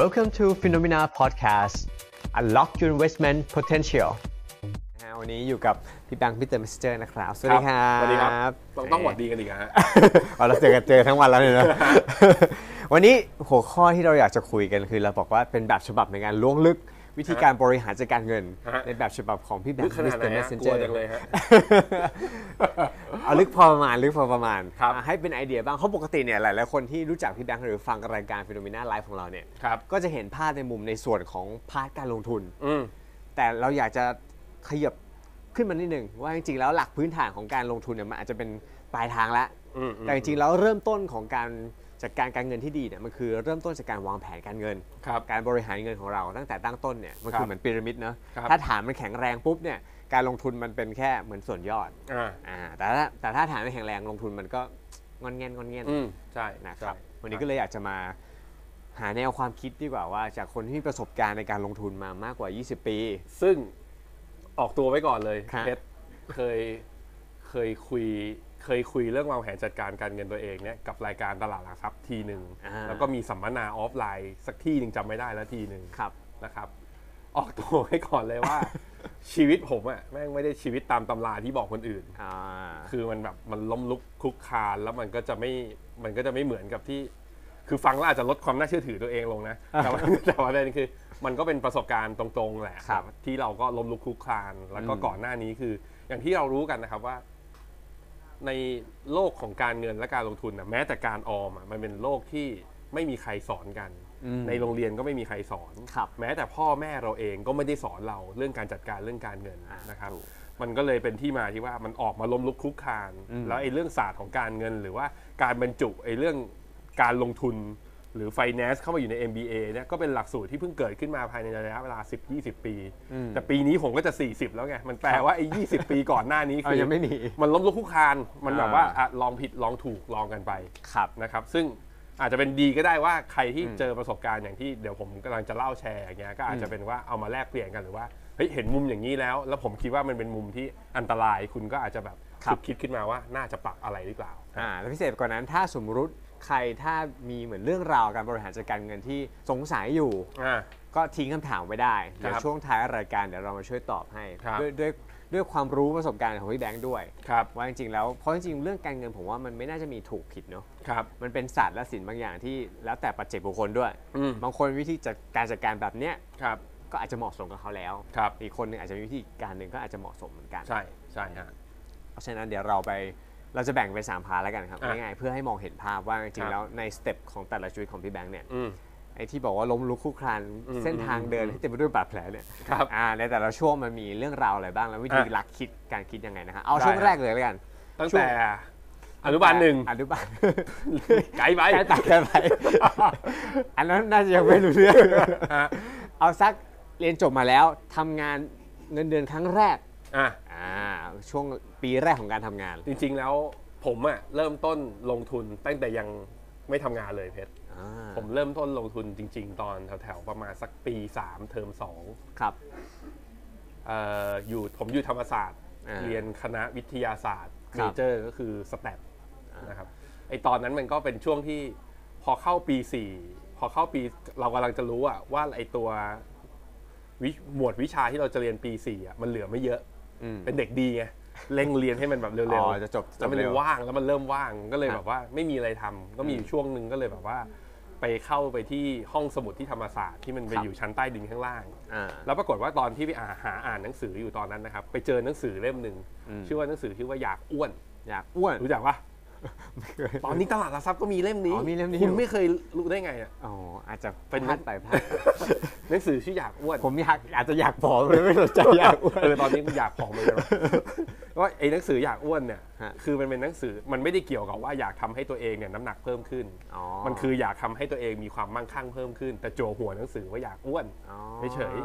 Welcome to Phenomena Podcast Unlock Your Investment Potential นะฮะวันนี้อยู่กับพี่แบงค์พี่เติมมิสเตอร์นะครับ สวัสดีครับ สวัสดีครับ ต้องต้องหวัดดีกันอีกฮะ เอาเราเจอกันเจอทั้งวันแล้ว เนี่ยนะ วันนี้หัวข้อที่เราอยากจะคุยกันคือเราบอกว่าเป็นแบบฉบับในการล้วงลึกวิธีการบริหารจัดการเงิน ฮะ ในแบบฉบับของพี่แบง ลึก ค์ ขนา มิ ด ส ไห เตอน ร์ ฮะกลัวจังเลยฮะ เอาลึกพอประมาณลึกพอประมาณ ครับ อ่ะให้เป็นไอเดียบ้างเขาะปกติเนี่ยหลายๆคนที่รู้จักพี่แบงค์หรือฟังรายการฟิโนเมนาไลฟ์ของเราเนี่ย ครับ ก็จะเห็นภาพในมุมในส่วนของพาร์ทการลงทุน อืม แต่เราอยากจะขยับขึ้นมานิดหนึ่งว่าจริงๆแล้วหลักพื้นฐานของการลงทุนเนี่ยมันอาจจะเป็นปลายทางละ อืมอืม แต่จริงๆแล้วเริ่มต้นของการจัดการการเงินที่ดีเนี่ยมันคือเริ่มต้นจากการวางแผนการเงิน ครับ การบริหารเงินของเราตั้งแต่ตั้งต้นเนี่ยมัน ค คือรับ เหมือนพีระมิดเนอะ ครับ ถ้าฐานมันแข็งแรงปุ๊บเนี่ยการลงทุนมันเป็นแค่เหมือนส่วนยอด อ่า อ่าแต่ถ้าแต่ถ้าฐานไม่แข็งแรงลงทุนมันก็งอนแงนงอนแงน อืมใช่ นะครับ ใช่ วันนี้ก็เลยอยากจะมาหาแนวความคิดดีกว่าว่า จากคนที่มีประสบการณ์ในการลงทุนมามากกว่า 20 ปี ซึ่งออกตัวไว้ก่อนเลย ครับ เพชรเคยเคยคุยเคยคุยเรื่องวางแผนจัดการการเงินตัวเองเนี่ยกับรายการตลาดหลักทรัพย์ทีหนึ่ง อ่า แล้วก็มีสัมมนาออฟไลน์ สักที่หนึ่งจำไม่ได้แล้วทีหนึ่ง ครับ นะครับ ออกตัวไว้ก่อนเลยว่า ชีวิตผมอะแม่งไม่ได้ชีวิตตามตำราที่บอกคนอื่น อ่า คือมันแบบมันล้มลุกคลุกคลานแล้วมันก็จะไม่มันก็จะไม่เหมือนกับที่ คือฟังแล้วอาจจะลดความน่าเชื่อถือตัวเองลงนะ แต่ว่า แต่ว่าประเด็นคือ มันก็เป็นประสบการณ์ตรงๆแหละ ครับ ที่เราก็ล้มลุกคลุกคลาน แล้วก็ อืม ก่อนหน้านี้คือ อย่างที่เรารู้กันนะครับว่า ในโลกของการเงินและการลงทุนนะแม้แต่การออมอะมันเป็นโลกที่ไม่มีใครสอนกัน อืม ในโรงเรียนก็ไม่มีใครสอน ครับ แม้แต่พ่อแม่เราเองก็ไม่ได้สอนเราเรื่องการจัดการเรื่องการเงิน อ่าน นะครับ ถูก มันก็เลยเป็นที่มาที่ว่ามันออกมาล้มลุกคลุกคลาน อืม แล้วไอ้เรื่องศาสตร์ของการเงิน หรือว่าการบรรจุไอ้เรื่องการลงทุนหรือ finance เข้ามาอยู่ใน MBA เนี่ยก็เป็นหลักสูตรที่เพิ่งเกิดขึ้นมาภายในระยะเวลา 10-20 ปี แต่ปีนี้ผมก็จะ 40 แล้วไง มันแปลว่าไอ้20 ปีก่อนหน้านี้ เอา คื ยังไม่หนี มันล้มลุกคลุกคลาน มันแบบ อ่า ว่าอ่ะลองผิดลองถูกลองกันไป ครับ นะครับซึ่งอาจจะเป็นดีก็ได้ว่าใครที่เจอประสบการณ์อย่างที่เดี๋ยวผมกำลังจะเล่าแชร์อย่างเงี้ยก็อาจจะเป็นว่าเอามาแลกเปลี่ยนกันหรือว่าเฮ้ยเห็นมุมอย่างนี้แล้ว แล้วผมคิดว่ามันเป็นมุมที่อันตรายคุณก็อาจจะแบบ ครับ คิดขึ้นมาว่าน่าจะปรับอะไรหรือเปล่า อ่าแล้วพิเศษกว่านั้นถ้าสมมติใครถ้ามีเหมือนเรื่องราวการบริหารจัดการเงินที่สงสัยอยู่ อ่า ก็ทิ้งคำถามไว้ได้เดี๋ยว ครับ ช่วงท้ายรายการเดี๋ยวเรามาช่วยตอบให้ ครับ ด้วยด้วยด้วยความรู้ประสบการณ์ของพี่แบงค์ด้วย ครับ ว่าจริงๆแล้วเพราะจริงๆเรื่องการเงินผมว่ามันไม่น่าจะมีถูกผิดเนาะ ครับ มันเป็นศาสตร์และศิลป์บางอย่างที่แล้วแต่ปัจเจกบุคคลด้วย อืม บางคนวิธีจัดการจัดการแบบเนี้ย ครับ ก็อาจจะเหมาะสมกับเขาแล้ว ครับ อีกคนหนึ่งอาจจะมีวิธีการหนึ่งก็อาจจะเหมาะสมเหมือนกัน ใช่ใช่ฮะ เพราะฉะนั้นเดี๋ยวเราไปเราจะแบ่งเป็นสามพาร์ทแล้วกันครับ อ่ะ ง่ายๆเพื่อให้มองเห็นภาพว่าจริ ครั งๆ บ แล้วในสเต็ปของแต่ละชีวิตของพี่แบงค์เนี่ย อืม ไอ้ที่บอกว่าล้มลุกคลุกคลาน อืม เส้นทางเดินให้เต็มไปด้วยบาดแผลเนี่ย ครับ อ่าในแต่ละช่วงมันมีเรื่องราวอะไรบ้างแล้ววิธี อ่ะ หลักคิดการคิดยังไงนะฮะเอา ได้ ช่วง ครับ แรกเลยแล้วกัน ตั้งแต่อนุบาลหนึ่ง อนุบาล ไกลไป แตกต่างกันไป อันนั้นน่าจะยังไม่รู้เรื่อง ฮะ เอาสักเรียนจบมาแล้วทำงานเงินเดือนครั้งแรก อ่ะ อ่า ช่วงปีแรกของการทำงาน จริง ๆ แล้วผมอะเริ่มต้นลงทุนตั้งแต่ยังไม่ทำงานเลยเพชร อ่า ผมเริ่มต้นลงทุนจริง ๆ ตอนแถวๆประมาณสักปี 3 เทอม2 ครับ เอ่ออยู่ผมอยู่ธรรมศาสตร์ อ่า เรียนคณะวิทยาศาสตร์ ครั เม บ เจอร์ก็คือสแตทนะครับไอตอนนั้นมันก็เป็นช่วงที่พอเข้าปี 4 พอเข้าปีเรากำลังจะรู้อะว่าไอตัววิหมวดวิชาที่เราจะเรียนปี4อะมันเหลือไม่เยอะ อืม เป็นเด็กดีไงเร่งเรียนให้มันแบบเร็ว อ๋อ ๆ จะจบ แล้วมัจนบเร็ว ว่างแล้วมันเริ่มว่างก็เลย ครับ แบบว่าไม่มีอะไรทำก็มีอยู่ช่วงหนึ่งก็เลยแบบว่า ไปเข้าไปที่ห้องสมุดที่ธรรมศาสตร์ที่มันไป ครับ อยู่ชั้นใต้ดินข้างล่าง อ่า แล้วปรากฏว่าตอนที่ไปอ่าหาอ่านหนังสืออยู่ตอนนั้นนะครับ ไปเจอหนังสือเล่มหนึ่ง อืม ชื่อว่าหนังสือชื่อว่าอยากอ้วน อยากอ้วน รู้จักปะตอนนี้ตลาดหลักทรัพย์ก็มีเล่มนี้ อ๋อมีเล่มนี้ คุ อยู่ ณไม่เคยรู้ได้ ไงอะ อ๋ออาจจะ เป็น พลาดไปพลาดไป หนังสือชื่ออยากอ้วน ผมอยากอาจจะอยากผอมเลยไม่สนใจอยากอ้วน เออตอนนี้กูอยากผอมเหมือนกัน ว่ะว่าไอ้หนังสืออยากอ้วนเนี่ย ฮะ คือมันเป็นหนังสือมันไม่ได้เกี่ยวกับว่าอยากทำให้ตัวเองเนี่ยน้ำหนักเพิ่มขึ้น อ๋อ มันคืออยากทำให้ตัวเองมีความมั่งคั่งเพิ่มขึ้น แต่โจวหัวหนังสือว่าอยากอ้วน อ๋อ เฉย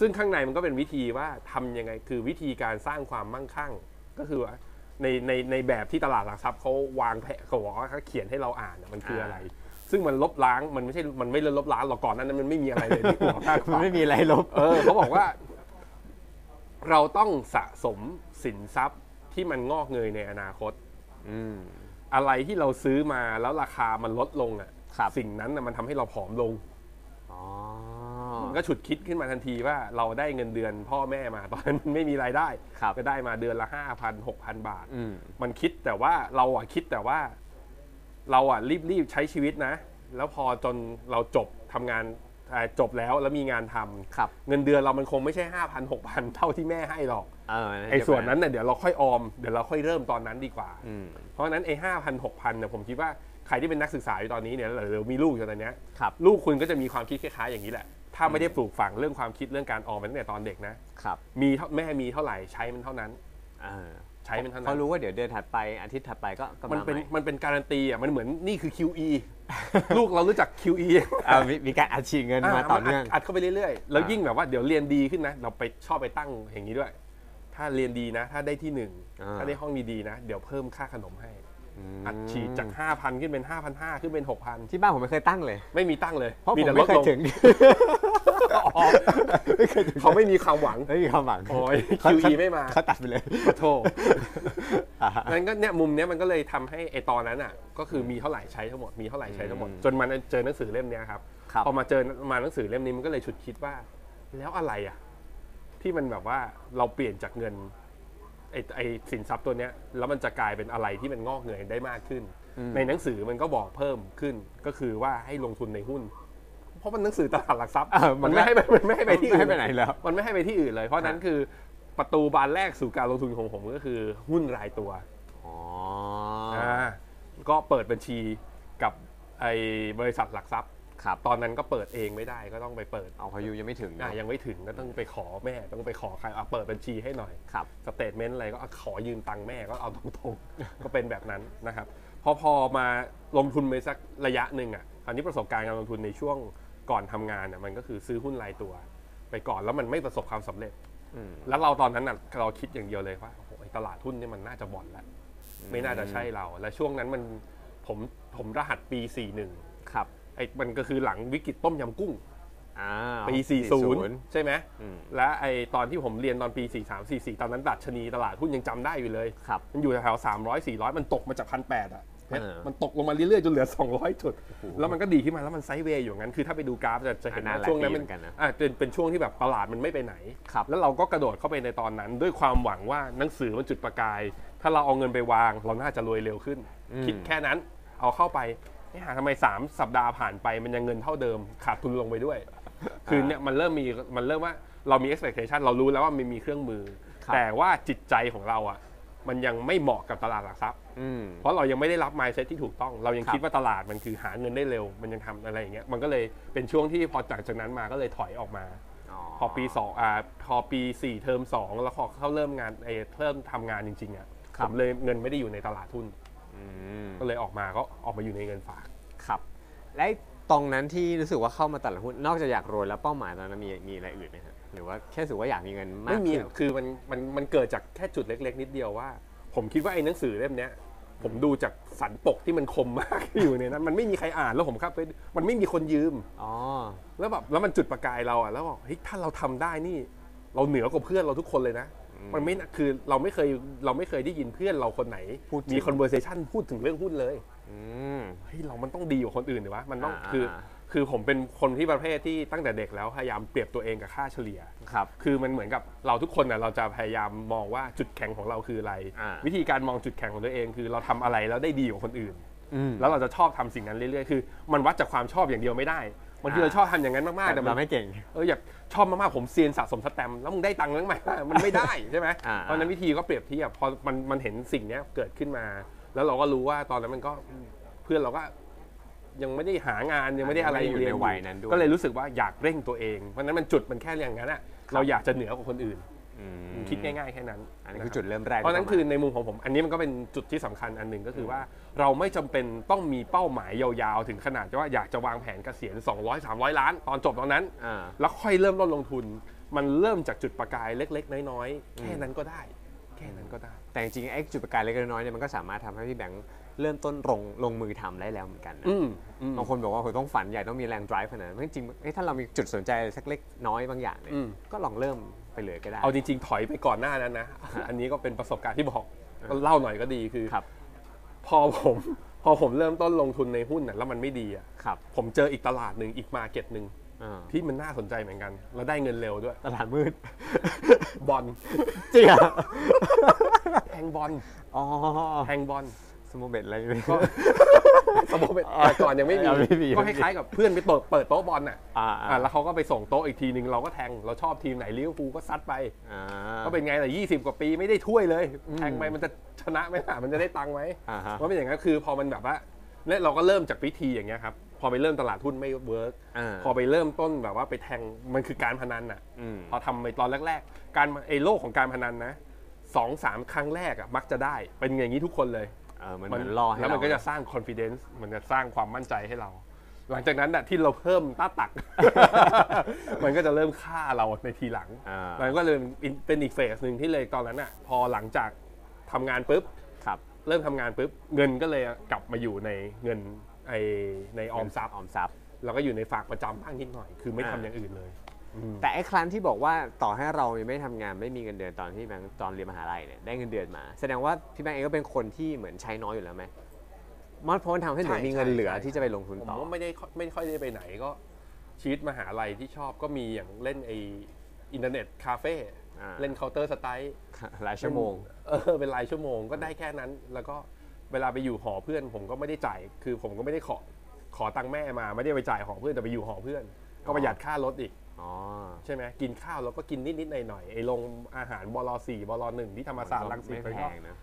ซึ่งข้างในมันก็เป็นวิธีว่าทำยังไงคือวิธีการสร้างความมั่งคั่ง ก็คือว่าในในในแบบที่ตลาดหลักทรัพย์เขาวางแผนเขาบอกว่าเขาเขียนให้เราอ่านน่ะมันคืออะไร ซึ่งมันลบล้างมันไม่ใช่มันไม่ได้ลบล้างหรอกก่อนหนานั้นมันไม่มีอะไรเลยที่บอกมากก มัน ว่า ไม่มีอะไรลบ เออเขาบอกว่า เราต้องสะสมสินทรัพย์ที่มันงอกเงยในอนาคต อืม อะไรที่เราซื้อมาแล้วราคามันลดลงอ่ะ ครับ สิ่งนั้นนะมันทำให้เราผอมลง อ๋อ ก็ฉุดคิดขึ้นมาทันทีว่าเราได้เงินเดือนพ่อแม่มา ตอนนั้นมันไม่มีรายได้ ครับ ก็ได้มาเดือนละห้าพันหกพันบาท อืม มันคิดแต่ว่าเราอ่ะคิดแต่ว่า เราอ่ะรีบๆใช้ชีวิตนะ แล้วพอจนเราจบทำงานอ่าจบแล้วแล้วมีงานทำ ครับ เงินเดือนเรามันคงไม่ใช่ห้าพันหกพันเท่าที่แม่ให้หรอก เออ ไอ้ส่วนนั้นเนี่ยเดี๋ยวเราค่อยออมเดี๋ยวเราค่อยเริ่มตอนนั้นดีกว่า อืม เพราะฉะนั้นไอ้ห้าพันหกพันเนี่ยผมคิดว่าใครที่เป็นนักศึกษาอยู่ตอนนี้เนี่ยหรือมีลูกอยู่ตอนเนี้ย ครับ ลูกคุณก็จะมีความคิดคล้ายๆอย่างนี้แหละ ถ้าไม่ได้ปลูกฝังเรื่องความคิดเรื่องการออมมาตั้งแต่ตอนเด็กนะครับ มีเท่าแม่มีเท่าไหร่ใช้มันเท่านั้น เออ ใช้มันเท่านั้ เขา น รู้ว่าเดี๋ยวเดือนถัดไปอาทิตย์ถัดไปก็กำ มั ลั น ง เป็นมันเป็นการันตีอ่ะมันเหมือนนี่คือ QE ลูกเรารู้จัก QE มีการอัดฉีดเงินมา อ่ะ ต่อเนื่อง ดอัดเข้าไปเรื่อยๆ แล้วยิ่งแบบว่าเดี๋ยวเรียนดีขึ้นนะ เราไปชอบไปตั้งอย่างนี้ด้วย ถ้าเรียนดีนะ ถ้าได้ที่หนึ่ง อ่า ถ้าได้ห้องดีๆนะ เดี๋ยวเพิ่มค่าขนมให้ อัดฉีดจาก 5,000 ขึ้นเป็น 5,500 ขึ้นเป็น 6,000 ที่บ้านผมไม่เคยตั้งเลย ไม่มีตั้งเลย เพราะผม แต่ ไม่เคย ลดลง ถึง อ๋อ ไม่เคยถึง เขาไม่มีความหวัง ไม่มีความหวัง โอ้ย เขา QE เขา ไม่มา เขาตัดไปเลย ขอโทษ อ่าฮะ งั้นก็เนี่ยมุมเนี้ยมันก็เลยทำให้ไอตอนนั้นอ่ะ ก็คือมีเท่าไหร่ใช้ทั้งหมด มีเท่าไหร่ใช้ทั้งหมด จนมันเจอหนังสือเล่มเนี้ยครับ ครับ พอมาเจอมาหนังสือเล่มนี้มันก็เลยฉุดคิดว่า แล้วอะไรอ่ะ ที่มันแบบว่าเราเปลี่ยนจากเงินไอไอสินทรัพย์ตัวเนี้ย แล้วมันจะกลายเป็นอะไรที่มันงอกเงยได้มากขึ้น ในหนังสือมันก็บอกเพิ่มขึ้น ก็คือว่าให้ลงทุนในหุ้น เพราะมันหนังสือตลาดหลักทรัพย์ เออมั มัน น ไม่ให้ไปมันไม่ให้ไปที่อื่น ไม่ให้ไปไหนแล้ว มันไม่ให้ไปที่อื่นเลย เพราะนั้นคือประตูบานแรกสู่การลงทุนของผมก็คือหุ้นรายตัว อ๋อ อ่าก็เปิดบัญชีกับไอ้บริษัทหลักทรัพย์ ครับ ตอนนั้นก็เปิดเองไม่ได้ก็ต้องไปเปิด เอาพายุยังไม่ถึงนะ อ่ะยังไม่ถึงก็ต้องไปขอแม่ต้องไปขอใครอ่ะเปิดบัญชีให้หน่อย ครับ สเตทเมนต์อะไรก็อ่ะขอยืมตังค์แม่ก็เอาตรงๆ ก็เป็นแบบนั้นนะครับ พอพอมาลงทุนไปสักระยะหนึ่งอ่ะคราวนี้ประสบการณ์การลงทุนในช่วงก่อนทำงานอ่ะมันก็คือซื้อหุ้นรายตัว ไปก่อนแล้วมันไม่ประสบความสำเร็จ อืม แล้วเราตอนนั้นน่ะเราคิดอย่างเดียวเลยว่าโอ้โหไอ้ตลาดหุ้นเนี่ยมันน่าจะบ่อนแล้ว ไม่น่าจะใช่เรา และช่วงนั้นมันผมผมรหัสปี 41 ครับ ไอ้มันก็คือหลังวิกฤตต้มยำกุ้ง อ่า ปี 40 ใช่ไหม อืม และไอตอนที่ผมเรียนตอนปี 43 44 ตอนนั้นดัชนีตลาดหุ้นยังจำได้อยู่เลย ครับ มันอยู่แถวๆ300 400 มันตกมาจากพันแปดอ่ะ เออ มันตกลงมาเรื่อยๆ จนเหลือ 200 จุด แล้วมันก็ดีขึ้นมาแล้วมันไซด์เวย์อยู่อย่างนั้น คือถ้าไปดูกราฟจะจะเห็น อ่ะานหว่านลาย ช่วงนั้น ปี มัน เหมือนกันนะ อ่ะเป็นเป็นช่วงที่แบบตลาดมันไม่ไปไหน ครับ แล้วเราก็กระโดดเข้าไปในตอนนั้น ด้วยความหวังว่าหนังสือมันจุดประกาย ถ้าเราเอาเงินไปวาง เราน่าจะรวยเร็วขึ้น คิดแค่นั้น เอาเข้าไปนี่หาทำไม 3 สัปดาห์ผ่านไปมันยังเงินเท่าเดิมขาดทุนลงไปด้วย คือเนี่ยมันเริ่มมีมันเริ่มว่าเรามี expectation เรารู้แล้วว่ามันมีเครื่องมือ ครับ แต่ว่าจิตใจของเราอ่ะมันยังไม่เหมาะกับตลาดหลักทรัพย์ อืม เพราะเรายังไม่ได้รับ mindset ที่ถูกต้อง เรายัง ครับ คิดว่าตลาดมันคือหาเงินได้เร็ว มันยังทำอะไรอย่างเงี้ย มันก็เลยเป็นช่วงที่พอหลังจากนั้นมาก็เลยถอยออกมา พอปีสองอ่าพอปีสี่เทอมสองแล้วพอเข้าเริ่มงานเออเริ่มทำงานจริงๆอ่ะ ค ผ รับ มเลยเงินไม่ได้อยู่ในตลาดทุน อืม ก็เลยออกมาก็ออกมาอยู่ในเงินฝาก ครับ และตรงนั้นที่รู้สึกว่าเข้ามาตลาดหุ้น นอกจากอยากรวยแล้วเป้าหมายตอนนั้นมีมีอะไรอื่นไหมครับหรือว่าแค่รู้สึกว่าอยากมีเงินมาก ไม่มี ขึ้น อะคือมันมันมันเกิดจากแค่จุดเล็ก ๆ นิดเดียวว่า ผมคิดว่าไอ้หนังสือเล่มเนี้ย ผมดูจากสันปกที่มันคมมาก อยู่ในนั้น มันไม่มีใครอ่านแล้วผมครับไปมันไม่มีคนยืม อ๋อ แล้วแบบแล้วมันจุดประกายเราอ่ะแล้วบอกเฮ้ยถ้าเราทำได้นี่ เราเหนือกว่าเพื่อนเราทุกคนเลยนะ มันไม่น่าคือเราไม่เคยเราไม่เคยได้ยินเพื่อนเราคนไหน พูดถึง มี conversation พูดถึงเรื่องหุ้นเลย อืม เฮ้ยเรามันต้องดีกว่าคนอื่นหรือวะมันต้อง อ่า คือ อ่า คือผมเป็นคนที่ประเภทที่ตั้งแต่เด็กแล้วพยายามเปรียบตัวเองกับค่าเฉลี่ย ครับ คือมันเหมือนกับเราทุกคนนะเราจะพยายามมองว่าจุดแข็งของเราคืออะไร อ่า วิธีการมองจุดแข็งของตัวเอง คือเราทำอะไรแล้วได้ดีกว่าคนอื่น อืม แล้วเราจะชอบทำสิ่งนั้นเรื่อยๆ คือ มันวัดจากความชอบอย่างเดียวไม่ได้บางที อ่า เราชอบทำอย่างนั้นมากๆแต่มั เรา น ไม่เก่ง เอออยากชอบมากๆผมเซียนสะสมสแตมป์แล้วมึงได้ตังค์นั้นไหม มันไม่ได้ใช่ไหม อ่า เพราะฉะนั้นวิธีก็เปรียบเทียบพอมันมันเห็นสิ่งเนี้ยเกิดขึ้นมา แล้วเราก็รู้ว่าตอนนั้นมันก็เพื่อนเราก็ยังไม่ได้หางานยังไม่ได้อะไร ยังไม่ได้อยู่ เรี ในวัยนั้นด้วย ก็เลยรู้สึกว่าอยากเร่งตัวเองเพราะฉะนั้นมันจุดมันแค่อย่างนั้นอะเราอยากจะเหนือกว่าคนอื่น อืม คิดง่ายๆ แค่นั้น อันนี้คือะ จุด รับ เริ่มแรก เพราะฉะนั้นคือในมุมของผม อันนี้มันก็เป็นจุดที่สำคัญอันหนึ่งก็คือว่าเราไม่จำเป็นต้องมีเป้าหมายยาวๆ ถึงขนาดว่าอยากจะวางแผนเกษียณ 200 300 ล้าน ตอนจบตอนนั้น อ่า แล้วค่อยเริ่มต้นลงทุน มันเริ่มจากจุดประกายเล็กๆ น้อยๆ แค่นั้นก็ได้ แค่นั้นก็ได้ แต่จริงๆไอ้จุดประกายเล็กๆน้อยๆเนี่ยมันก็สามารถทำให้พี่แบงค์เริ่มต้นลงลงมือทำได้แล้วเหมือนกันนะ อืมอืม บางคนบอกว่าโหต้องฝันใหญ่ต้องมีแรง drive ขนาดนั้นจริงๆเอ้ยถ้าเรามีจุดสนใจสักเล็กน้อยบางอย่างเนี่ย อืม ก็ลองเริ่มไปเลยก็ได้ เอาจริงๆ ถอยไปก่อนหน้านั้นนะ อันนี้ก็เป็นประสบการณ์ที่บอกก็เล่าหน่อยก็ดีคือ ครับ พอผม พอผมเริ่มต้นลงทุนในหุ้นน่ะแล้วมันไม่ดีอะ ครับ ผมเจออีกตลาดหนึ่งอีกมาร์เก็ตหนึ่ง อ่า ที่มันน่าสนใจเหมือนกัน แล้วได้เงินเร็วด้วย ตลาดมืด บอล จริงเหรอ แทงบอล อ๋อ แทงบอล สโมเบ็ดอะไรเลย ก็ สมมติเป็นแต่ก่อนยังไม่มี ยังไม่มี ก็คล้ายๆกับเพื่อนไปเปิดเปิดโต๊ะบอลน่ะ อ่าๆ อ่าแล้วเขาก็ไปส่งโต๊ะอีกทีหนึ่งเราก็แทงเราชอบทีมไหนลิเวอร์พูลก็ซัดไป อ่า ก็เป็นไงแต่ยี่สิบกว่าปีไม่ได้ถ้วยเลย แทงไปมันจะชนะไหมล่ะมันจะได้ตังค์ไหม อ่าฮะ ว่าเป็นอย่างนั้นคือพอมันแบบว่าและเราก็เริ่มจากวิธีอย่างเงี้ยครับ พอไปเริ่มตลาดหุ้นไม่เวิร์ก อ่า พอไปเริ่มต้นแบบว่าไปแทงมันคือการพนันอ่ะ อืม พอทำไปตอนแรก ๆ การไอ้โลกของการพนันนะสองสามครั้งแรกอะมักจะได้ เป็นอย่างนี้ทุกคนเลย เออมันเหมือนรอให้ แล้วมัน เรา ก็จะสร้าง confidence มันจะสร้างความมั่นใจให้เรา หลังจากนั้นน่ะที่เราเพิ่มต้า ตัก มันก็จะเริ่มฆ่าเราในทีหลัง อ่ามั มันก็เลยเป็นเป็นอีกเฟสหนึ่งที่เลยตอนนั้นอะพอหลังจากทำงานปุ๊บ ครับ เริ่มทำงานปุ๊บ เงินก็เลยกลับมาอยู่ในเงินไอในออมทรัพย์ ออมทรัพย์ แล้วก็อยู่ในฝากประจำบ้างนิดหน่อย คือไม่ทำอย่างอื่นเลย แต่ไอ้ครั้งที่บอกว่าต่อให้เรายังไม่ทำงานไม่มีเงินเดือนตอนที่แบงค์ตอนเรียนมหาลัยเนี่ยได้เงินเดือนมา แสดงว่าพี่แบงค์เองก็เป็นคนที่เหมือนใช้น้อยอยู่แล้วไหมมันเพราะมันทำให้หนู ใช่ มีเงินเหลือ ใช่ ที่จะไปลงทุน ผม ต่อ ก็ไม่ได้ค่อยไม่ค่อยได้ไปไหนก็ชีวิตมหาลัยที่ชอบก็มีอย่างเล่นไออินเทอร์เน็ตคาเฟ่ อ่า เล่นเคาน์เตอร์สไตล์ หลายชั่วโมง เออ เป็นรายชั่วโมงก็ได้แค่นั้น แล้วก็เวลาไปอยู่หอเพื่อน ผมก็ไม่ได้จ่าย คือผมก็ไม่ได้ขอขอตังค์แม่มาไม่ได้ไปจ่ายหอเพื่อนแต่ไปอยู่หอเพื่อน ก็ประหยัดค่ารถอีก อ๋อ ใช่ไหมกินข้าวเราก็กินนิดๆหน่อยๆไอ้โรงอาหารบลสี่บลหนึ่งที่ธรรมศาสตร์รังสิต ไม่ มัน แพ ก็ งนะ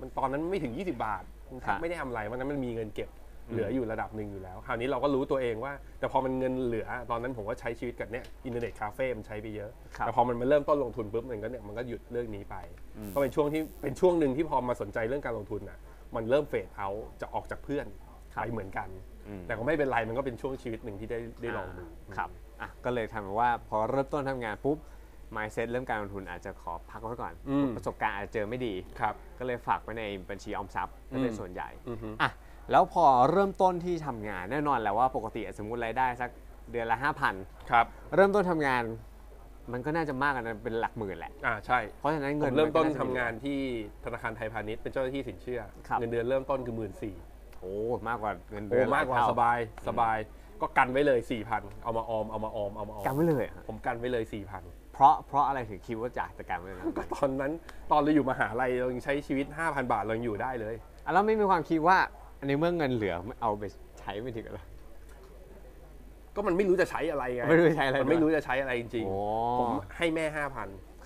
มันตอนนั้นไม่ถึง 20 บาทมันแทบ ฮะ ไม่ได้ทำอะไรวันนั้นมันมีเงินเก็บเหลืออยู่ระดับหนึ่งอยู่แล้ว คราวนี้เราก็รู้ตัวเองว่า แต่พอมันเงินเหลือ ตอนนั้นผมก็ใช้ชีวิตกับเนี่ยอินเทอร์เน็ตคาเฟ่มันใช้ไปเยอะ แต่พอมันมาเริ่มต้นลงทุนปุ๊บมันก็เนี่ยมันก็หยุดเรื่องนี้ไปก็เป็นช่วงที่เป็นช่วงหนึ่งที่พอมาสนใจเรื่องการลงทุนอ่ะมันเริ่มเฟดเอาจะออกจากเพื่อนไปเหมือนกัน แต่ก็ไม่เป็นไรมันก็เป็นช่วงชีวิตหนึ่งที่ได้ได้ลองดู ครับอ่ะก็เลยทำให้ว่าพอเริ่มต้นทำงานปุ๊บ mindset เริ่มการลงทุนอาจจะขอพักไว้ก่อน อืม ประสบการณ์อาจจะเจอไม่ดี ครับ ก็เลยฝากไว้ในบัญชีออมทรัพย์ก็เป็นส่วนใหญ่ อือฮึ อ่ะแล้วพอเริ่มต้นที่ทำงานแน่นอนแหละว่าปกติสมมติรายได้สักเดือนละ5,000 ครับ เริ่มต้นทำงาน มันก็น่าจะมากกว่านั้นเป็นหลักหมื่นแหละ อ่าใช่ เพราะฉะนั้น ผ เงิน มเริ่มต้น ก็จะ ทำงานที่ธนาคารไทยพาณิชย์เป็นเจ้าหน้าที่สินเชื่อ ครับ เงินเดือนเริ่มต้นคือหมื่นสี่ โอ้มากกว่าเงินเดือโอ้นหล มากกว่า เท่ สบายสบายก็กันไว้เลยสี่พันเอามาออมเอามาออมเอามาออม กันไว้เลยอะ ผมกันไว้เลยสี่พัน เพราะเพราะอะไรถึงคิดว่าจะจะกันไว้เลยนะ ตอนนั้นตอนเราอยู่มหาลัยเรายังใช้ชีวิต 5,000 บาทเรายังอยู่ได้เลย อ่ะแล้วไม่มีความคิดว่าในเมื่อเงินเหลือเอาไปใช้ไม่ถึงเหรอ ก็มันไม่รู้จะใช้อะไรไง ไม่รู้จะใช้อะไร มันไม่รู้จะใช้อะไรจริง โอ้ ๆผมให้แม่ ค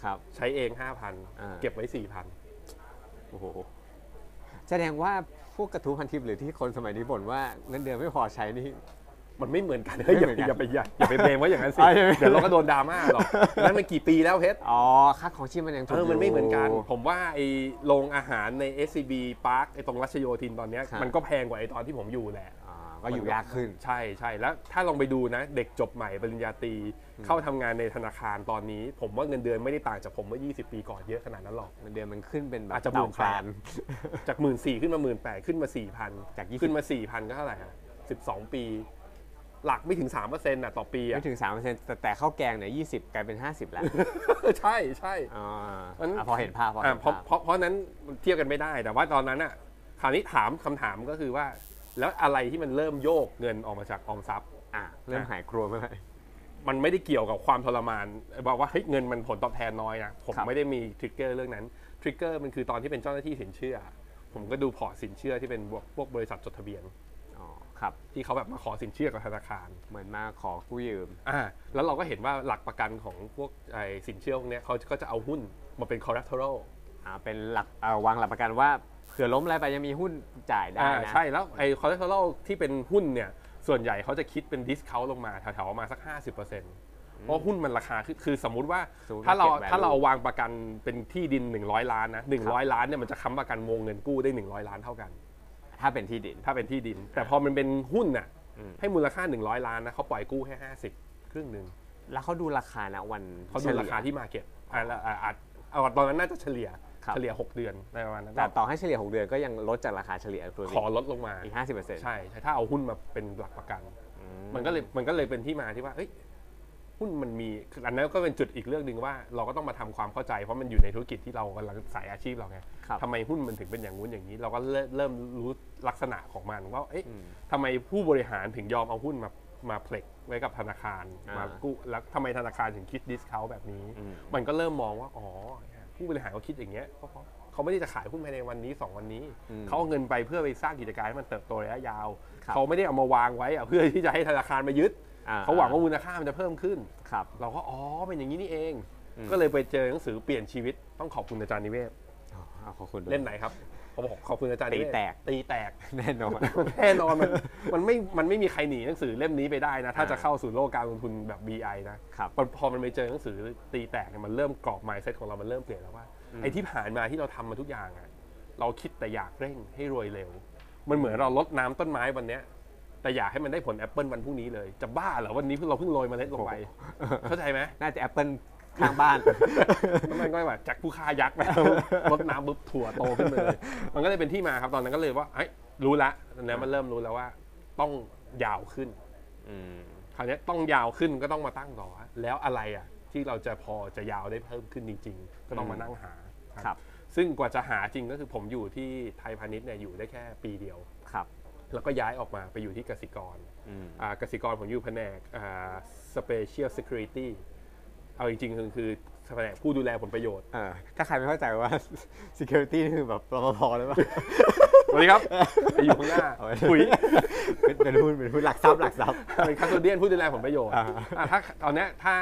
รับ 5,000 ใช้เอง อ่า 5,000 เก็บไว้ 4,000 โอ้โหแสดงว่าพวกกระทู้พันทิปหรือที่คนสมัยนี้บ่นว่าเงินเดือนไม่พอใช้นี่ มันไม่เหมือนกันเฮ้ยอย่า ไม่เหมือนกัน อย่าไปอย่าอย่าไปเบรมไว้อย่างนั้นสิ อ่าอย่าไป เดี๋ยวเราก็โดนดราม่าหรอกนั่นมันกี่ปีแล้วเพชร อ๋อค่าของชีพมันยังถูก เออ มันไม่ ยู่ เหมือนกัน ผมว่าไอ้โรงอาหารใน SCB Park ไอ้ตรงรัชโยธินตอนเนี้ย ครับ มันก็แพงกว่าไอ้ตอนที่ผมอยู่แหละ อ่าก็อยู่ยากขึ้น ใช่ใช่แล้วถ้าลองไปดูนะ เด็กจบใหม่ปริญญาตรีเข้าทำงานในธนาคารตอนนี้ ผมว่าเงินเดือนไม่ได้ต่างจากผมเมื่อ 20 ปีก่อนเยอะขนาดนั้นหรอก เงินเดือนมันขึ้นเป็นแบบ อาจจะหมื่ เต่าน แฟ แปด น จากหมื่นสี่ขึ้นมาหมื่นแปดขึ้นมาสี่พัน จาก20 ขึ้นมาสี่พันก็เท่าไหร่ฮะสิบสองปี หลักไม่ถึงสามเปอร์เซ็นต์่ะต่อปีอ่ะ ไม่ ถึง3%แต่แต่ข้าวแกงเนี่ย20 กลายเป็น 50 แล้ว ใช่ใช่ อ่า งั้น อ่ะพอเห็นภาพพอ อ่ะ เห็น เพราะ ภาพ เพราะเพราะนั้นมันเทียบกันไม่ได้ แต่ว่าตอนนั้นอ่ะคราวนี้ถามคำถามก็คือว่า แล้วอะไรที่มันเริ่มโยกเงินออกมาจากออมทรัพย์ อ่ะ เริ่มหายกลัวเมื่อไหร่ มันไม่ได้เกี่ยวกับความทรมานบอกว่าเฮ้ยเงินมันผลตอบแทนน้อยนะผม ครับ ไม่ได้มีทริกเกอร์เรื่องนั้นทริกเกอร์มันคือตอนที่เป็นเจ้าหน้าที่สินเชื่อ ผมก็ดูพอร์ตสินเชื่อที่เป็นพวกพวกบริษัทจดทะเบียน อ๋อ ครับ ที่เขาแบบมาขอสินเชื่อกับธนาคาร เหมือนมาขอกู้ยืม อ่าแล้วเราก็เห็นว่าหลักประกันของพวกไอ้สินเชื่อพวกเนี้ยเขาก็จะเอาหุ้นมาเป็น collateral อ่า เป็นหลักอ่าวางหลักประกันว่าเผื่อล้มอะไรไปยังมีหุ้นจ่ายได้ อ่า นะ ใช่แล้วไอ้คอเลสเตอรอลที่เป็นหุ้นเนี่ย ส่วนใหญ่เขาจะคิดเป็นดิสคาวลงมาแถวๆประมาณสัก 50%เพราะหุ้นมันราคาคือคือสมมุติว่า สมมุติ ถ้าเรา market value ถ้าเราวางประกันเป็นที่ดิน 100 ล้านนะ100 ล้านเนี่ยมันจะค้ำประกันวงเงินกู้ได้ 100 ล้านเท่ากัน ถ้าเป็นที่ดิน ถ้าเป็นที่ดิน แต่พอมันเป็นหุ้นน่ะให้มูลค่า 100 ล้านนะเขาปล่อยกู้แค่50 ครึ่งหนึ่ง แล้วเขาดูราคานะวัน เขาดูราคา เฉลี่ย ที่มาเก็ตอ่าแล้วอ่าอาจเอาตอนนั้นน่าจะเฉลี่ย ครับ เฉลี่ยหกเดือนอะไรประมาณนั้น แต่ต่อให้เฉลี่ย 6 เดือนก็ยังลดจากราคาเฉลี่ยตัว ขอลดลงมา อีก 50% ใช่ใช่ ถ้าเอาหุ้นมาเป็นหลักประกัน มันก็เลยมันก็เลยเป็นที่มาที่ว่าเอ้ยหุ้นมันมีคืออันนั้นก็เป็นจุดอีกเรื่องหนึ่งว่า เราก็ต้องมาทำความเข้าใจ เพราะมันอยู่ในธุรกิจที่เรากำลังสายอาชีพเราไง ครับ ทำไมหุ้นมันถึงเป็นอย่างงู้นอย่างนี้ เราก็เริ่มเริ่มรู้ลักษณะของมันว่าเอ๊ะทำไมผู้บริหารถึงยอมเอาหุ้นมา มาเพล็กไว้กับธนาคาร อ่าม มากู้แล้วทำไมธนาคารถึงคิดดิสคาวแบบนี้ อืม มันก็เริ่มมองว่า อ๋อ ผู้บริหารเขาคิดอย่างเงี้ยเพราะเขาไม่ได้จะขายหุ้นภายในวันนี้ 2 วันนี้ เขาเอาเงินไปเพื่อไปสร้างกิจการให้มันเติบโตระยะยาว ครับ เขาไม่ได้เอามาวางไว้อะเพื่ อที่จะให้ธนาคารมายึด อ่ เขาหวังว่ามูลค่ามันจะเพิ่มขึ้น ครับ เราก็อ๋อเป็นอย่างนี้นี่เอง อืม ก็เลยไปเจอหนังสือเปลี่ยนชีวิตต้องขอบคุณอาจารย์นิเวศน์ อ๋อเอาขอบคุณด้วย เล่มไหนครับเขาบอกขอบคุณอาจารย์นิตีเวศน์ แตก ตีแตก แน่นอน แน่นอน มันมันไม่มันไม่มีใครหนีหนังสือเล่มนี้ไปได้นะ ถ้าจะเข้าสู่โลกการลงทุนแบบ BI นะครับ พอพอมันไปเจอหนังสือตีแตกเนี่ยมันเริ่มกรอบ mindset ของเรามันเริ่มเปลี่ยนแล้วว่าไอ้ที่ผ่านมาที่เราทำมาทุกอย่างอะเราคิดแต่อยากเร่งให้รวยเร็ว มันเหมือนเราลดน้ำต้นไม้วันเนี้ย แต่อยากให้มันได้ผลแอปเปิลวันพรุ่งนี้เลย จะบ้าเหรอวันนี้เราเพิ่งโรยเมล็ดล งไปเข้าใจไห ม น่าจะแอปเปิลข้างบ้าน น้ำมันก็แบบจากผู้ฆ่ายักษ์ไปรดน้ำปุ๊บถั่วโตขึ้นมาเลย มันก็เลยเป็นที่มาครับตอนนั้นก็เลยว่าเอ้ยรู้ละตอนนั้นมันเริ่มรู้แล้วว่า ต้องยาวขึ้น อืม คราวเนี้ยต้องยาวขึ้นก็ต้องมาตั้งต่อว่าแล้วอะไรอ่ะ ที่เราจะพอจะยาวได้เพิ่มขึ้นจริง ๆ ก็ต้องมานั่งหา ครับ ซึ่งกว่าจะหาจริงก็คือผมอยู่ที่ไทยพาณิชย์เนี่ยอยู่ได้แค่ปีเดียว ครับ แล้วก็ย้ายออกมาไปอยู่ที่กสิกร อืม อ่ากสิกรผมอยู่แผนกอ่า special security เอาจริงๆ คือคือแผนกผู้ดูแลผลประโยชน์ เออถ้าใครไม่เข้าใจว่า security นี่คือแบบรปภหรือเปล่า สวัสดีครับไปอยู่ข้างหน้า เอาไว้ ปุ๋ย เป็นเป็นหุ้นเป็นหุ้นหลักทรัพย์หลักทรัพย์ เป็นคาสโตเดียนผู้ดูแลผลประโยชน์ อ่า อ่ะถ้าตอนเนี้ยถ้า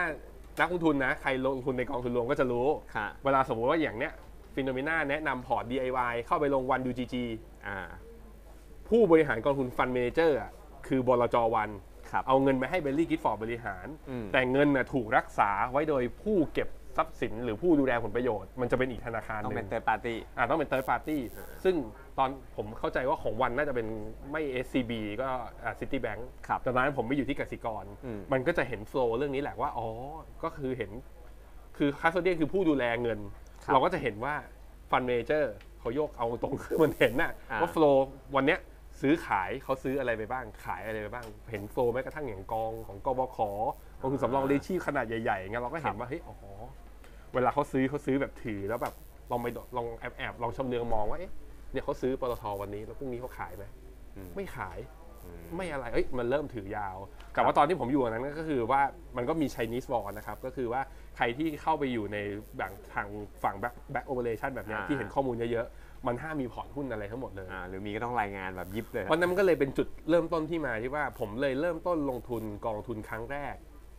นักลงทุนนะใครลงทุนในกองทุนรวมก็จะรู้ ค่ะ เวลาสมมติว่าอย่างเนี้ยฟิโนเมนาแนะนำพอร์ต DIY เข้าไปลงวัน UGG อ่า ผู้บริหารกองทุนฟันเมเจอร์อ่ะคือบลจวัน ครับ เอาเงินไปให้เบลลี่กิฟฟอร์ดบริหาร อืม แต่เงินน่ะถูกรักษาไว้โดยผู้เก็บทรัพย์สินหรือผู้ดูแลผลประโยชน์ มันจะเป็นอีกธนาคารห ต้อง นึ่ เป็น ง third party อ่าต้องเป็น third party ซึ่งตอนผมเข้าใจว่าของวันน่าจะเป็นไม่ SCB ก็อ่า Citibank ครับ แต่ตอนนั้นผมไปอยู่ที่กสิกร อืม มันก็จะเห็นโฟล์เรื่องนี้แหละว่า อ๋อ ก็คือเห็น คือคาสโตเดียคือผู้ดูแลเงิน เราก็จะเห็นว่าฟันเมเจอร์เขาโยกเอาตรง คือมันเห็นน่ะ อ่า ว่าโฟล์วันเนี้ยซื้อขายเขาซื้ออะไรไปบ้าง ขายอะไรไปบ้าง เห็นโฟล์แม้กระทั่งอย่างกองของกบขกองทุนสำรองเลี้ยงชีพขนาดใหญ่ๆงั้นเราก็เห็นว่าเฮ้ยอ๋อ เวลาเขาซื้อเขาซื้อแบบถือแล้วแบบลองไปดลองแอบแอบลองชำเนืองมองว่าเอ๊ะเนี่ยเขาซื้อปตทวันนี้แล้วพรุ่งนี้เขาขายไหม อืม ไม่ขาย อืม ไม่อะไรเอ้ยมันเริ่มถือยาว แต่ว่าตอนที่ผมอยู่อันนั้นก็คือว่ามันก็มี Chinese Wall นะครับ ก็คือว่าใครที่เข้าไปอยู่ในแบบทางฝั่ง back back operation แบบเนี้ย อ่า ที่เห็นข้อมูลเยอะๆ มันห้ามมีพอร์ตหุ้นอะไรทั้งหมดเลย อ่า หรือมีก็ต้องรายงานแบบยิบเลย วันนั้นมันก็เลยเป็นจุดเริ่มต้นที่มาที่ว่าผมเลยเริ่มต้นลงทุนกองทุนครั้งแรก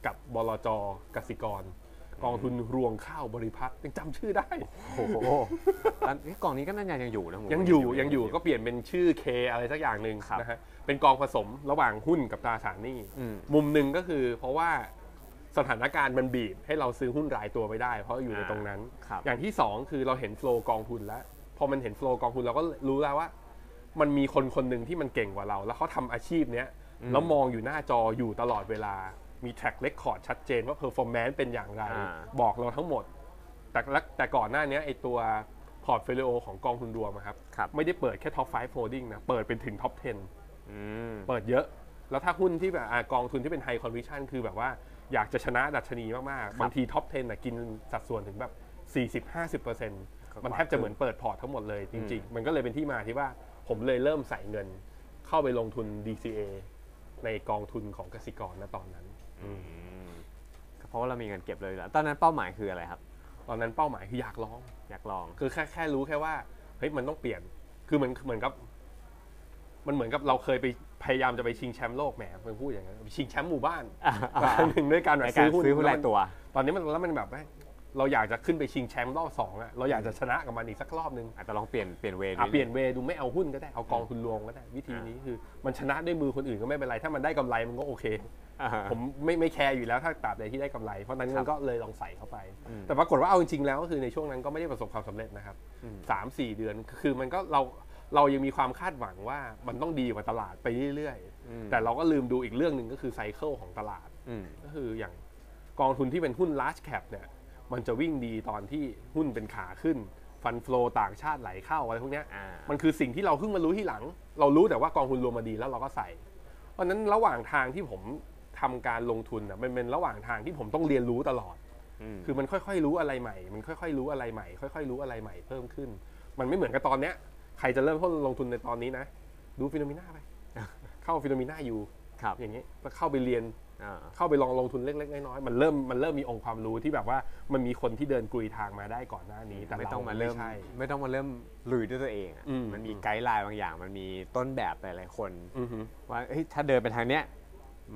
กับบลจกสิกร กองทุนรวงข้าวบริพัตรยังจำชื่อได้ โอ้โหตอนนี้กล่องนี้ก็น่าจะยังอยู่นะผม ยังอยู่ยังอยู่ก็เปลี่ยนเป็นชื่อ K อะไรสักอย่างหนึ่ง ครับ นะฮะเป็นกองผสมระหว่างหุ้นกับตราสารหนี้ อืม มุมหนึ่งก็คือเพราะว่าสถานการณ์มันบีบให้เราซื้อหุ้นรายตัวไม่ได้ เพราะอยู่ใน อ่า ตรงนั้น ครับ อย่างที่สองคือเราเห็นโฟลว์กองทุนแล้ว พอมันเห็นโฟลว์กองทุนเราก็รู้แล้วว่า มันมีคนคนหนึ่งที่มันเก่งกว่าเรา แล้วเขาทำอาชีพเนี้ยแล้วมองอยู่หน้าจออยู่ตลอดเวลามีแท็กเรคคอร์ดชัดเจนว่าเพอร์ฟอร์แมนซ์เป็นอย่างไร อ่า บอกเราทั้งหมด แต่ละแต่ก่อนหน้าเนี้ยไอตัวพอร์ต o l ลิโอของกองทุนรวมอะครับ ครับ ไม่ได้เปิดแค่ท็อป5 holding นะ เปิดเป็นถึงท็อป อืม 10 เปิดเยอะ แล้วถ้าหุ้นที่แบบอ่ะกองทุนที่เป็น high conviction คือแบบว่าอยากจะชนะดัชนีมากๆ บางทีท็อป 10นะกินสัดส่วนถึงแบบ 40-50%มันแทบจะเหมือนเปิดพอร์ตทั้งหมดเลยจริง ๆ มันก็เลยเป็นที่มาที่ว่าผมเลยเริ่มใส่เงินเข้าไปลงทุน DCA ในกองทุนของกสิกรนะตอนนั้น เพราะว่าเรามีเงินเก็บเลยแล้ว ตอนนั้นเป้าหมายคืออะไรครับ ตอนนั้นเป้าหมายคืออยากลอง อยากลอง คือแค่แค่รู้แค่ว่าเฮ้ยมันต้องเปลี่ยน คือมันเหมือนกับ มันเหมือนกับเราเคยไปพยายามจะไปชิงแชมป์โลกแหมมันพูดอย่างนั้นชิงแชมป์หมู่บ้านอันหนึ่งด้วยการแบ ใน บ การ ซื้อหุ้น ซื้อหุ้นรายตัว ตอนนี้มันแล้วมันแบบเฮ้ยเราอยากจะขึ้นไปชิงแชมป์รอบสองอะเราอยากจะชนะกับมันอีกสักรอบหนึ่ง อาจจะลองเปลี่ยนเปลี่ยนเว อ่ะ ด เปลี่ยนเวย์ดูไม่เอาหุ้นก็ได้เอากองทุนรวมก็ได้ วิธีนี้คือ มันชนะด้วยมือคนอื่นก็ไม่เป็นไร ถ้ามันได้กำไรมันก็โอเค อ่า ผมไม่ไม่แคร์อยู่แล้วถ้าตราบใดที่ได้กำไร เพราะฉะนั้น ครั มั บ นก็เลยลองใส่เข้าไป อืม แต่ปรากฏว่าเอาจริงๆแล้วก็คือในช่วงนั้นก็ไม่ได้ประสบความสำเร็จนะครับ อืม สามสี่เดือนคือมันก็เราเรายังมีความคาดหวังว่ามันต้องดีกว่าตลาดไปเรื่อยๆ แต่เราก็ลืมดูอีกเรื่องหนึ่งก็คือไซเคิลของตลาด อืม ก็คืออย่างกองทุนที่เป็นหุ้น large cap เนี่ย มันจะวิ่งดีตอนที่หุ้นเป็นขาขึ้น ฟันฟลอต่างชาติไหลเข้าอะไรพวกเนี้ย อ่ามั มันคือสิ่งที่เราเพิ่งมารู้ที่หลัง เรารู้แต่ว่ากองทุนรวมมาดีแล้วเราก็ใส่ เพราะฉะนั้นระหว่างทางที่ผมทำการลงทุนอ่ะมันเป็นระหว่างทางที่ผมต้องเรียนรู้ตลอด อืม คือมันค่อยๆรู้อะไรใหม่ มันค่อยๆรู้อะไรใหม่ ค่อยๆรู้อะไรใหม่เพิ่มขึ้น มันไม่เหมือนกับตอนเนี้ย ใครจะเริ่มต้นลงทุนในตอนนี้นะ ดูฟิโนมิน่าไป เข้าฟิโนมิน่าอยู่ ครับ อย่างนี้แล้วเข้าไปเรียน อ่า เข้าไปลองลงทุนเล็กๆน้อยๆมันเริ่มมันเริ่มมีองค์ความรู้ที่แบบว่ามันมีคนที่เดินกลุยทางมาได้ก่อนหน้านี้ แต่ ไม่ เรา ต้องมาเริ่ม ไใช่ ไม่ต้องมาเริ่มลุยด้วยตัวเองอะ อืม มันมีไกด์ไลน์บางอย่าง มันมีต้นแบบหลายๆคน อือหือ ว่าเฮ้ยถ้าเดินไปทางเนี้ย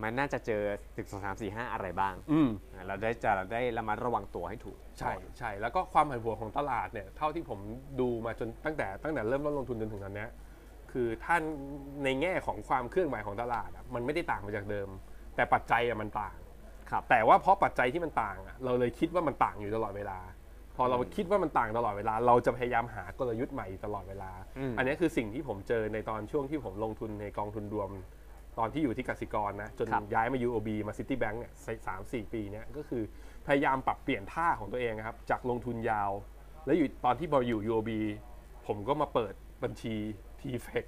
มันน่าจะเจอตึกสองสามสี่ห้าอะไรบ้าง อืม อ่าเราได้จะเราได้ระมัดระวังตัวให้ถูก ใช่ใช่แล้วก็ความผันผวนของตลาดเนี่ยเท่าที่ผมดูมาจนตั้งแต่ตั้งแต่เริ่มต้นลงทุนจนถึงตอนเนี้ยคือท่านในแง่ของความเคลื่อนไหวของตลาดอะมันไม่ได้ต่างไปจากเดิม แต่ปัจจัยอะมันต่าง ครับ แต่ว่าเพราะปัจจัยที่มันต่างอะเราเลยคิดว่ามันต่างอยู่ตลอดเวลา พอเราคิดว่ามันต่างตลอดเวลา เราจะพยายามหากลยุทธ์ใหม่อยู่ตลอดเวลา อืม อันนี้คือสิ่งที่ผมเจอในตอนช่วงที่ผมลงทุนในกองทุนรวม ตอนที่อยู่ที่กสิกรนะจน ครับ ย้ายมา UOB มา City Bank เนี่ยสามสี่ปีเนี่ยก็คือพยายามปรับเปลี่ยนท่าของตัวเองนะครับ จากลงทุนยาว แล้วอยู่ตอนที่พออยู่ UOB ผมก็มาเปิดบัญชี t f e c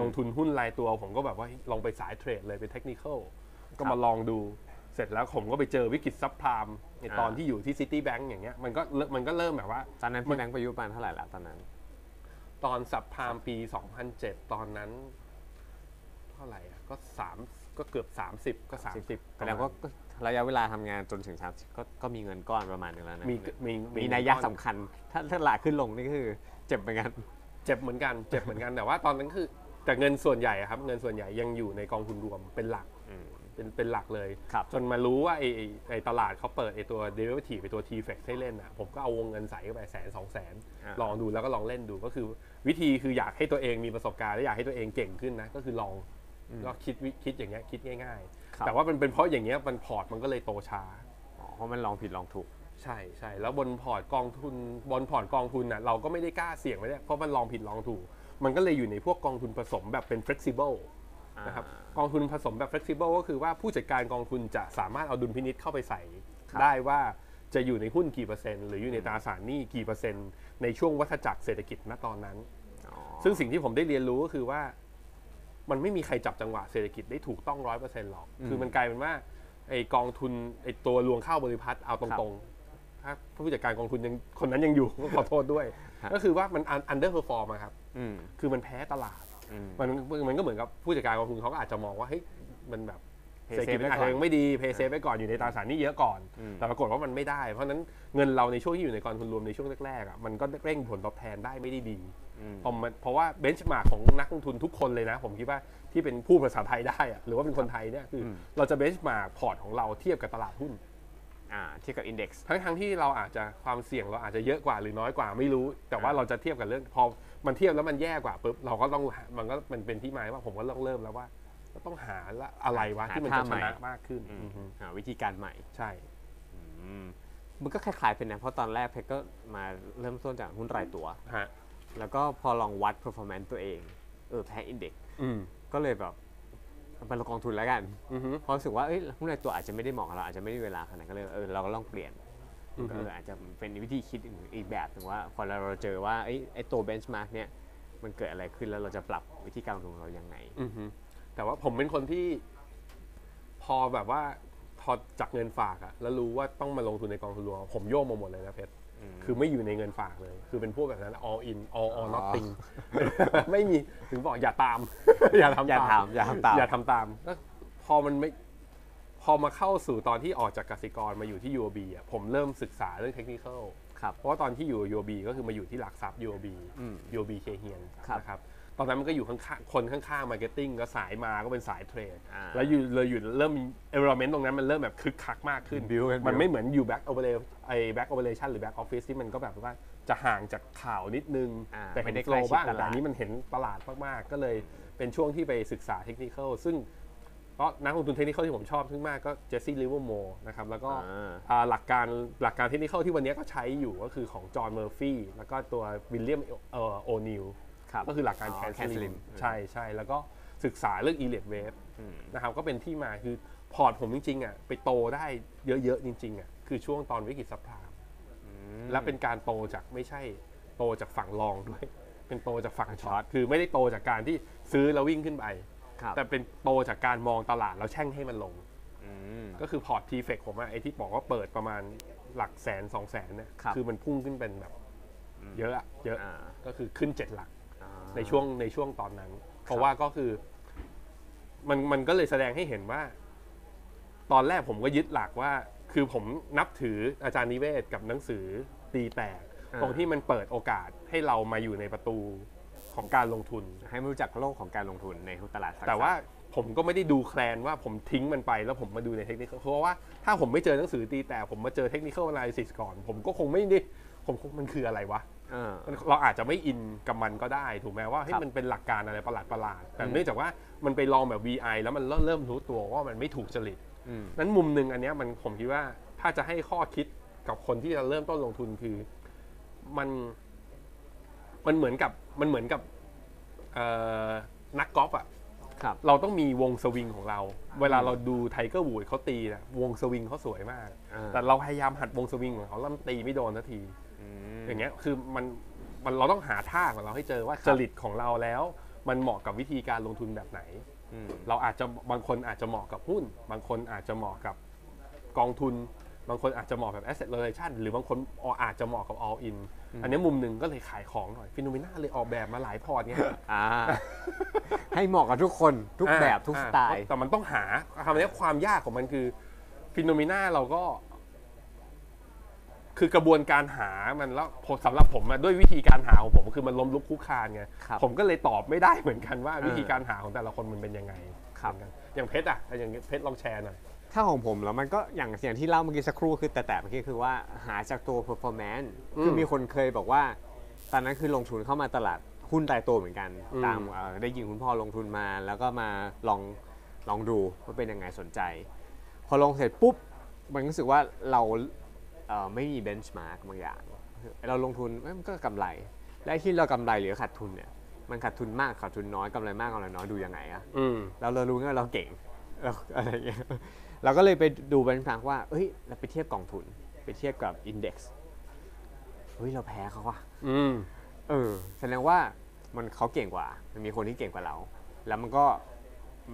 ลงทุนหุ้นรายตัว ผมก็แบบว่าลองไปสายเทรดเลยเป็นเทคนิคอลก็มาลองดูเสร็จแล้วผมก็ไปเจอวิกฤตซับพลามในตอนที่อยู่ที่ City Bank อย่างเงี้ยมันก็เริ่มมันก็เริ่มแบบว่า ตอนนั้นพี่แบงค์ประยุทธ์ประมาณเท่าไหร่ละตอนนั้น ตอนสับพามปี 2007 ตอนนั้น เท่าไหร่อะก็สามก็เกือบ 30 ก็ 30 แสดงว่าก็ระยะเวลาทำงานจนถึงสามสิบก็ก็มีเงินก้อนประมาณหนึงแล้วนะ มีมี มีนัยยะสำคัญ ถ้าถ้าหลาขึ้นลงนี่ก็คือเจ็บเหมือนกัน เจ็บเหมือนกัน เจ็บเหมือนกัน แต่ว่าตอนนั้นคือ แต่เงินส่วนใหญ่อะครับ เงินส่วนใหญ่ยังอยู่ในกองทุนรวมเป็นหลัก เป็นเป็นหลักเลย ครับ จนมารู้ว่าไอ้ไอ้ไอ้ตลาดเขาเปิดไอ้ตัว derivative ไอ้ตัว T-FX ให้เล่นอ่ะ ผมก็เอาวงเงินใส่เข้าไปแสนสองแสน อ่า ลองดูแล้วก็ลองเล่นดูก็คือ วิธีคืออยากให้ตัวเองมีประสบการณ์และอยากให้ตัวเองเก่งขึ้นนะ ก็คือลองก็คิดวิคิดอย่างเงี้ยคิดง่ายๆ แต่ว่ามันเป็นเพราะอย่างเงี้ยมันพอร์ตมันก็เลยโตช้า อ๋อเพราะมันลองผิดลองถูก ใช่ใช่แล้วบนพอร์ตกองทุนบนพอร์ตกองทุนน่ะเราก็ไม่ได้กล้าเสี่ยงไว้เนี่ยเพราะมันลองผิดลองถูก มันก็เลยอยู่ในพวกกองทุนผสมแบบเป็น flexible นะครับกองทุนผสมแบบ flexible ก็คือว่าผู้จัดการกองทุนจะสามารถเอาดุลพินิษเข้าไปใส่ ครับ ได้ว่าจะอยู่ในหุ้นกี่เปอร์เซ็นต์หรืออยู่ในตราสารหนี้กี่เปอร์เซ็นต์ในช่วงวัฏจักรเศรษฐกิจณตอนนั้น ซึ่งสิ่งที่ผมได้เรียนรู้ก็คือว่า มันไม่มีใครจับจังหวะเศรษฐกิจได้ถูกต้องร้อยเปอร์เซ็นต์หรอก อืม คือมันกลายเป็นว่าไอกองทุนไอตัวลวงข้าวบริพัตรเอาตรงๆ ถ้าผู้จัดการกองทุนยังคนนั้นยังอยู่ ก็ขอโทษด้วย ฮะ ก็คือว่ามันอันเดอร์เพอร์ฟอร์มครับ อืม คือมันแพ้ตลาด อืม มันมันก็เหมือนกับผู้จัดการกองทุนเขาก็อาจจะมองว่าเฮ้ยมันแบบ Pay เศรษฐกิจ safe ไว้ก่อน อาจจะยังไม่ดีเพย์เซฟไปก่อนอยู่ในตราสารหนี้เยอะก่อน อืม แต่ปรากฏว่ามันไม่ได้ เพราะฉะนั้นเงินเราในช่วงที่อยู่ในกองทุนรวมในช่วงแรกๆอ่ะมันก็เร่งผลตอบแทนได้ไม่ได้ดี อืม เพราะมันเพราะว่าเบนช์มาร์กของนักลงทุนทุกคนเลยนะ ผมคิดว่าที่เป็นผู้ภาษาไทยได้อะหรือว่าเป็นคนไทยเนี่ยคืออ ม เราจะเบนช์มาร์กพอร์ตของเราเทียบกับตลาดหุ้น อ่าเทียบกับอินเด็กซ์ ทั้งทั้งที่เราอาจจะความเสี่ยงเราอาจจะเยอะกว่าหรือน้อยกว่าไม่รู้ แต่ว่า อ่า เราจะเทียบกับเรื่องพอมันเทียบแล้วมันแย่กว่าปุ๊บเราก็ต้องหามันก็มันเป็นที่มาว่าผมก็ต้องเริ่มแล้วว่าเราต้องหาละอะไรวะที่มันจะชนะมากขึ้นอือฮึ หาวิธีการใหม่ ใช่ อืมมันก็คล้ายๆเป็นนะเพราะตอนแรกเพชรก็มาเริ่มต้นจากหุ้นรายตัว ฮะ แล้วก็พอลองวัด performance ตัวเองเออแพ้อินเด็ก อืม ก็เลยแบบมันลงกองทุนแล้วกัน อือฮึ เพราะรู้สึกว่าเอ้ยหุ้นรายตัวอาจจะไม่ได้เหมาะกับเราอาจจะไม่ได้เวลาขนาดนั้นก็เลยเออเราก็ลองเปลี่ยน อือฮึ ก็เอออาจจะเป็นวิธีคิดอีกแบบหนึงว่าพอเราเจอว่าเอ้ยไอ้ตัวเบนช์มาร์กเนี่ยมันเกิดอะไรขึ้นแล้วเราจะปรับวิธีการลงทุนของเรายังไง อือฮึแต่ว่าผมเป็นคนที่พอแบบว่าพอจากเงินฝากอะแล้วรู้ว่าต้องมาลงทุนในกองทุนรวมผมโยกมาหมดเลยนะเพชรคือไม่อยู่ในเงินฝากเลย คือเป็นพวกแบบนั้น all in all or อ๋อ nothing ไม่มีถึงบอกอย่าตาม อย่าทำ อย่า ตาม ทำอย่าทำตาม อย่าทำตามแล้วพอมันไม่พอมาเข้าสู่ตอนที่ออกจากกสิกรมาอยู่ที่ UOB อะผมเริ่มศึกษาเรื่องเทคนิคอล ครับ เพราะว่าตอนที่อยู่ UOB ก็คือมาอยู่ที่หลักทรัพย์ UOB อืม UOB เคเฮียน ครับ นะครับตอนนั้นมันก็อยู่ข้างๆคนข้างๆมาร์เก็ตติ้งก็สายมาก็เป็นสายเทรด อ่า แล้วอยู่เลยอยู่เริ่มเอเวอร์เมนต์ตรงนั้นมันเริ่มแบบคึกคักมากขึ้น Build กัน Build มันไม่เหมือนอยู่แบ็กโอเปอเรไอแบ็กโอเปอเรชันหรือแบ็กออฟฟิศที่มันก็แบบว่าจะห่างจากข่าวนิดนึง อ่า แต่ ไม่ เห็น ได้ โฟ ใกล้ ล์ ชิด บ้าง ตลาด แต่อันนี้มันเห็นตลาดมากๆ ก็เลยเป็นช่วงที่ไปศึกษาเทคนิคอลซึ่งก็นักลงทุนเทคนิคอลที่ผมชอบขึ้นมากก็เจสซี่ลิเวอร์โมนะครับแล้วก็ อ่า อ่าหลักการหลักการเทคนิคที่วันนี้ก็ใช้อยู่ก็คือของจอห์นเมอร์ฟี่แล้วก็ตัววิลเลียมเอ่อโอนิล ครับ ก็คือหลักการ อ๋อ แคน Cancel ซิลิม Lim ใช่ใช่แล้วก็ศึกษาเรื่องอีเลียดเวฟ อืม นะครับก็เป็นที่มาคือพอร์ตผมจริงๆอ่ะไปโตได้เยอะ ๆ จริง ๆอ่ะคือช่วงตอนวิกฤตซับพลามและเป็นการโตจากไม่ใช่โตจากฝั่งรองด้วย เป็นโตจากฝั่งช็อตคือไม่ได้โตจากการที่ซื้อแล้ววิ่งขึ้นไป ครับ แต่เป็นโตจากการมองตลาดแล้วแช่งให้มันลง อืม ก็คือพอร์ตทีเฟกผมอะไอที่บอกว่าเปิดประมาณหลักแสนสองแสนเนี่ย ครับ อมันพุ่งขึ้นเป็นแบบเยอะอะเยอะ อ่า ก็คือขึ้นเจ็ดหลัก อ่า ในช่วงในช่วงตอนนั้น เพราะว่าก็คือ มันมันก็เลยแสดงให้เห็นว่า ตอนแรกผมก็ยึดหลักว่า คือผมนับถืออาจารย์นิเวศน์กับหนังสือตีแตก อ่า ตรงที่มันเปิดโอกาสให้เรามาอยู่ในประตูของการลงทุน ให้รู้จักโลกของการลงทุนในตลาดหลักทรัพย์ แต่ว่าผมก็ไม่ได้ดูแคลนว่าผมทิ้งมันไปแล้วผมมาดูในเทคนิคเพราะว่าถ้าผมไม่เจอหนังสือตีแต่ผมมาเจอเทคนิคอ a ไ a ซิสก่อน ผมก็คงไม่ได้ผมคงมันคืออะไรวะ เออ เราอาจจะไม่อินกับมันก็ได้ ถูกไหมว่าเฮ้ย ครับ มันเป็นหลักการอะไรประหลาดประหลาดๆแต่ อืม เนื่องจากว่ามันไปลองแบบ VI แล้วมันเริ่มเริ่มรู้ตัวว่ามันไม่ถูกจริต อืม นั้นมุมหนึ่งอันเนี้ยมันผมคิดว่าถ้าจะให้ข้อคิดกับคนที่จะเริ่มต้นลงทุนคือ มันมันเหมือนกับมันเหมือนกับเอ่อนักกอล์ฟอะ ครับ เราต้องมีวงสวิงของเรา เวลาเราดูไทเกอร์วูดเขาตีนะวงสวิงเขาสวยมาก อ่า แต่เราพยายามหัดวงสวิงของเขาแล้วมันตีไม่โดนสักที ม อย่างเงี้ยคือมันมันเราต้องหาท่าของเราให้เจอว่าจริตของเราแล้ว มันเหมาะกับวิธีการลงทุนแบบไหน อืม เราอาจจะบางคนอาจจะเหมาะกับหุ้น บางคนอาจจะเหมาะกับกองทุน บางคนอาจจะเหมาะแบบ asset rotation หรือบางคนอาจจะเหมาะกับ all in อันเนี้ยมุมหนึ่งก็เลยขายของหน่อยฟิโนเมนาเลยออกแบบมาหลายพอร์ตเนี่ย อ่า ให้เหมาะกับทุกคนทุก อ่า แบบทุกสอ่าไตล์ แต่มันต้องหาคำนี้ความยากของมันคือฟิโนเมนาเราก็ คือกระบวนการหามันแล้วผมสำหรับผมอะด้วยวิธีการหาของผมคือมันล้มลุกคลุกคลานไง ครับ ผมก็เลยตอบไม่ได้เหมือนกันว่า เออ วิธีการหาของแต่ละคนมันเป็นยังไง ครับ เหมือนกันอย่างเพชรอะอย่างเพชรลองแชร์หน่อย ถ้าของผมแล้วมันก็อย่างอย่างที่เล่าเมื่อกี้สักครู่คือแต่แต่เมื่อกี้คือว่าหาจากตัว performance อืม คือมีคนเคยบอกว่า ตอนนั้นคือลงทุนเข้ามาตลาดหุ้นรายตัวเหมือนกัน อืม ตามเอ่อได้ยินคุณพ่อลงทุนมา แล้วก็มาลองลองดูว่าเป็นยังไงสนใจ พอลงเสร็จปุ๊บ มันรู้สึกว่าเราเอ่อไม่มีเบนช์มาร์กบางอย่าง เราลงทุนเอ้ยมันก็กำไร และไอ้ที่เรากำไรหรือขาดทุนเนี่ยมันขาดทุนมากขาดทุนน้อยกำไรมากกำไรน้อยดูยังไงอะ อืม เราเรารู้ไงว่าเราเก่ง เราอะไรเงี้ยเราก็เลยไปดูบันทังว่า เอ้ย เราไปเทียบกองทุน ไปเทียบกับอินเด็กซ์เฮ้ย เราแพ้เขาว่ะ อืม เออ แสดงว่ามันเขาเก่งกว่า มันมีคนที่เก่งกว่าเรา แล้วมันก็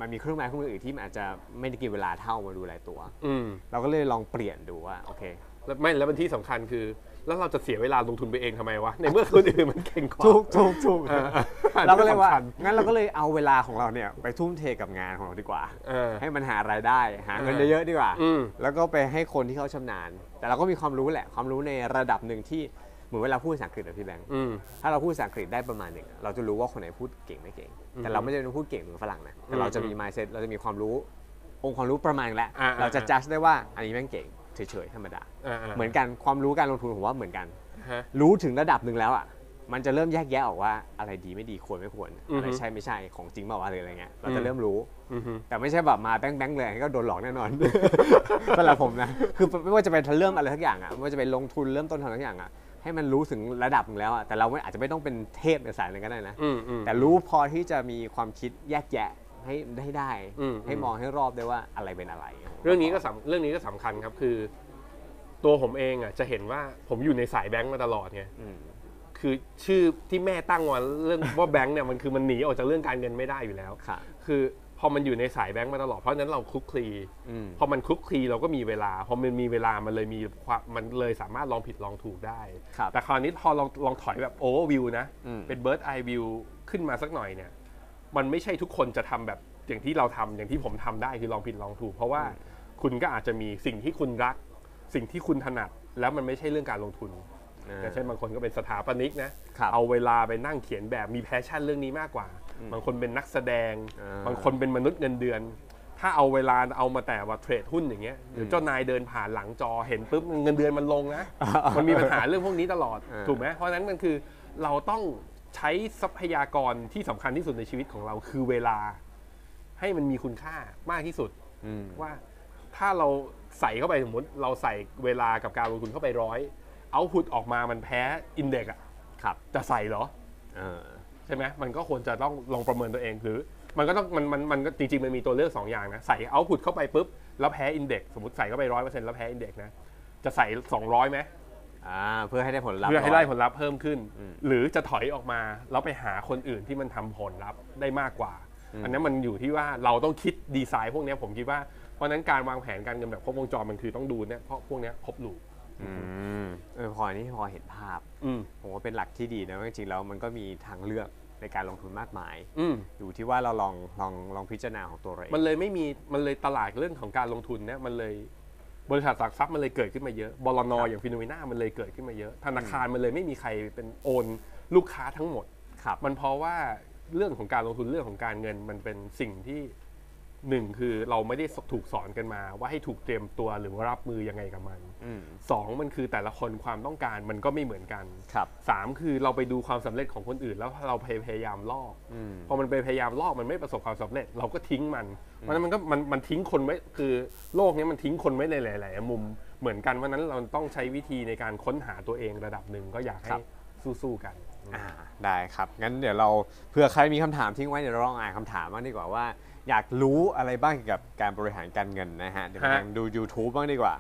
มันมีเครื่องไม้เครื่องมืออื่นที่มันอาจจะไม่ได้กินเวลาเท่ามาดูหลายตัว อืม เราก็เลยลองเปลี่ยนดูว่า โอเค แล้วไม่แล้วมันที่สำคัญคือ แล้วเราจะเสียเวลาลงทุนไปเองทำไมวะ ในเมื่อคนอื่นมันเก่งกว่า ถูกถูกถูก เออ เราก็เลย ว่า สำคัญ งั้นเราก็เลยเอาเวลาของเราเนี่ยไปทุ่มเทกับงานของเราดีกว่า เออ ให้มันหารายได้ หาเงิน เออ เยอะๆดีกว่า อืม แล้วก็ไปให้คนที่เขาชำนาญ แต่เราก็มีความรู้แหละ ความรู้ในระดับหนึ่งที่เหมือนเวลาพูดภาษาอังกฤษนะพี่แบงค์ อืม ถ้าเราพูดภาษาอังกฤษได้ประมาณหนึ่งอะเราจะรู้ว่าคนไหนพูดเก่งไม่เก่ง แต่เราไม่ได้พูดเก่งเหมือนฝรั่งนะ แต่เราจะมี mindset เราจะมีความรู้ องค์ความรู้ประมาณแล้ว อ่าๆ เราจะ judge ได้ว่าอันนี้แม่งเก่งเฉยๆธรรมดา อ่าๆ เหมือนกัน ความรู้การลงทุนผมว่าเหมือนกัน ฮะ รู้ถึงระดับหนึ่งแล้วอ่ะ มันจะเริ่มแยกแยะออกว่าอะไรดีไม่ดีควรไม่ควร อะไร อือฮึ ใช่ไม่ใช่ ของจริงเปล่าวะหรืออะไรเงี้ย เรา อื จะ ม เริ่มรู้ อือฮึ แต่ไม่ใช่แบบมาแบงค์แบงค์เลยก็โดนหลอกแน่น อน สำหรับผมนะ คือไม่ว่าจะเป็นเริ่มอะไรทักอย่างอ่ะไม่ว่าจะเป็นลงทุนเริ่มต้นทำทักอย่างอ่ะให้มันรู้ถึงระดับหนึ่งแล้วอ่ะแต่เราไม่อาจจะไม่ต้องเป็นเทพในสายนั้นก็ได้นะ อืมอืม แต่รู้พอที่จะมีความคิดแยกแยะให้ได้ได้ อืม ให้มองให้รอบได้ว่าอะไรเป็นอะไร เรื่องนี้ก็สำเรื่องนี้ก็สำคัญครับคือ ตัวผมเองอ่ะจะเห็นว่าผมอยู่ในสายแบงค์มาตลอดไง อืม คือชื่อที่แม่ตั้งว่าเรื่อง ว่าแบงค์เนี่ยมันคือมันหนีออกจากเรื่องการเงินไม่ได้อยู่แล้ว ค่ะ คือพอมันอยู่ในสายแบงค์มาตลอดเพราะฉะนั้นเราคลุกคลี อืม พอมันคลุกคลีเราก็มีเวลาพอมันมีเวลามันเลยมีความมันเลยสามารถลองผิดลองถูกได้ ครับ แต่คราวนี้พอลองลองถอยแบบโอเวอร์วิวนะ อืม เป็นเบิร์ดไอวิวขึ้นมาสักหน่อยเนี่ย มันไม่ใช่ทุกคนจะทำแบบอย่างที่เราทำอย่างที่ผมทำได้คือลองผิดลองถูก เพราะว่าคุณก็อาจจะมีสิ่งที่คุณรัก สิ่งที่คุณถนัด แล้วมันไม่ใช่เรื่องการลงทุน อ่า อย่างเช่นบางคนก็เป็นสถาปนิกนะครับ เอาเวลาไปนั่งเขียนแบบมีแพชชั่นเรื่องนี้มากกว่า บางคนเป็นนักแสดง อ่า บางคนเป็นมนุษย์เงินเดือน ถ้าเอาเวลาเอามาแต่ว่าเทรดหุ้นอย่างเงี้ยเดี๋ยวเจ้านายเดินผ่านหลังจอเห็นปุ๊บเงินเดือนมันลงนะ มันมีปัญหาเรื่องพวกนี้ตลอด เออ ถูกไหมเพราะฉะนั้นมันคือเราต้องใช้ทรัพยากรที่สำคัญที่สุดในชีวิตของเราคือเวลา ให้มันมีคุณค่ามากที่สุด อืม ว่าถ้าเราใส่เข้าไปสมมติเราใส่เวลากับการลงทุนเข้าไปร้อยเอาพุตออกมามันแพ้อินเด็กอะ ครับ จะใส่เหรอ เออ ใช่ไหมมันก็ควรจะต้องลองประเมินตัวเองหรือ มันก็ต้องมันมันมันก็จริงๆ มันมีตัวเลือก 2 อย่างนะ ใส่เอาพุตเข้าไปปุ๊บ แล้วแพ้อินเด็กสมมติใส่เข้าไปร้อยเปอร์เซ็นต์แล้วแพ้อินเด็กนะจะใส่ 200ไหม อ่า เพื่อให้ได้ผลลัพธ์ เพื่อให้ได้ ร้ย ผลลัพธ์เพิ่มขึ้น อืม หรือจะถอยออกมาแล้วไปหาคนอื่นที่มันทำผลลัพธ์ได้มากกว่า อืม อันนั้นมันอยู่ที่ว่าเราต้องคิดดีไซน์พวกเนี้ยผมคิดว่าเพราะฉะนั้นการวางแผนการเงินแบบครบวงจรมันคือต้องดูเนี่ยเพราะพวกเนี้ยครบหลูป อืมเออพออันนี้พอเห็นภาพ อืม ผมว่าเป็นหลักที่ดีนะว่าจริงๆแล้วมันก็มีทางเลือก ในการลงทุนมากมาย อืม อยู่ที่ว่าเราลองลองลองพิจารณาของตัวเราเอง มันเลยไม่มี มันเลยตลาดเรื่องของการลงทุนเนี่ยมันเลยบริษัทหลักทรัพย์มันเลยเกิดขึ้นมาเยอะบลนออย่างฟิโนเมนามันเลยเกิดขึ้นมาเยอะ ธนาคารมันเลยไม่มีใครเป็นโอนลูกค้าทั้งหมด ครับ มันเพราะว่าเรื่องของการลงทุนเรื่องของการเงินมันเป็นสิ่งที่หนึ่งคือเราไม่ได้ถูกสอนกันมา ว่าให้ถูกเตรียมตัวหรือว่ารับมือยังไงกับมัน อืม สองมันคือแต่ละคนความต้องการมันก็ไม่เหมือนกัน ครับ สามคือเราไปดูความสำเร็จของคนอื่น แล้วเราพยายามลอก อืม พอมันไปพยายามลอกมันไม่ประสบความสำเร็จ เราก็ทิ้งมัน เพราะฉะนั้นมันก็มันมันทิ้งคนไว้คือโลกเนี้ยมันทิ้งคนไว้ในหลาย ๆ มุมเหมือนกันวันนั้นเราต้องใช้วิธีในการค้นหาตัวเองระดับหนึ่งก็อยาก ค ให้ รับ สู้ๆกัน อ่าได้ครับ งั้นเดี๋ยวเราเผื่อใครมีคำถามทิ้งไว้เดี๋ยวเราลองอ่านคำถามบ้างดีกว่าว่า อยากรู้อะไรบ้างเกี่ยวกับการบริหารการเงินนะฮะ เดี๋ยวมา ฮะ นั่งดู YouTube บ้างดีกว่า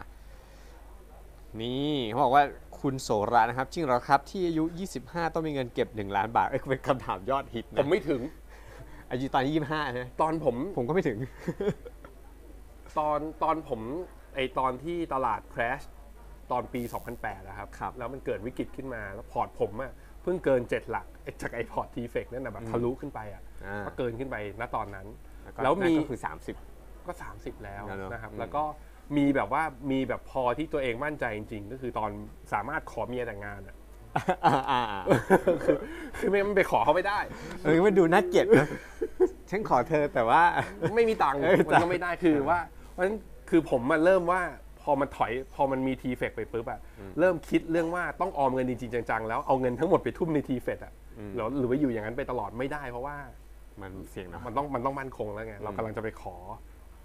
นี่เขาบอกว่าคุณโสระนะครับ จริงเหรอครับที่อายุ 25 ต้องมีเงินเก็บ 1 ล้านบาทเอ้ยเป็นคำถามยอดฮิต ผ นะ มไม่ถึง อายุตอนนี้25ใช่ไหม ตอนผม ผมก็ไม่ถึง ตอนตอนผมไอตอนที่ตลาด crash ตอนปี 2008นะครับ ครับ แล้วมันเกิดวิกฤตขึ้นมาแล้วพอร์ตผมอะเพิ่งเกิน 7 หลักไอ้จากไอพอร์ตทีเฟกนั่นนะแบบทะลุขึ้นไปอะ อ่า ก็เกินขึ้นไปณตอนนั้น แล้ แล้วว มี มีก็คือ 30 ก็ 30 แล้ว แล้วเนอะ นะครับ อืม แล้วก็มีแบบว่ามีแบบพอที่ตัวเองมั่นใจจริงๆ ก็คือตอนสามารถขอเมียแต่งงานอะ อ่าอ่าอ่า คือคือไม่งั้นมันไปขอเขาไม่ได้ เออมันดูน่าเกลียดนะฉันขอเธอแต่ว่า ไม่มีตังค์ เออ มันก็ไม่ได้คือว่าเพราะฉะนั้นคือผมมาเริ่มว่าพอมันถอยพอมันมีทีเฟกไปปุ๊บอะเริ่มคิดเรื่องว่าต้องออมเงินจริงๆจังๆแล้วเอาเงินทั้งหมดไปทุ่มในทีเฟกอะ อืม หรือหรือว่าอยู่อย่างนั้นไปตลอดไม่ได้เพราะว่า มันเสียงเนาะ มันต้องมันต้องมั่นคงแล้วไงเรากำลังจะไปขอ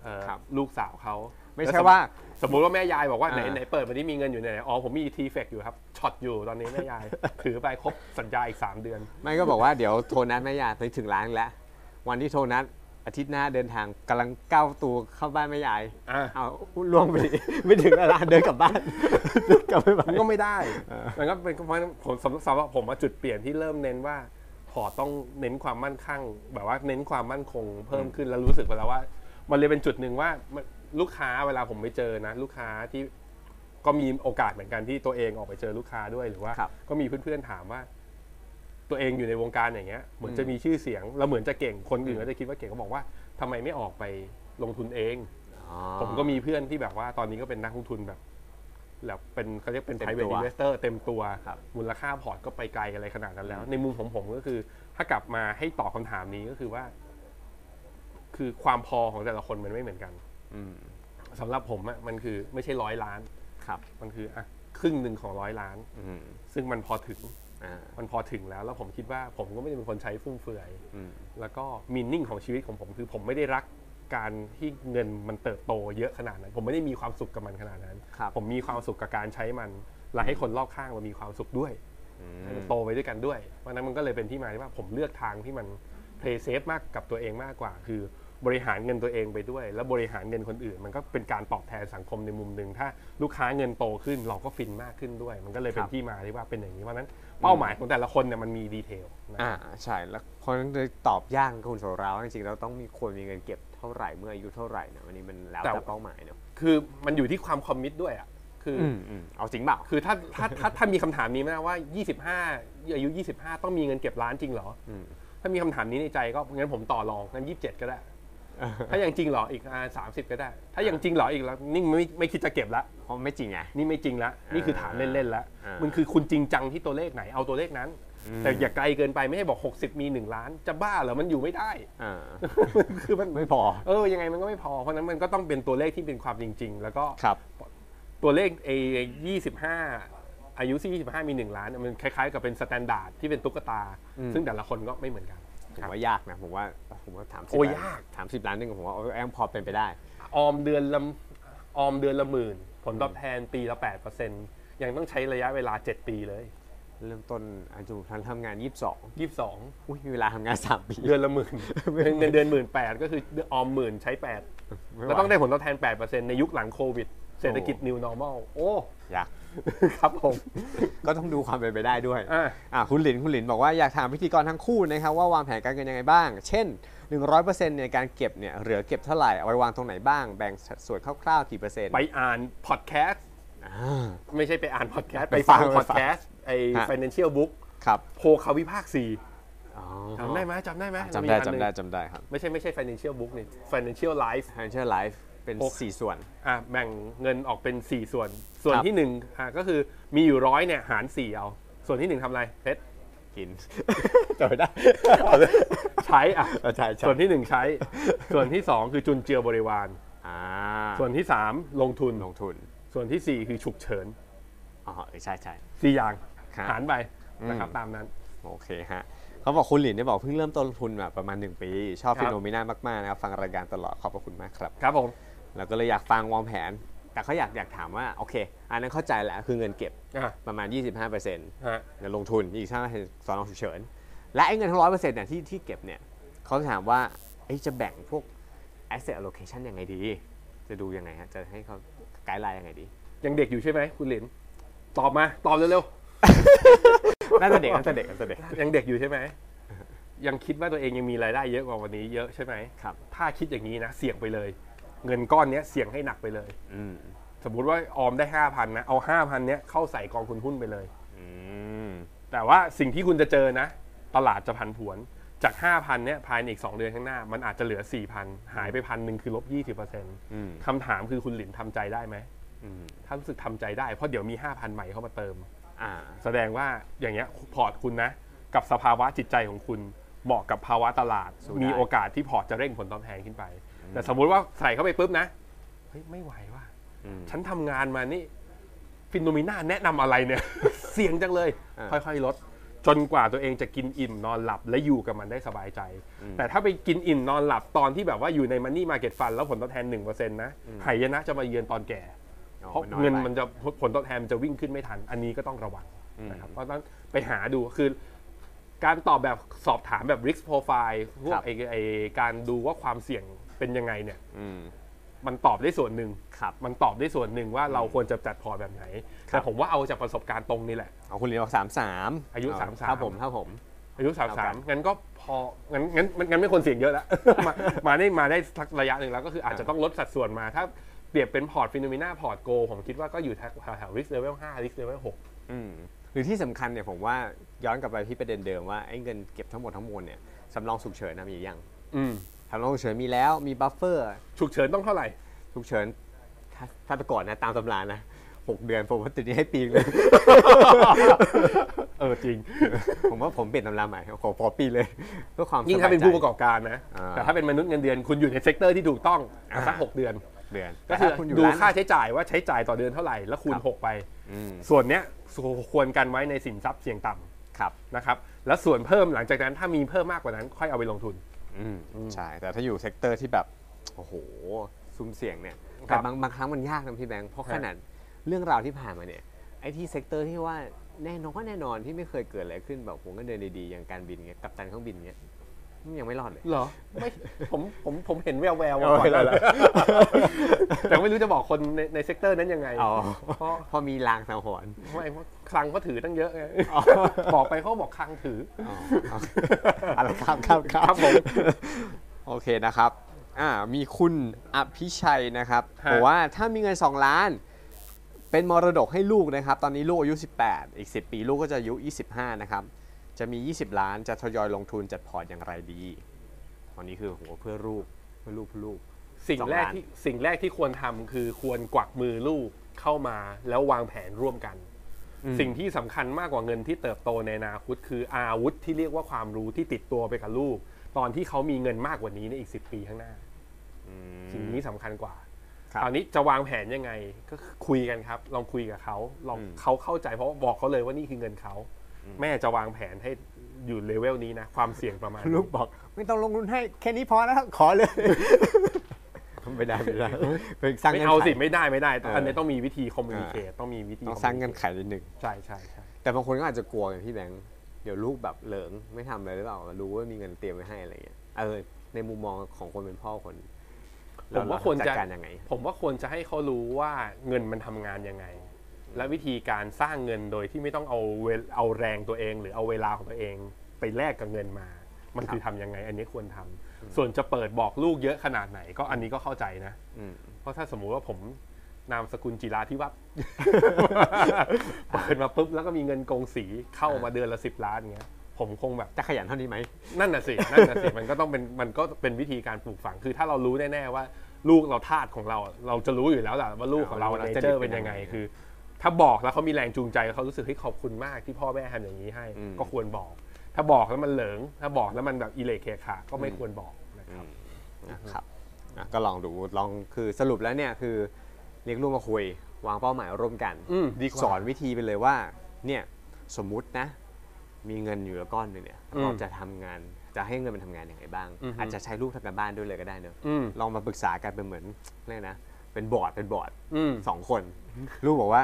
เอ่อ ครับ ลูกสาวเขา ไม่ แล้ ใช่ ส ว่า สมมุติว่าแม่ยายบอกว่า อ่า ไหนไหนเปิดวันนี้มีเงินอยู่ไหนอ๋อผมมีทีเฟกอยู่ครับช็อตอยู่ตอนนี้แม่ยาย ถือไปครบสัญญาอีก 3 เดือน ไม่ก็บอกว่าเดี๋ยวโทรนัดแม่ยายตอนนี้ถึงร้านแล้ว วันที่โทรนัดอาทิตย์หน้าเดินทางกำลังก้าวตัวเข้าบ้านแม่ยาย อ่ะ เอาล่วงไป ไม่ถึงเวลาเดินกลับบ้านเดินกลับไม่ไหว มันก็ไม่ได้มันก็เป็นเพราะฉะนั้นผมสำหรับสำหรับผมว่าจุดเปลี่ยนที่เริ่มเน้นว่าพอร์ตต้องเน้นความมั่นคงแบบว่าเน้นความมั่นคงเพิ่มขึ้นแล้วรู้สึกไปแล้วว่า มันเลยเป็นจุดหนึ่งว่ามันลูกค้าเวลาผมไปเจอนะ ลูกค้าที่ก็มีโอกาสเหมือนกันที่ตัวเองออกไปเจอลูกค้าด้วยหรือว่า ครับ ก็มีเพื่อนๆถามว่า ตัวเองอยู่ในวงการอย่างเงี้ยเหมือนจะมีชื่อเสียงแล้วเหมือนจะเก่งคนอื่นก็จะคิดว่าเก่งก็บอกว่าทำไมไม่ออกไปลงทุนเอง ผมก็มีเพื่อนที่แบบว่าตอนนี้ก็เป็นนักลงทุนแบบแบบเป็นเขาเรียกเป็น เต็ม private ตัว investor เต็มตัว ครับ มูลค่าพอร์ตก็ไปไกลอะไรขนาดนั้นแล้ว ในมุมของผมก็คือ ถ้ากลับมาให้ตอบคำถามนี้ก็คือว่า คือความพอของแต่ละคนมันไม่เหมือนกัน อืม สำหรับผมอะมันคือไม่ใช่ร้อยล้าน ครับ มันคืออะครึ่งหนึ่งของร้อยล้าน อืม ซึ่งมันพอถึง อ่า มันพอถึงแล้ว แล้วผมคิดว่าผมก็ไม่ได้เป็นคนใช้ฟุ่มเฟือย อืม แล้วก็มินนิ่งของชีวิตของผมคือผมไม่ได้รักการที่เงินมันเติบโตเยอะขนาดนั้น ผมไม่ได้มีความสุขกับมันขนาดนั้น ครับ ผมมีความสุขกับการใช้มันและให้คนรอบข้างมันมีความสุขด้วย อื ให้ ม มันโตไปด้วยกันด้วยเพราะฉะนั้นมันก็เลยเป็นที่มาที่ว่าผมเลือกทางที่มันเพลย์เซฟมากกับตัวเองมากกว่า คือบริหารเงินตัวเองไปด้วย แล้วบริหารเงินคนอื่น มันก็เป็นการตอบแทนสังคมในมุมหนึ่งถ้าลูกค้าเงินโตขึ้นเราก็ฟินมากขึ้นด้วย มันก็เลยเป็นที่มาที่ว่าเป็นอย่างนี้เพราะฉะนั้นเป้าหมายของแต่ละคนเนี่ยมันมีดีเทลนะ อ่าใช่แล้วคนเลยตอบยากนะคุณโสราว่าจริงๆเราต้องมีควรมีเงินเก็บเท่าไหร่เมื่ออายุเท่าไหร่นะวันนี้มันแล้วแต่เป้าหมายเนอะ คือมันอยู่ที่ความคอมมิตด้วยอ่ะคืออ อืมอืมเอาจริงเปล่า คือถ้าถ้าถ้าถ้ามีคำถามนี้ไหมนะว่า 25 อายุ 25 ต้องมีเงินเก็บล้านจริงเหรออ ม ถ้ามีคำถามนี้ในใจก็งั้นผมต่อรองงั้น 27 ก็ได้ ถ้ายังจริงเหรออีกสามสิบก็ได้ ถ้ายังจริงเหรออีกแล้วนี่ไม่ไม่คิดจะเก็บละ เพราะไม่จริงไง นี่ไม่จริงละนี่คือถามเล่นๆละ อ่ามั มันคือคุณจริงจังที่ตัวเลขไหนเอาตัวเลขนั้น อืม แต่อย่าไกลเกินไปไม่ให้บอก 60 มี 1 ล้าน จะบ้าเหรอมันอยู่ไม่ได้ อ่า คือมัน ไม่พอ เออยังไงมันก็ไม่พอเพราะฉะนั้นมันก็ต้องเป็นตัวเลขที่เป็นความจริง ๆ แล้วก็ ครับ ตัวเลขไอ้ยี่สิบห้าอายุที่25 มี 1 ล้านเนี่ยมันคล้ายๆกับเป็นสแตนดาร์ดที่เป็นตุ๊กตา อืม ซึ่งแต่ละคนก็ไม่เหมือนกัน ผมว่ายากนะผมว่าผมว่าถามสิบ โอ้ย ล้น ยาก ถามสิบล้านหนึ่งผมว่าแอมพอเป็นไปได้ ออมเดือนละออมเดือนละหมื่น ผลตอบแทนปีละ 8%ยังต้องใช้ระยะเวลา 7 ปีเลย เริ่มต้นอายุทันทำงาน 22 22 อุ้ยมีเวลาทำงาน 3 ปี เดือนละ หมื่นเงินเดือนหมื่นแปดก็คือออมหมื่นใช้ 8 แล้วต้องได้ผลตอบแทน 8%ในยุคหลังโควิด เศรษฐกิจ new normal โอ้ อยาก ครับผม ก็ต้องดูความเป็นไปได้ด้วย อ่ะ อ่ะคุณหลินคุณหลินบอกว่าอยากถามพิธีกรทั้งคู่นะครับว่าวางแผนการเงินยังไงบ้าง เช่น 100%ในการเก็บเนี่ยเหลือเก็บเท่าไหร่เอาไว้วางตรงไหนบ้างแบ่งสัดส่วนคร่าวๆกี่เปอร์เซ็นต์ ไปอ่านพอดแคสต์ อ่า ไม่ใช่ไปอ่านพอดแคสต์ ไป ไป ฟั ฟั ง ง ไปฟัง พอดแคสต์ไอ้ ฮะ financial book ครับ โพลเขาวิพากษ์สี่ อ๋อ จำได้ไหมจำได้ไหม จำได้ มีอันห จำ นึ่ง ได้จำได้ครับ ไม่ใช่ไม่ใช่ financial book นี่ financial life financial life เป็น หก 4 ส่วน อ่ะแบ่งเงินออกเป็น 4 ส่วน ส่วน ครับ ที่หนึ่งอ่ะก็คือมีอยู่ร้อยเนี่ยหาร 4 เอา ส่วนที่หนึ่งทำอะไรเพชร กิน จำได้ ใช้ อ่ะ เอาใช้ใช้ ส่วนที่หนึ่งใช้ ส่วนที่สองคือจุนเจือบริวาร อ่า ส่วนที่สามลงทุน ลงทุน ส่วนที่สี่คือฉุกเฉิน อ๋อเออใช่ใช่ สี่อย่าง ครับ หารไปนะครับตามนั้น โอเคฮะเขาบอกคุณหลินได้บอกเพิ่งเริ่มต้นลงทุนมาประมาณ 1 ปี ชอบ ครับ ฟิโนเมนามาก ๆ นะครับ ฟังรายการตลอดขอบพระคุณมากครับ ครับผม แล้วก็เลยอยากฟังวางแผน แต่เขาอยากอยากถามว่า โอเค อันนั้นเข้าใจแหละคือเงินเก็บ อ่ะ ประมาณ 25%เ ฮะ ดี๋ยวลงทุนอีก5%สอนองฉุกเฉิน และไอ้เงินทั้งร้อยเปอร์เซ็นต์เนี่ยที่ที่เก็บเนี่ยเขาถามว่าเอ้ยจะแบ่งพวก asset allocation ยังไงดี จะดูยังไงฮะจะให้เขาไกด์ไลน์ยังไงดี ยังเด็กอยู่ใช่ไหมคุณหลินตอบมาตอบเร็ว น่าจะเด็กน่าจะเด็กน่าจะเด็ก ๆยังเด็กอยู่ใช่ไหมยังคิดว่าตัวเองยังมีรายได้เยอะกว่าวันนี้เยอะใช่ไหม ครับ ถ้าคิดอย่างนี้นะเสี่ยงไปเลย เงินก้อนเนี้ยเสี่ยงให้หนักไปเลย อืม สมมติว่าออมได้ 5,000นะเอา 5,000เนี้ยเข้าใส่กองทุนหุ้นไปเลย อืม แต่ว่าสิ่งที่คุณจะเจอนะ ตลาดจะผันผวนจาก 5,000เนี้ยภายในอีก 2 เดือนข้างหน้า มันอาจจะเหลือ 4,000 หายไปพันหนึ่งคือลบ 20% อืม คำถามคือคุณหลินทำใจได้ไหม อืม ถ้ารู้สึกทำใจได้เพราะเดี๋ยวมี 5,000 ใหม่เข้ามาเติม อ่า แสดงว่าอย่างเงี้ยพอร์ตคุณนะ กับสภาวะจิตใจของคุณเหมาะกับภาวะตลาด สู้ได้ มีโอกาสที่พอร์ตจะเร่งผลตอบแทนขึ้นไป แต่สมมุติว่าใส่เข้าไปปุ๊บนะเฮ้ยไม่ไหวว่ะ อืม ฉันทำงานมานี่ฟินโนมิน่าแนะนำอะไรเนี่ย เสี่ยงจังเลย อ่า ค่อยๆลด จนกว่าตัวเองจะกินอิ่มนอนหลับและอยู่กับมันได้สบายใจ แต่ถ้าไปกินอิ่มนอนหลับตอนที่แบบว่าอยู่ในมันนี่มาเก็ตฟันแล้วผลตอบแทน1%นะหายนะจะมาเยือนตอนแก่ เพราะ อ๋อ เงิน ไป มันจะผลผลตอบแทนมันจะวิ่งขึ้นไม่ทัน อันนี้ก็ต้องระวังนะครับเพราะฉะนั้นไปหาดูคือ การตอบแบบสอบถามแบบ risk profile พว ครั ก บ ไอ้ไอ้การดูว่าความเสี่ยงเป็นยังไงเนี่ย อืม มันตอบได้ส่วนหนึ่ง ครับ มันตอบได้ส่วนหนึ่งว่าเราควรจะจัดพอร์ตแบบไหน ครั แต่ บ ผมว่าเอาจากประสบการณ์ตรงนี่แหละ เอาคุณเรียนออกสามสาม อายุ33 ครับผมครับผม อายุสาม เอา สา ครั ม บ งั้นก็พอ งั้นงั้นงั้นไม่ควรเสี่ยงเยอะแล้ว มามาได้มาได้สักระยะหนึ่งแล้วก็คืออาจจะต้องลดสัดส่วนมา ถ้าเปรียบเป็นพอร์ตฟิโนเมนาพอร์ตโกผมคิดว่าก็อยู่แถวแถวริสเลเวลห้าริสเลเวลหก อืมหรือที่สำคัญเนี่ยผมว่าย้อนกลับไปที่ประเด็นเดิมว่าไอ้เงินเก็บทั้งหมดทั้งมวลเนี่ยสำรองฉุกเฉินนะมีหรือยังสำรองฉุกเฉินมีแล้วมีบัฟเฟอร์ ฉุกเฉินต้องเท่าไหร่ ฉุกเฉินถ้าถ้าแต่ก่อนนะตามตำรานะหกเดือน ผมว่าติดนี้ให้ปีเลย เออจริง ผมว่าผมเปลี่ยนตำราใหม่ขอขอปีเลยเพื่อความ ยิ่ง สบ ถ้าเป็นผู้ ใจ ประกอบการนะ อ่า แต่ถ้าเป็นมนุษย์เงินเดือนคุณอยู่ในเซกเตอร์ที่ถูกต้อง อ่า สักหกเดือน เดือน ก็ แต่ คือ ถ้ณยู่ ดู ร้น ค่าใช้จ่ายว่าใช้จ่ายต่อเดือนเท่าไหร่แล้วคู ค ณ รับ หกไป อืม ส่วนเนี้ยควรกันไว้ในสินทรัพย์เสี่ยงต่ำ ครับ นะครับแล้วส่วนเพิ่มหลังจากนั้นถ้ามีเพิ่มมากกว่านั้น ค่อยเอาไปลงทุน อืมใช่แต่ถ้าอยู่เซกเตอร์ที่แบบโอ้โหซุ่มเสี่ยงเนี่ย ครับบแต่างบางครั้งมันยากนะพี่แบงค์เพราะ ฮะ ขนาดเรื่องราวที่ผ่านมาเนี่ยไอ้ที่เซกเตอร์ที่ว่าแน่นอนแน่นอนที่ไม่เคยเกิดอะไรขึ้นแบบผมก็เดินดีๆอย่างการบินเงี้ยกับตันเครื่องบินเงี้ยมันยังไม่รอดเลย เหรอไม่ผมผมผมเห็นแววแววมา เอา ก่อ ไว้ นแล้ว แล้ว แต่ไม่รู้จะบอกคนในในเซกเตอร์นั้นยังไง อ๋อ เพราะ พอมีลางสังหรณ์ ไม่เพราะคลังเขาถือตั้งเยอะไงบอกไปเขาบอกคลังถือ อ๋ออะไรครับครับครับ ครับผม โอเคนะครับอ่ามีคุณอภิชัยนะครับ ฮะ บอกว่าถ้ามีเงิน 2 ล้าน เป็นมรดกให้ลูกนะครับ ตอนนี้ลูกอายุ 18 อีก 10 ปีลูกก็จะอายุ 25 นะครับ จะมี 20 ล้านจะทยอยลงทุนจัดพอร์ตอย่างไรดีตอนนี้คือหัวเพื่อลูกเพื่อลูกเพื่อลูก สิ่งแรกที่สิ่งแรกที่ควรทำคือควรกวักมือลูกเข้ามาแล้ววางแผนร่วมกัน สิ่งที่สำคัญมากกว่าเงินที่เติบโตในอนาคตคืออาวุธที่เรียกว่าความรู้ที่ติดตัวไปกับลูก ตอนที่เขามีเงินมากกว่านี้ในอีก 10 ปีข้างหน้า สิ่งนี้สำคัญกว่า ครับ คราวนี้จะวางแผนยังไงก็คุยกันครับ ลองคุยกับเขาลองเขาเข้าใจเพราะว่าบอกเขาเลยว่านี่คือเงินเขา แม่จะวางแผนให้อยู่เลเวลนี้นะความเสี่ยงประมาณนี้ ลูกบอกไม่ต้องลงทุนให้แค่นี้พอแล้วขอเลย ไม่ได้ ไม่ได้เป็นสร้าง ไม่ งื่น เอา ไข สิไม่ได้ไม่ได้ต้อง เอออั อันนี้ต้องมีวิธีคอมมูนิเคตต้องมีวิธี ต้องสร้างเงื่อนไขนิดหนึ่ง communicate ใช่ใช่ใช่ แต่บางคนก็อาจจะกลัวไงพี่แบงค์เดี๋ยวลูกแบบเหลิงไม่ทำอะไรหรือเปล่ารู้ว่ามีเงินเตรียมไว้ให้อะไรเงี้ยเออในมุมมองของคนเป็นพ่อคนเร ผมว่าควร เจั จะ ดการยังไง ผมว่าควรจะให้เขารู้ว่าเงินมันทำงานยังไง และวิธีการสร้างเงินโดยที่ไม่ต้องเอาเวลเอาแรงตัวเอง หรือเอาเวลาของตัวเอง ไปแลกกับเงินมา มันคือทำยังไง อันนี้ควรทำส่วนจะเปิดบอกลูกเยอะขนาดไหนก็อันนี้ก็เข้าใจนะ อืม เพราะถ้าสมมุติว่าผมนามสกุลจิราธิ วัฒน์ เปิดมาปุ๊บแล้วก็มีเงินกองสีเข้ามาเดือนละสิบล้านเงี้ย ผมคงแบบ จะขยันเท่านี้ไหม นั่นน่ะสิ นั่นน่ะสิ มันก็ต้องเป็น มันก็เป็นวิธีการปลูกฝัง คือถ้าเรารู้แน่ๆว่าลูกเราทาสของเรา เราจะรู้อยู่แล้วล่ะว่าลูกของเรา ว่า เน nature เจอร์เป็นยังไง เป็นยังไง คือ ถ้าบอกแล้วเขามีแรงจูงใจเขารู้สึกให้ยขอบคุณมากที่พ่อแม่ทำอย่างนี้ให้ อืม ก็ควรบอก ถ้าบอกแล้วมันเหลิง ถ้าบอกแล้วมันแบบอิเลเคขาก็ไม่ควรบอกนะครับ นะครับอ่ะก็ลองดูลองคือสรุปแล้วเนี่ยคือเรียกลูกมาคุย วางเป้าหมายร่วมกัน อืมดีกว่า สอนวิธีไปเลยว่าเนี่ยสมมุตินะ มีเงินอยู่ละก้อนหนึงเนี่ย อืม เราจะทำงานจะให้เงินมันทำงานอย่างไรบ้าง อือฮึ อาจจะใช้ลูกทำการบ้านด้วยเลยก็ได้เนอะ อืม ลองมาปรึกษากันเป็นเหมือนเรียกนะ เป็นบอร์ดเป็นบอร์ด อืม สองคน ลูกบอกว่า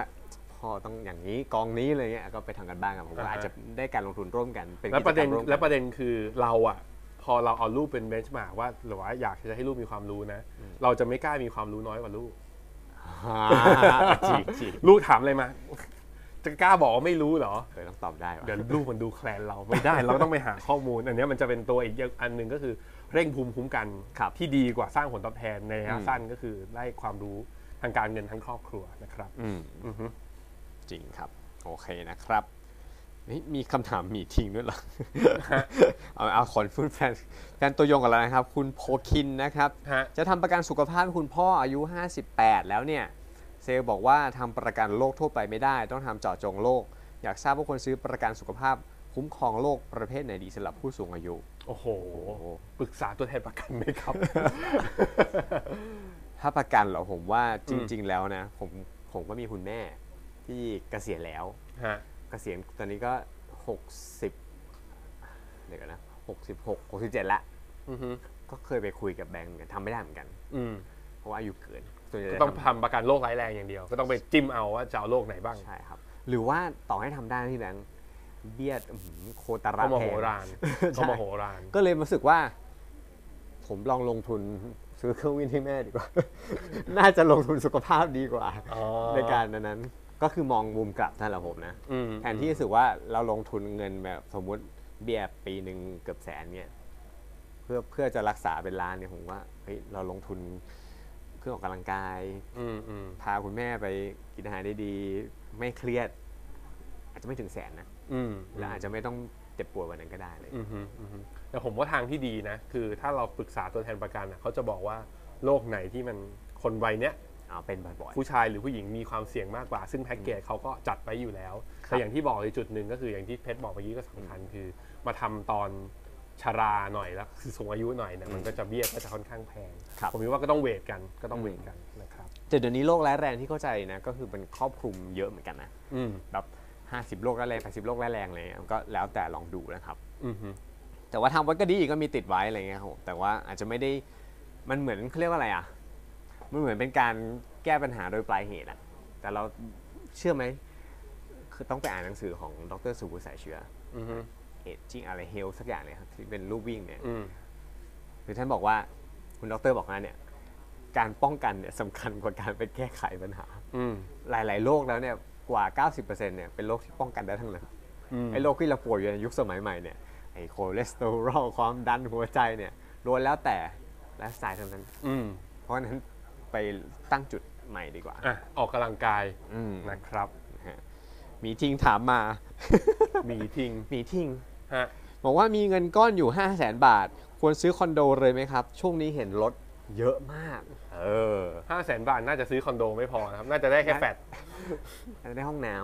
พ่อต้องอย่างนี้กองนี้เลยเนี่ยก็ไปทำกันบ้านกันผมว่า อ่าฮะ อาจจะได้การลงทุนร่วมกันเป็น แล้ว กิจประ กร เด็น รมร่วม แล้วป กัน ระเด็นคือเราอะพอเราเอาลูกเป็นเบนชมาร์กว่าหรือว่าอยากจะให้ลูกมีความรู้นะ เราจะไม่กล้ามีความรู้น้อยกว่าลูก อ่าจีบจีบ ลูกถามอะไรมา จะกล้าบอกว่าไม่รู้เหรอ เออต้องตอบได้ว่ะ เดี๋ยวลูกมันดูแคลนเราไม่ได้ เราก็ต้องไปหาข้อมูล อันเนี้ยมันจะเป็นตัวอีกอย่างอันหนึ่งก็คือเร่งภูมิคุ้มกัน ครับ ที่ดีกว่าสร้างผลตอบแทนในระยะ อืม สั้นก็คือได้ความรู้ทางการเงินทั้งครอบครัวนะครับ อืม อือฮึ จริงครับ โอเคนะครับนี่มีคำถามหมีทิ้งด้วยเหร อ เอาเอาขอนฟื้นแฟนแฟนตัวยงกันแล้วนะครับ คุณโพคินนะครับ ฮะ จะทำประกันสุขภาพให้คุณพ่ออายุ 58 แล้วเนี่ย เซลล์บอกว่าทำประกันโรคทั่วไปไม่ได้ ต้องทำเจาะจงโรคอยากทราบว่าควรซื้อประกันสุขภาพ คุ้มครองโรคประเภทไหนดีสำหรับผู้สูงอายุ โอ้โห โอ้โห ปรึกษาตัวแทนประกันไหมครับ ถ้าประกันเหรอผมว่าจ อืม ริง ๆ แล้วนะผมผมก็มีคุณแม่ที่เกษียณแล้ว ฮะ เกษียณตอนนี้ก็ 60เดี๋ยวกันนะ66 67ละ อือฮึ ก็เคยไปคุยกับแบงก์เหมือนกันทำไม่ได้เหมือนกัน อืม เพราะว่าอายุเกินส่วนใหญ่ ก็ จะ ต้อง ท ทำประกันโรคร้ายแรงอย่างเดียว ก็ต้องไปจิ้มเอาว่าจะเอาโรคไหนบ้าง ำใช่ครับ หรือว่าต่อให้ทำได้ที่แบงก์เบียดอื้อหือโคตรระ ก็ม แพ โห ง ฬ าร ใช่ ก็มโหฬาร ก็เลยรู้สึกว่า ผมลองลงทุนซื้อเครื่องวิ่งให้แม่ดีกว่า น่าจะลงทุนสุขภาพดีกว่า อ๋อ ในการนั้นๆก็คือมองมุมกลับท่านละผมนะ อืม แทนที่รู้สึกว่าเราลงทุนเงินแบบสมมุติเบียร์ปีหนึ่งเกือบแสนเนี่ยเพื่อเพื่อจะรักษาเป็นล้านเนี่ยผมว่าเฮ้ยเราลงทุนเพื่อออกกำลังกาย อืมอืม พาคุณแม่ไปกินอาหารได้ดี ไม่เครียด อาจจะไม่ถึงแสนนะ อืม แล้วอาจจะไม่ต้องเจ็บป่วยวันนั้นก็ได้เลย อือฮึอือฮึแต่ผมว่าทางที่ดีนะ คือถ้าเราปรึกษาตัวแทนประกันน่ะเขาจะบอกว่าโรคไหนที่มันคนวัยเนี้ย เอาเป็นบ่อย ผู้ชายหรือผู้หญิงมีความเสี่ยงมากกว่า ซึ่งแพ็กเกจเขาก็จัดไว้อยู่แล้ว ครับ แต่อย่างที่บอกในจุดหนึ่งก็คืออย่างที่เพชรบอกเมื่อกี้ก็สำคัญคือ มาทำตอนชาราหน่อยแล้วคือสูงอายุหน่อยเนี่ยมันก็จะเบี้ยก็จะค่อนข้างแพง ครับ ผมว่าก็ต้องเวทกันก็ต้องเวทกันนะครับ ๆแต่เดี๋ยวนี้โรคร้ายแรงที่เข้าใจนะก็คือมันครอบคลุมเยอะเหมือนกันนะ อืม แบบห้าสิบโรคร้ายแรงแปดสิบโรคร้ายแรงอะไรเลยมันก็แล้วแต่ลองดูนะครับ อือฮึ แต่ว่าทำไว้ก็ดีก็มีติดไว้อะไรเงี้ยครับผมแต่ว่าอาจจะไม่ได้มันเหมือนเขาเรียกว่าอะไรอ่ะ มันเหมือนเป็นการแก้ปัญหาโดยปลายเหตุอะแต่เราเชื่อไหมคือต้องไปอ่านหนังสือของดรสุภุสายเชื้อ อือฮึ เอจจิ้งอะไรเฮลสักอย่างเนี่ยครับที่เป็นรูปวิ่งเนี่ย อืม คือท่านบอกว่าคุณดรบอกว่าเนี่ยการป้องกันเนี่ย สำคัญกว่าการไปแก้ไขปัญหา อืม หลาย ๆ โรคแล้วเนี่ยกว่า 90%เนี่ยเป็นโรคที่ป้องกันได้ทั้งนั้น อืม ไอ้โรคที่เราป่วยอยู่ในยุคสมัยใหม่เนี่ย ไอ้คอเลสเตอรอล ความดันหัวใจเนี่ยล้วนแล้วแต่ไลฟ์สไตล์ทั้งนั้น อืม เพราะฉะนั้นไปตั้งจุดใหม่ดีกว่า อ่ะออกกำลังกาย อืม นะครับ นะฮะมีทิ้งถามมา มีทิ้ง มีทิ้ง ฮะ บอกว่ามีเงินก้อนอยู่ 5 0 0แสนบาท ควรซื้อคอนโดเลยไหมครับ ช่วงนี้เห็นลดเยอะมาก เออ ห้าแสนบาทน่าจะซื้อคอนโดไม่พอนะครับ น่าจะได้แค่แฟด แล้วได้ห้องน้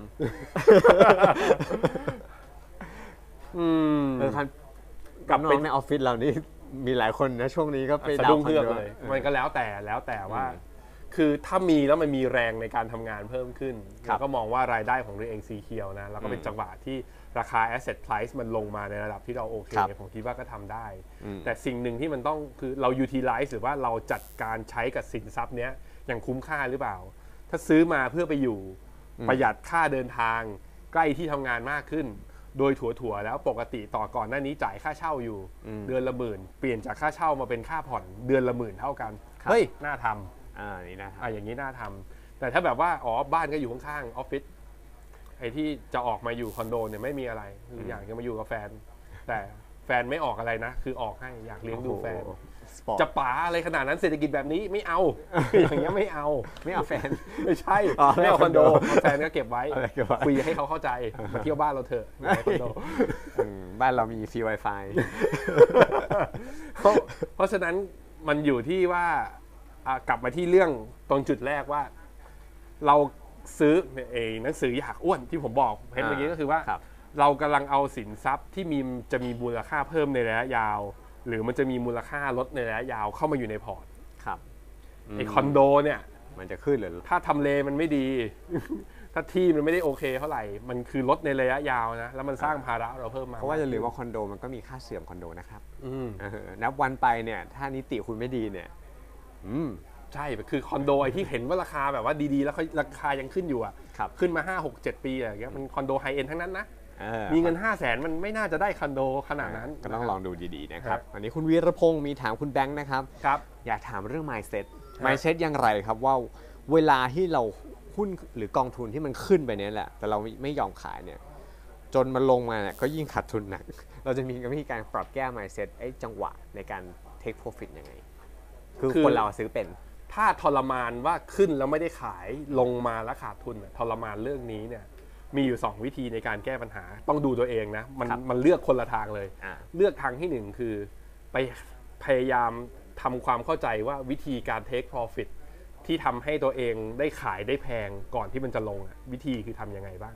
อืม ำเออคัน กลับไป น้องในออฟฟิศเรานี่มีหลายคนนะช่วงนี้ก็ไป สะ ดาว ดุ้ง น์คอน เฮือก โด เลย มันก็แล้วแต่แล้วแต่ว่า อืม คือถ้ามีแล้วมันมีแรงในการทำงานเพิ่มขึ้น ครับ แล้วก็มองว่ารายได้ของตัวเองสีเขียวนะ แล้วก็เป็น อืม จังหวะที่ราคา asset price มันลงมาในระดับที่เราโอเค ครับ ผมคิดว่าก็ทำได้ อืม แต่สิ่งหนึ่งที่มันต้องคือเรา utilize หรือว่าเราจัดการใช้กับสินทรัพย์เนี้ยอย่างคุ้มค่าหรือเปล่า ถ้าซื้อมาเพื่อไปอยู่ ประหยัดค่าเดินทางใกล้ที่ทำงานมากขึ้น โดยถั่วๆแล้วปกติต่อก่อนหน้านี้จ่ายค่าเช่าอยู่ เดือนละหมื่น เปลี่ยนจากค่าเช่ามาเป็นค่าผ่อนเดือนละหมื่นเท่ากัน ครับ เฮ้ยน่าทำ อ่านี่นะครั อ่ะ บ อย่างนี้น่าทำแต่ถ้าแบบว่าอ๋อบ้านก็อยู่ข้างๆออฟฟิศไอ้ที่จะออกมาอยู่คอนโดเนี่ยไม่มีอะไรหรืออยากจะมาอยู่กับแฟน แต่แฟนไม่ออกอะไรนะ คือออกให้อยากเลี้ยงดูแฟน สปอร์ต จะป๋าอะไรขนาดนั้นเศรษฐกิจแบบนี้ไม่เอา อย่างเงี้ยไม่เอา ไม่เอาแฟน ไม่ใช่ อ๋อ ไม่เอาคอนโด ไม่เอาคอนโด เอาแฟนก็เก็บไว้ เอาแฟนเก็บไว้ คุยให้เขาเข้าใจมาเที่ยวบ้านเราเถอะไม่เอาคอน โด อืมบ้านเรามีฟรี Wi-Fi เพราะเพราะฉะนั้นมันอยู่ที่ว่าอ่ะกลับมาที่เรื่องตรงจุดแรกว่า เราซื้อเออหนังสืออยากอ้วนที่ผมบอกเห็นเมื่อกี้ก็คือว่า ครับ เรากำลังเอาสินทรัพย์ที่มีจะมีมูลค่าเพิ่มในระยะยาว หรือมันจะมีมูลค่าลดในระยะยาวเข้ามาอยู่ในพอร์ต ครับ ไอคอนโดเนี่ย มันจะขึ้นหรือ ถ้าทำเลมันไม่ดี ถ้าที่มันไม่ได้โอเคเท่าไหร่ มันคือลดในระยะยาวนะแล้วมันสร้างภาระเราเพิ่มมา เพราะว่าอย่าลืมว่าคอนโดมันก็มีค่าเสื่อมคอนโดนะครับ อืม เออนับวันไปเนี่ย ถ้านิติคุณไม่ดีเนี่ย อืม ใช่ คือคอนโดไอ้ที่เห็นว่าราคาแบบว่าดีๆ แล้วเขาราคายังขึ้นอยู่อ่ะ ครับ ขึ้นมา 5 6 7 ปีอะไรอย่างเงี้ย มันคอนโดไฮเอ็นทั้งนั้นนะ เออ มีเงิน 5 0 0แสนมันไม่น่าจะได้คอนโดขนาดนั้น ก็ต้องลองดูดีๆนะค ครั รับ บ อันนี้คุณวีรพงศ์มีถามคุณแบงค์นะครับ ครับ อยากถามเรื่อง mindset ครับ mindset อย่างไรครับว่าเวลาที่เราหุ้นหรือกองทุนที่มันขึ้นไปเนี่ยแหละ แต่เราไม่ยอมขายเนี่ย จนมันลงมาเนี่ยก็ยิ่งขาดทุนหนัก เราจะมีวิธีการปรับแก้ mindset ไอ้จังหวะในการ take profit ยังไง คือ คือ คนเราซื้อเป็น ถ้าทรมานว่าขึ้นแล้วไม่ได้ขายลงมาแล้วขาดทุนอะทรมานเรื่องนี้เนี่ย มีอยู่ 2 วิธีในการแก้ปัญหา ต้องดูตัวเองนะ มัน ครับ มันเลือกคนละทางเลย อ่า เลือกทางที่หนึ่งคือไปพยายามทำความเข้าใจว่าวิธีการ take profit ที่ทำให้ตัวเองได้ขายได้แพงก่อนที่มันจะลงอะวิธีคือทำยังไงบ้าง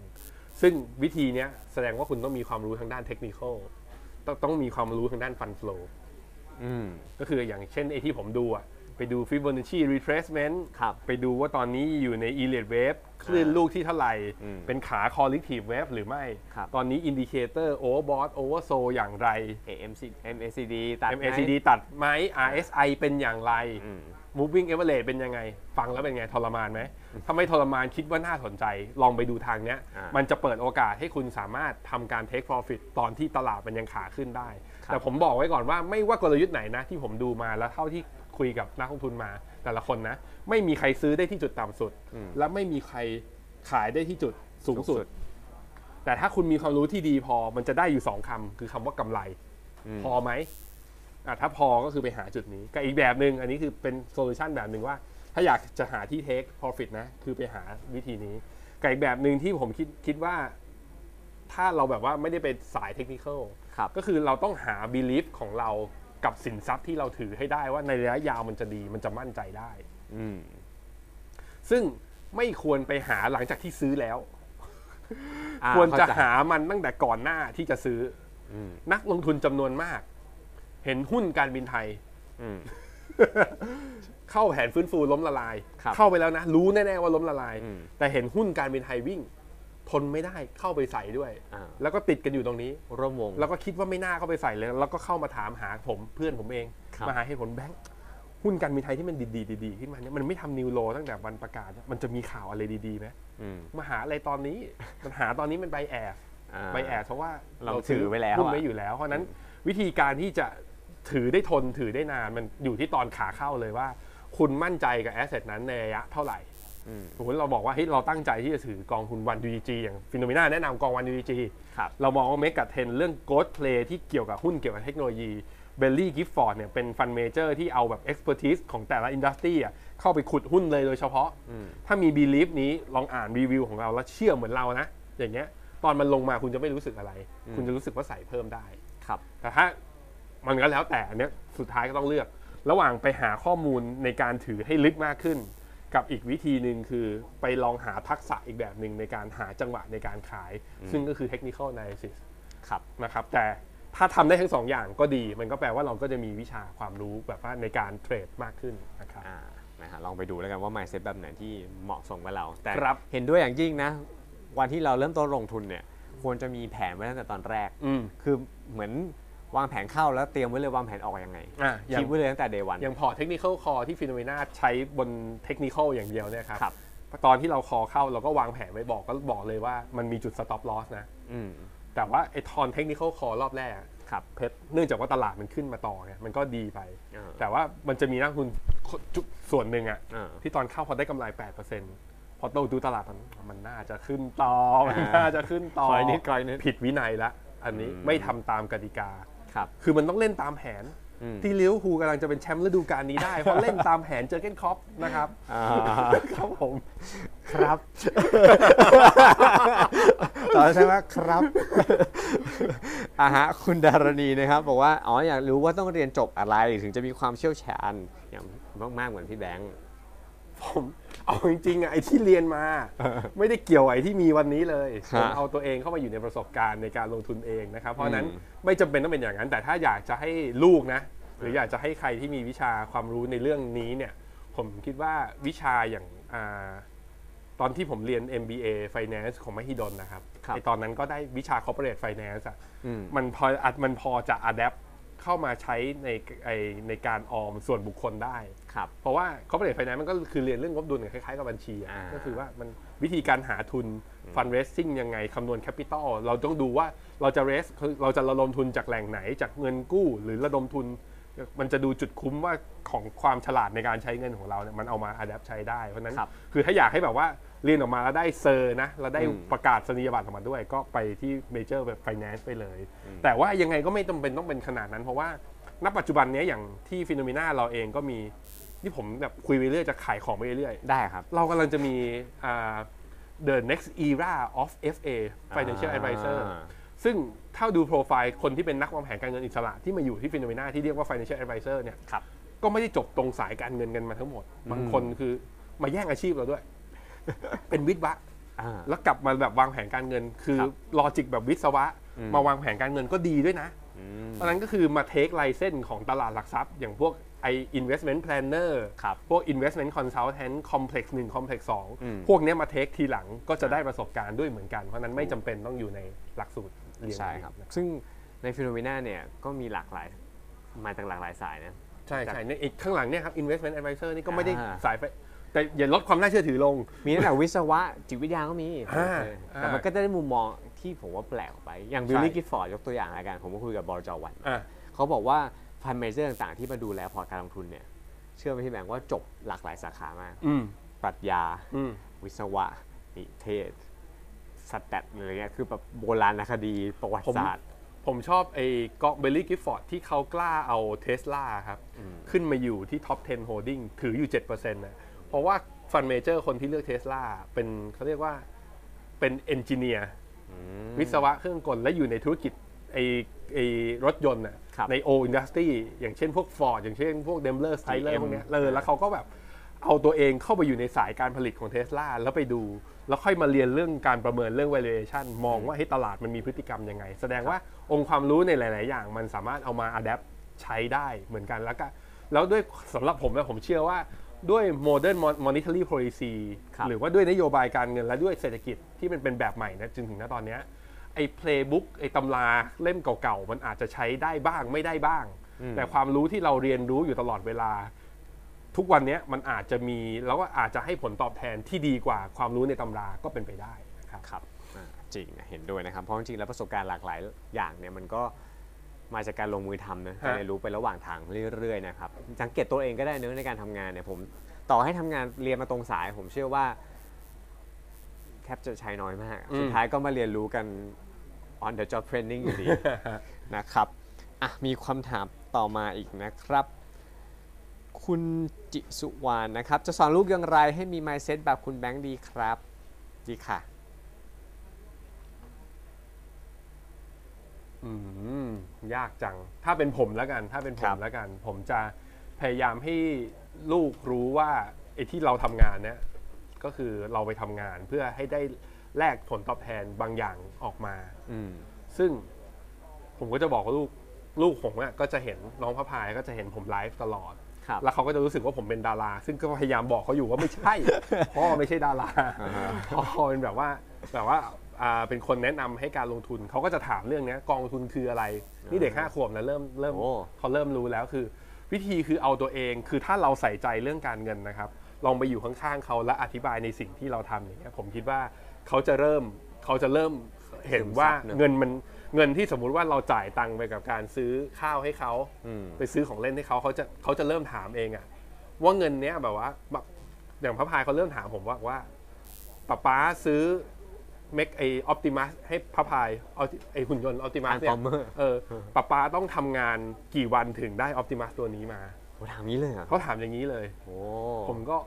ซึ่งวิธีเนี้ยแสดงว่าคุณต้องมีความรู้ทางด้านเทคนิคอลต้องต้องมีความรู้ทางด้านฟัน l o w อืม ก็คืออย่างเช่นไอที่ผมดูอะไปดู Fibonacci retracement ครับ ไปดูว่าตอนนี้อยู่ใน Elliott wave คลื่นลูกที่เท่าไหร่ อืม เป็นขา corrective wave หรือไม่ ครับ ตอนนี้ indicator overbought oversold อย่างไร AMC MACD ตัดไหม MACD ตัดไหม RSI เป็นอย่างไร อืม Moving Average เป็นยังไง ฟังแล้วเป็นไงทรมานไหมถ้าไม่ทรมานคิดว่าน่าสนใจ ลองไปดูทางเนี้ย อ่ามั มันจะเปิดโอกาสให้คุณสามารถทำการ Take Profit ตอนที่ตลาดมันยังขาขึ้นได้ ครับ แต่ผมบอกไว้ก่อนว่าไม่ว่ากลยุทธ์ไหนนะ ที่ผมดูมาแล้วเท่าที่คุยกับนักลงทุนมา แต่ละคนนะ ไม่มีใครซื้อได้ที่จุดต่ำสุด และไม่มีใครขายได้ที่จุดสูงสุด แต่ถ้าคุณมีความรู้ที่ดีพอมันจะได้อยู่สองคำคือคำว่ากำไร พอไหมอ่ะถ้าพอก็คือไปหาจุดนี้กับอีกแบบหนึ่งอันนี้คือเป็นโซลูชันแบบหนึ่งว่า ถ้าอยากจะหาที่ take profit นะ คือไปหาวิธีนี้กับอีกแบบหนึ่งที่ผมคิดคิดว่า ถ้าเราแบบว่าไม่ได้เป็นสายเทคนิคอล ครับ ก็คือเราต้องหา belief ของเรากับสินทรัพย์ที่เราถือให้ได้ว่าในระยะยาวมันจะดีมันจะมั่นใจได้ อืม ซึ่งไม่ควรไปหาหลังจากที่ซื้อแล้ว อ่ ควรจะ เข้ใ หามันตั้งแต่ก่อนหน้าที่จะซื้ออ ม นักลงทุนจำนวนมาก เห็นหุ้นการบินไทย อืม เข้าแผนฟื้นฟูล้มละลาย ครับ เข้าไปแล้วนะ รู้แน่ๆว่าล้มละลาย อืม แต่เห็นหุ้นการบินไทยวิ่ง ทนไม่ได้เข้าไปใส่ด้วย อ่า แล้วก็ติดกันอยู่ตรงนี้ ร่วมวง แล้วก็คิดว่าไม่น่าเข้าไปใส่เลย แล้วก็เข้ามาถามหาผมเพื่อนผมเอง ครับ มาหาเหตุผลแบงค์หุ้นการบินไทยที่มันดีๆดีๆขึ้นมาเนี่ยมันไม่ทำนิวโลตั้งแต่วันประกาศเนี่ยมันจะมีข่าวอะไรดีๆไหม อืม มาหาอะไรตอนนี้มันหาตอนนี้มันใบแอบ อ่า ใบแอดเพราะว่า เราถือไว้แล้ว หุ้น อะ ไว้อยู่แล้ว เพราะฉะนั้นวิธีการที่จะถือได้ทนถือได้นานมันอยู่ที่ตอนขาเข้าเลยว่า คุณมั่นใจกับแอสเซทนั้นในระยะเท่าไหร่ อืม สมมติเราบอกว่าเฮ้ยเราตั้งใจที่จะถือกองทุนวันดูดีจีอย่างฟิโนเมนาแนะนำกองวันดูดีจี ครับ เรามองว่าเมกะเทนเรื่องโกลด์เพลย์ที่เกี่ยวกับหุ้นเกี่ยวกับเทคโนโลยีเบลลี่กิฟฟอร์ดเนี่ยเป็นฟันเมเจอร์ที่เอาแบบเอ็กซ์เพรสติสของแต่ละอินดัสทรีอะเข้าไปขุดหุ้นเลยโดยเฉพาะ ถ้ามีบีลีฟนี้ลองอ่านรีวิวของเราแล้วเชื่อเหมือนเรานะอย่างเงี้ย ตอนมันลงมาคุณจะไม่รู้สึกอะไร คุณจะรู้สึกว่าใส่เพิ่มได้ ครับ แต่ถ้ามันก็แล้วแต่อันเนี้ยสุดท้ายก็ต้องเลือก ระหว่างไปหาข้อมูลในการถือให้ลึกมากขึ้น กับอีกวิธีหนึ่งคือไปลองหาทักษะอีกแบบหนึ่งในการหาจังหวะในการขาย ซึ่งก็คือ technical analysis ครับ นะครับแต่ถ้าทำได้ทั้งสองอย่างก็ดี มันก็แปลว่าเราก็จะมีวิชาความรู้แบบว่าในการเทรดมากขึ้นนะครับ อ่านะฮะลองไปดูแล้วกันว่า mindset แบบไหนที่เหมาะสมกับเรา แต่ ครับ เห็นด้วยอย่างยิ่งนะ วันที่เราเริ่มต้นลงทุนเนี่ย ควรจะมีแผนไว้ตั้งแต่ตอนแรก อืม คือเหมือนวางแผนเข้าแล้วเตรียมไว้เลยวางแผนออกยังไง อ่ะอย่า คิ ง ดไว้เลยตั้งแต่ day one อย่างพอร์ตเทคนิคอลคอที่ฟิโนเมนาใช้บนเทคนิคอลอย่างเดียวเนี่ยครับ ครับ ตอนที่เราคอเข้าเราก็วางแผนไว้บอกก็บอกเลยว่ามันมีจุด stop loss นะ อืม แต่ว่าไอทอนเทคนิคอลคอรอบแรกอะ ครับ เพชรเนื่องจากว่าตลาดมันขึ้นมาต่อไงมันก็ดีไป เออ แต่ว่ามันจะมีนักลงทุนจุดส่วนหนึ่งอะ เออ ที่ตอนเข้าพอได้กำไร8%พอเราดูตลาดมันมันน่าจะขึ้นต่อมันน่าจะขึ้นต่อ คอยนิดคอยนิด ผิดวินัยละ อันนี้ไม่ทำตามกติกา ครับ คือมันต้องเล่นตามแผน อืม ที่ลิเวอร์พูลกำลังจะเป็นแชมป์ฤดูกาลนี้ได้ เพราะเล่นตามแผนเจอร์เก้นคล็อปนะครับ อ่า ครับผม ครับ ต่อใช่ไหมครับอ่าฮะคุณดารณีนะครับ บอกว่า อ๋อ อยากรู้ว่าต้องเรียนจบอะไรถึงจะมีความเชี่ยวชาญอย่างมาก ๆ เหมือนพี่แบงค์ ผมเอาจริงๆอะไอ้ที่เรียนมา ไม่ได้เกี่ยวไอ้ที่มีวันนี้เลย ฮะ ผมเอาตัวเองเข้ามาอยู่ในประสบการณ์ในการลงทุนเองนะครับ เพราะฉะนั้น อืม ไม่จำเป็นต้องเป็นอย่างนั้น แต่ถ้าอยากจะให้ลูกนะ หรืออยากจะให้ใครที่มีวิชาความรู้ในเรื่องนี้เนี่ย ผมคิดว่าวิชาอย่างอ่าตอนที่ผมเรียน MBA Finance ของมหิดลนะครับ ครับ ไอตอนนั้นก็ได้วิชา Corporate Finance อะ อืม มันพออัดมันพอจะอัดแอปเข้ามาใช้ในไอในการออมส่วนบุคคลได้ ครับ เพราะว่า corporate finance มันก็คือเรียนเรื่องงบดุลคล้ายๆกับบัญชีอะ อ่า ก็คือว่ามันวิธีการหาทุน fundraising ยังไงคำนวณ capital เราต้องดูว่าเราจะ raise คือเราจะระดมทุนจากแหล่งไหนจากเงินกู้ หรือระดมทุน มันจะดูจุดคุ้มว่าของความฉลาดในการใช้เงินของเราเนี่ยมันเอามา adapt ใช้ได้ เพราะฉะนั้น ครับ คือถ้าอยากให้แบบว่าเรียนออกมาแล้วได้เซอร์นะแล้วได้ อืม ประกาศนียบัตรออกมาด้วย ก็ไปที่ major แบบ finance ไปเลย แต่ว่ายังไงก็ไม่จำเป็นต้องเป็นขนาดนั้น เพราะว่าณปัจจุบันเนี้ยอย่างที่ฟิโนเมนาเราเองก็มี นี่ผมแบบคุยไปเรื่อยจะขายของไปเรื่อย ได้ครับ เรากำลังจะมีอ่า the next era of FA financial อ่า advisor ซึ่งถ้าดูโปรไฟล์คนที่เป็นนักวางแผนการเงินอิสระที่มาอยู่ที่ฟิโนเมนาที่เรียกว่า financial advisor เนี่ย ครับ ก็ไม่ได้จบตรงสายการเงินกันมาทั้งหมด บางคนคือมาแย่งอาชีพเรา ด้วย เป็นวิทย์วะ อ่า แล้วกลับมาแบบวางแผนการเงิน คือ ครับ ลอจิกแบบวิศวะ อืม มาวางแผนการเงินก็ดีด้วยนะ อืม เพราะฉะนั้นก็คือมาเทคไลเส้นของตลาดหลักทรัพย์ อย่างพวกไอ investment planner ครับ พวก investment consultant complex 1 complex อืม 2 พวกเนี้ยมาเทคทีหลังก็จะได้ประสบการณ์ด้วยเหมือนกัน เพราะฉะนั้นไม่จำเป็นต้องอยู่ในหลักสูตรเรียน ใช่ครับ นะ ซึ่งในฟิโนเมนาเนี่ยก็มีหลากหลาย มาจากหลากหลายสายนะ ใช่ใช่ในอีกข้างหลังเนี่ยครับ investment advisor นี่ก็ไม่ได้ อ่า สายไปแต่อย่าลดความน่าเชื่อถือลง มีตั้งแต่วิศวะ จิตวิทยาก็มี อ่า เออแต่ อ่ามั มันก็จะได้มุมมองที่ผมว่าแปลกออกไป อย่างบิลลี่ ใช่ กิฟฟอร์ดยกตัวอย่างละกัน ผมก็คุยกับบอลจอวัน อ่ะ เขาบอกว่าฟันเมเจอร์ต่างๆ ที่มาดูแลพอร์ตการลงทุนเนี่ย เชื่อไหมพี่แบงค์ว่าจบหลากหลายสาขามาก อืม ปรัชญา อืม วิศวะ นิเทศสแตทอะไรเงี้ย คือแบบโบราณคดีประวัติศาสตร์ ผมชอบไอ้ก็เบลลี่กิฟฟอร์ดที่เขากล้าเอาเทสลาครับ ขึ้นมาอยู่ที่ท็อป 10 holding ถืออยู่ 7%นะเพราะว่าฟันเมเจอร์คนที่เลือกเทสลาเป็นเขาเรียกว่าเป็นเอนจิเนียร์วิศวะเครื่องกลและอยู่ในธุรกิจไอ้ไอ้รถยนต์น่ะ ครับ ในโออินดัสตี้อย่างเช่นพวก Ford อย่างเช่นพวกเดมเลอร์สไตเลอร์ GM พวกเนี้ยเออแล้วเขาก็แบบเอาตัวเองเข้าไปอยู่ในสายการผลิตของเทสลาแล้วไปดู แล้วค่อยมาเรียนเรื่องการประเมินเรื่อง valuation มองว่าให้ยตลาดมันมีพฤติกรรมยังไง แสดงว่าองค์ความรู้ในหลาย ๆ อย่างมันสามารถเอามา adapt ใช้ได้เหมือนกันแล้วก็แล้วด้วยสำหรับผมนะผมเชื่อว่าด้วย modern mon- monetary policy ครับ หรือว่าด้วยนโยบายการเงินและด้วยเศรษฐกิจที่มันเป็นแบบใหม่นะจนถึงณตอนเนี้ยไอ้ playbook ไอ้ตำราเล่มเก่า ๆ มันอาจจะใช้ได้บ้างไม่ได้บ้าง แต่ความรู้ที่เราเรียนรู้อยู่ตลอดเวลา ทุกวันเนี้ยมันอาจจะมีแล้วก็อาจจะให้ผลตอบแทนที่ดีกว่าความรู้ในตำราก็เป็นไปได้นะครับ ครับอ่าจริงนะเห็นด้วยนะครับ เพราะจริงๆแล้วประสบการณ์หลากหลายอย่างเนี่ยมันก็มาจากการลงมือทำนะการเรียนรู้ไประหว่างทางเรื่อยๆนะครับสังเกตตัวเองก็ได้เนื้อะในการทำงานเนี่ยผมต่อให้ทำงานเรียนมาตรงสาย ผมเชื่อว่าแทบจะใช้น้อยมาก อืม สุดท้ายก็มาเรียนรู้กัน on the job training อยู่ดี นะครับอ่ะมีคำถามต่อมาอีกนะครับ คุณจิสุวรรณนะครับ จะสอนลูกอย่างไรให้มี mindset แบบคุณแบงค์ดีครับ ดีค่ะ อืมยากจัง ถ้าเป็นผมแล้วกัน ถ้าเป็นผ ครั ม บ แล้วกัน ผมจะพยายามให้ลูกรู้ว่าไอ้ที่เราทำงานเนี่ยก็คือเราไปทำงานเพื่อให้ได้แลกผลตอบแทนบางอย่างออกมา อืม ซึ่งผมก็จะบอกว่าลูกลูกผมอะก็จะเห็นน้องพระพายก็จะเห็นผมไลฟ์ตลอด ครับ แล้วเขาก็จะรู้สึกว่าผมเป็นดารา ซึ่งก็พยายามบอกเขาอยู่ว่าไม่ใช่ พ่อไม่ใช่ดารา อ่าฮะ พ่อเป็นแบบว่าแบบว่าอ่าเป็นคนแนะนำให้การลงทุนเขาก็จะถามเรื่องเนี้ยกองทุนคืออะไร นี่เด็กห้าขวบนะเริ่มเริ่ม โอ้ เขาเริ่มรู้แล้วคือ วิธีคือเอาตัวเองคือถ้าเราใส่ใจเรื่องการเงินนะครับ ลองไปอยู่ข้างๆเขาและอธิบายในสิ่งที่เราทำอย่างเงี้ยผมคิดว่าเขาจะเริ่มเขาจะเริ่มเห็นว่า ซึมซับเนอะ เงินมันเงินที่สมมุติว่าเราจ่ายตังค์ไปกับการซื้อข้าวให้เขา อืม ไปซื้อของเล่นให้เขาเขาจะเขาจะเริ่มถามเองอะว่าเงินเนี้ยแบบว่าแบบอย่างพระพายเขาเริ่มถามผมว่าว่าป้าป้าซื้อ เมคไอออปติมัสให้พระพายเอาไอหุ่นยนต์ออปติมัสเนี่ย Transformer เออป้าป้าต้องทำงานกี่วันถึงได้ออปติมัสตัวนี้มา โหถามนี้เลยเหรอ เขาถามอย่างนี้เลย โอ้ ผมก็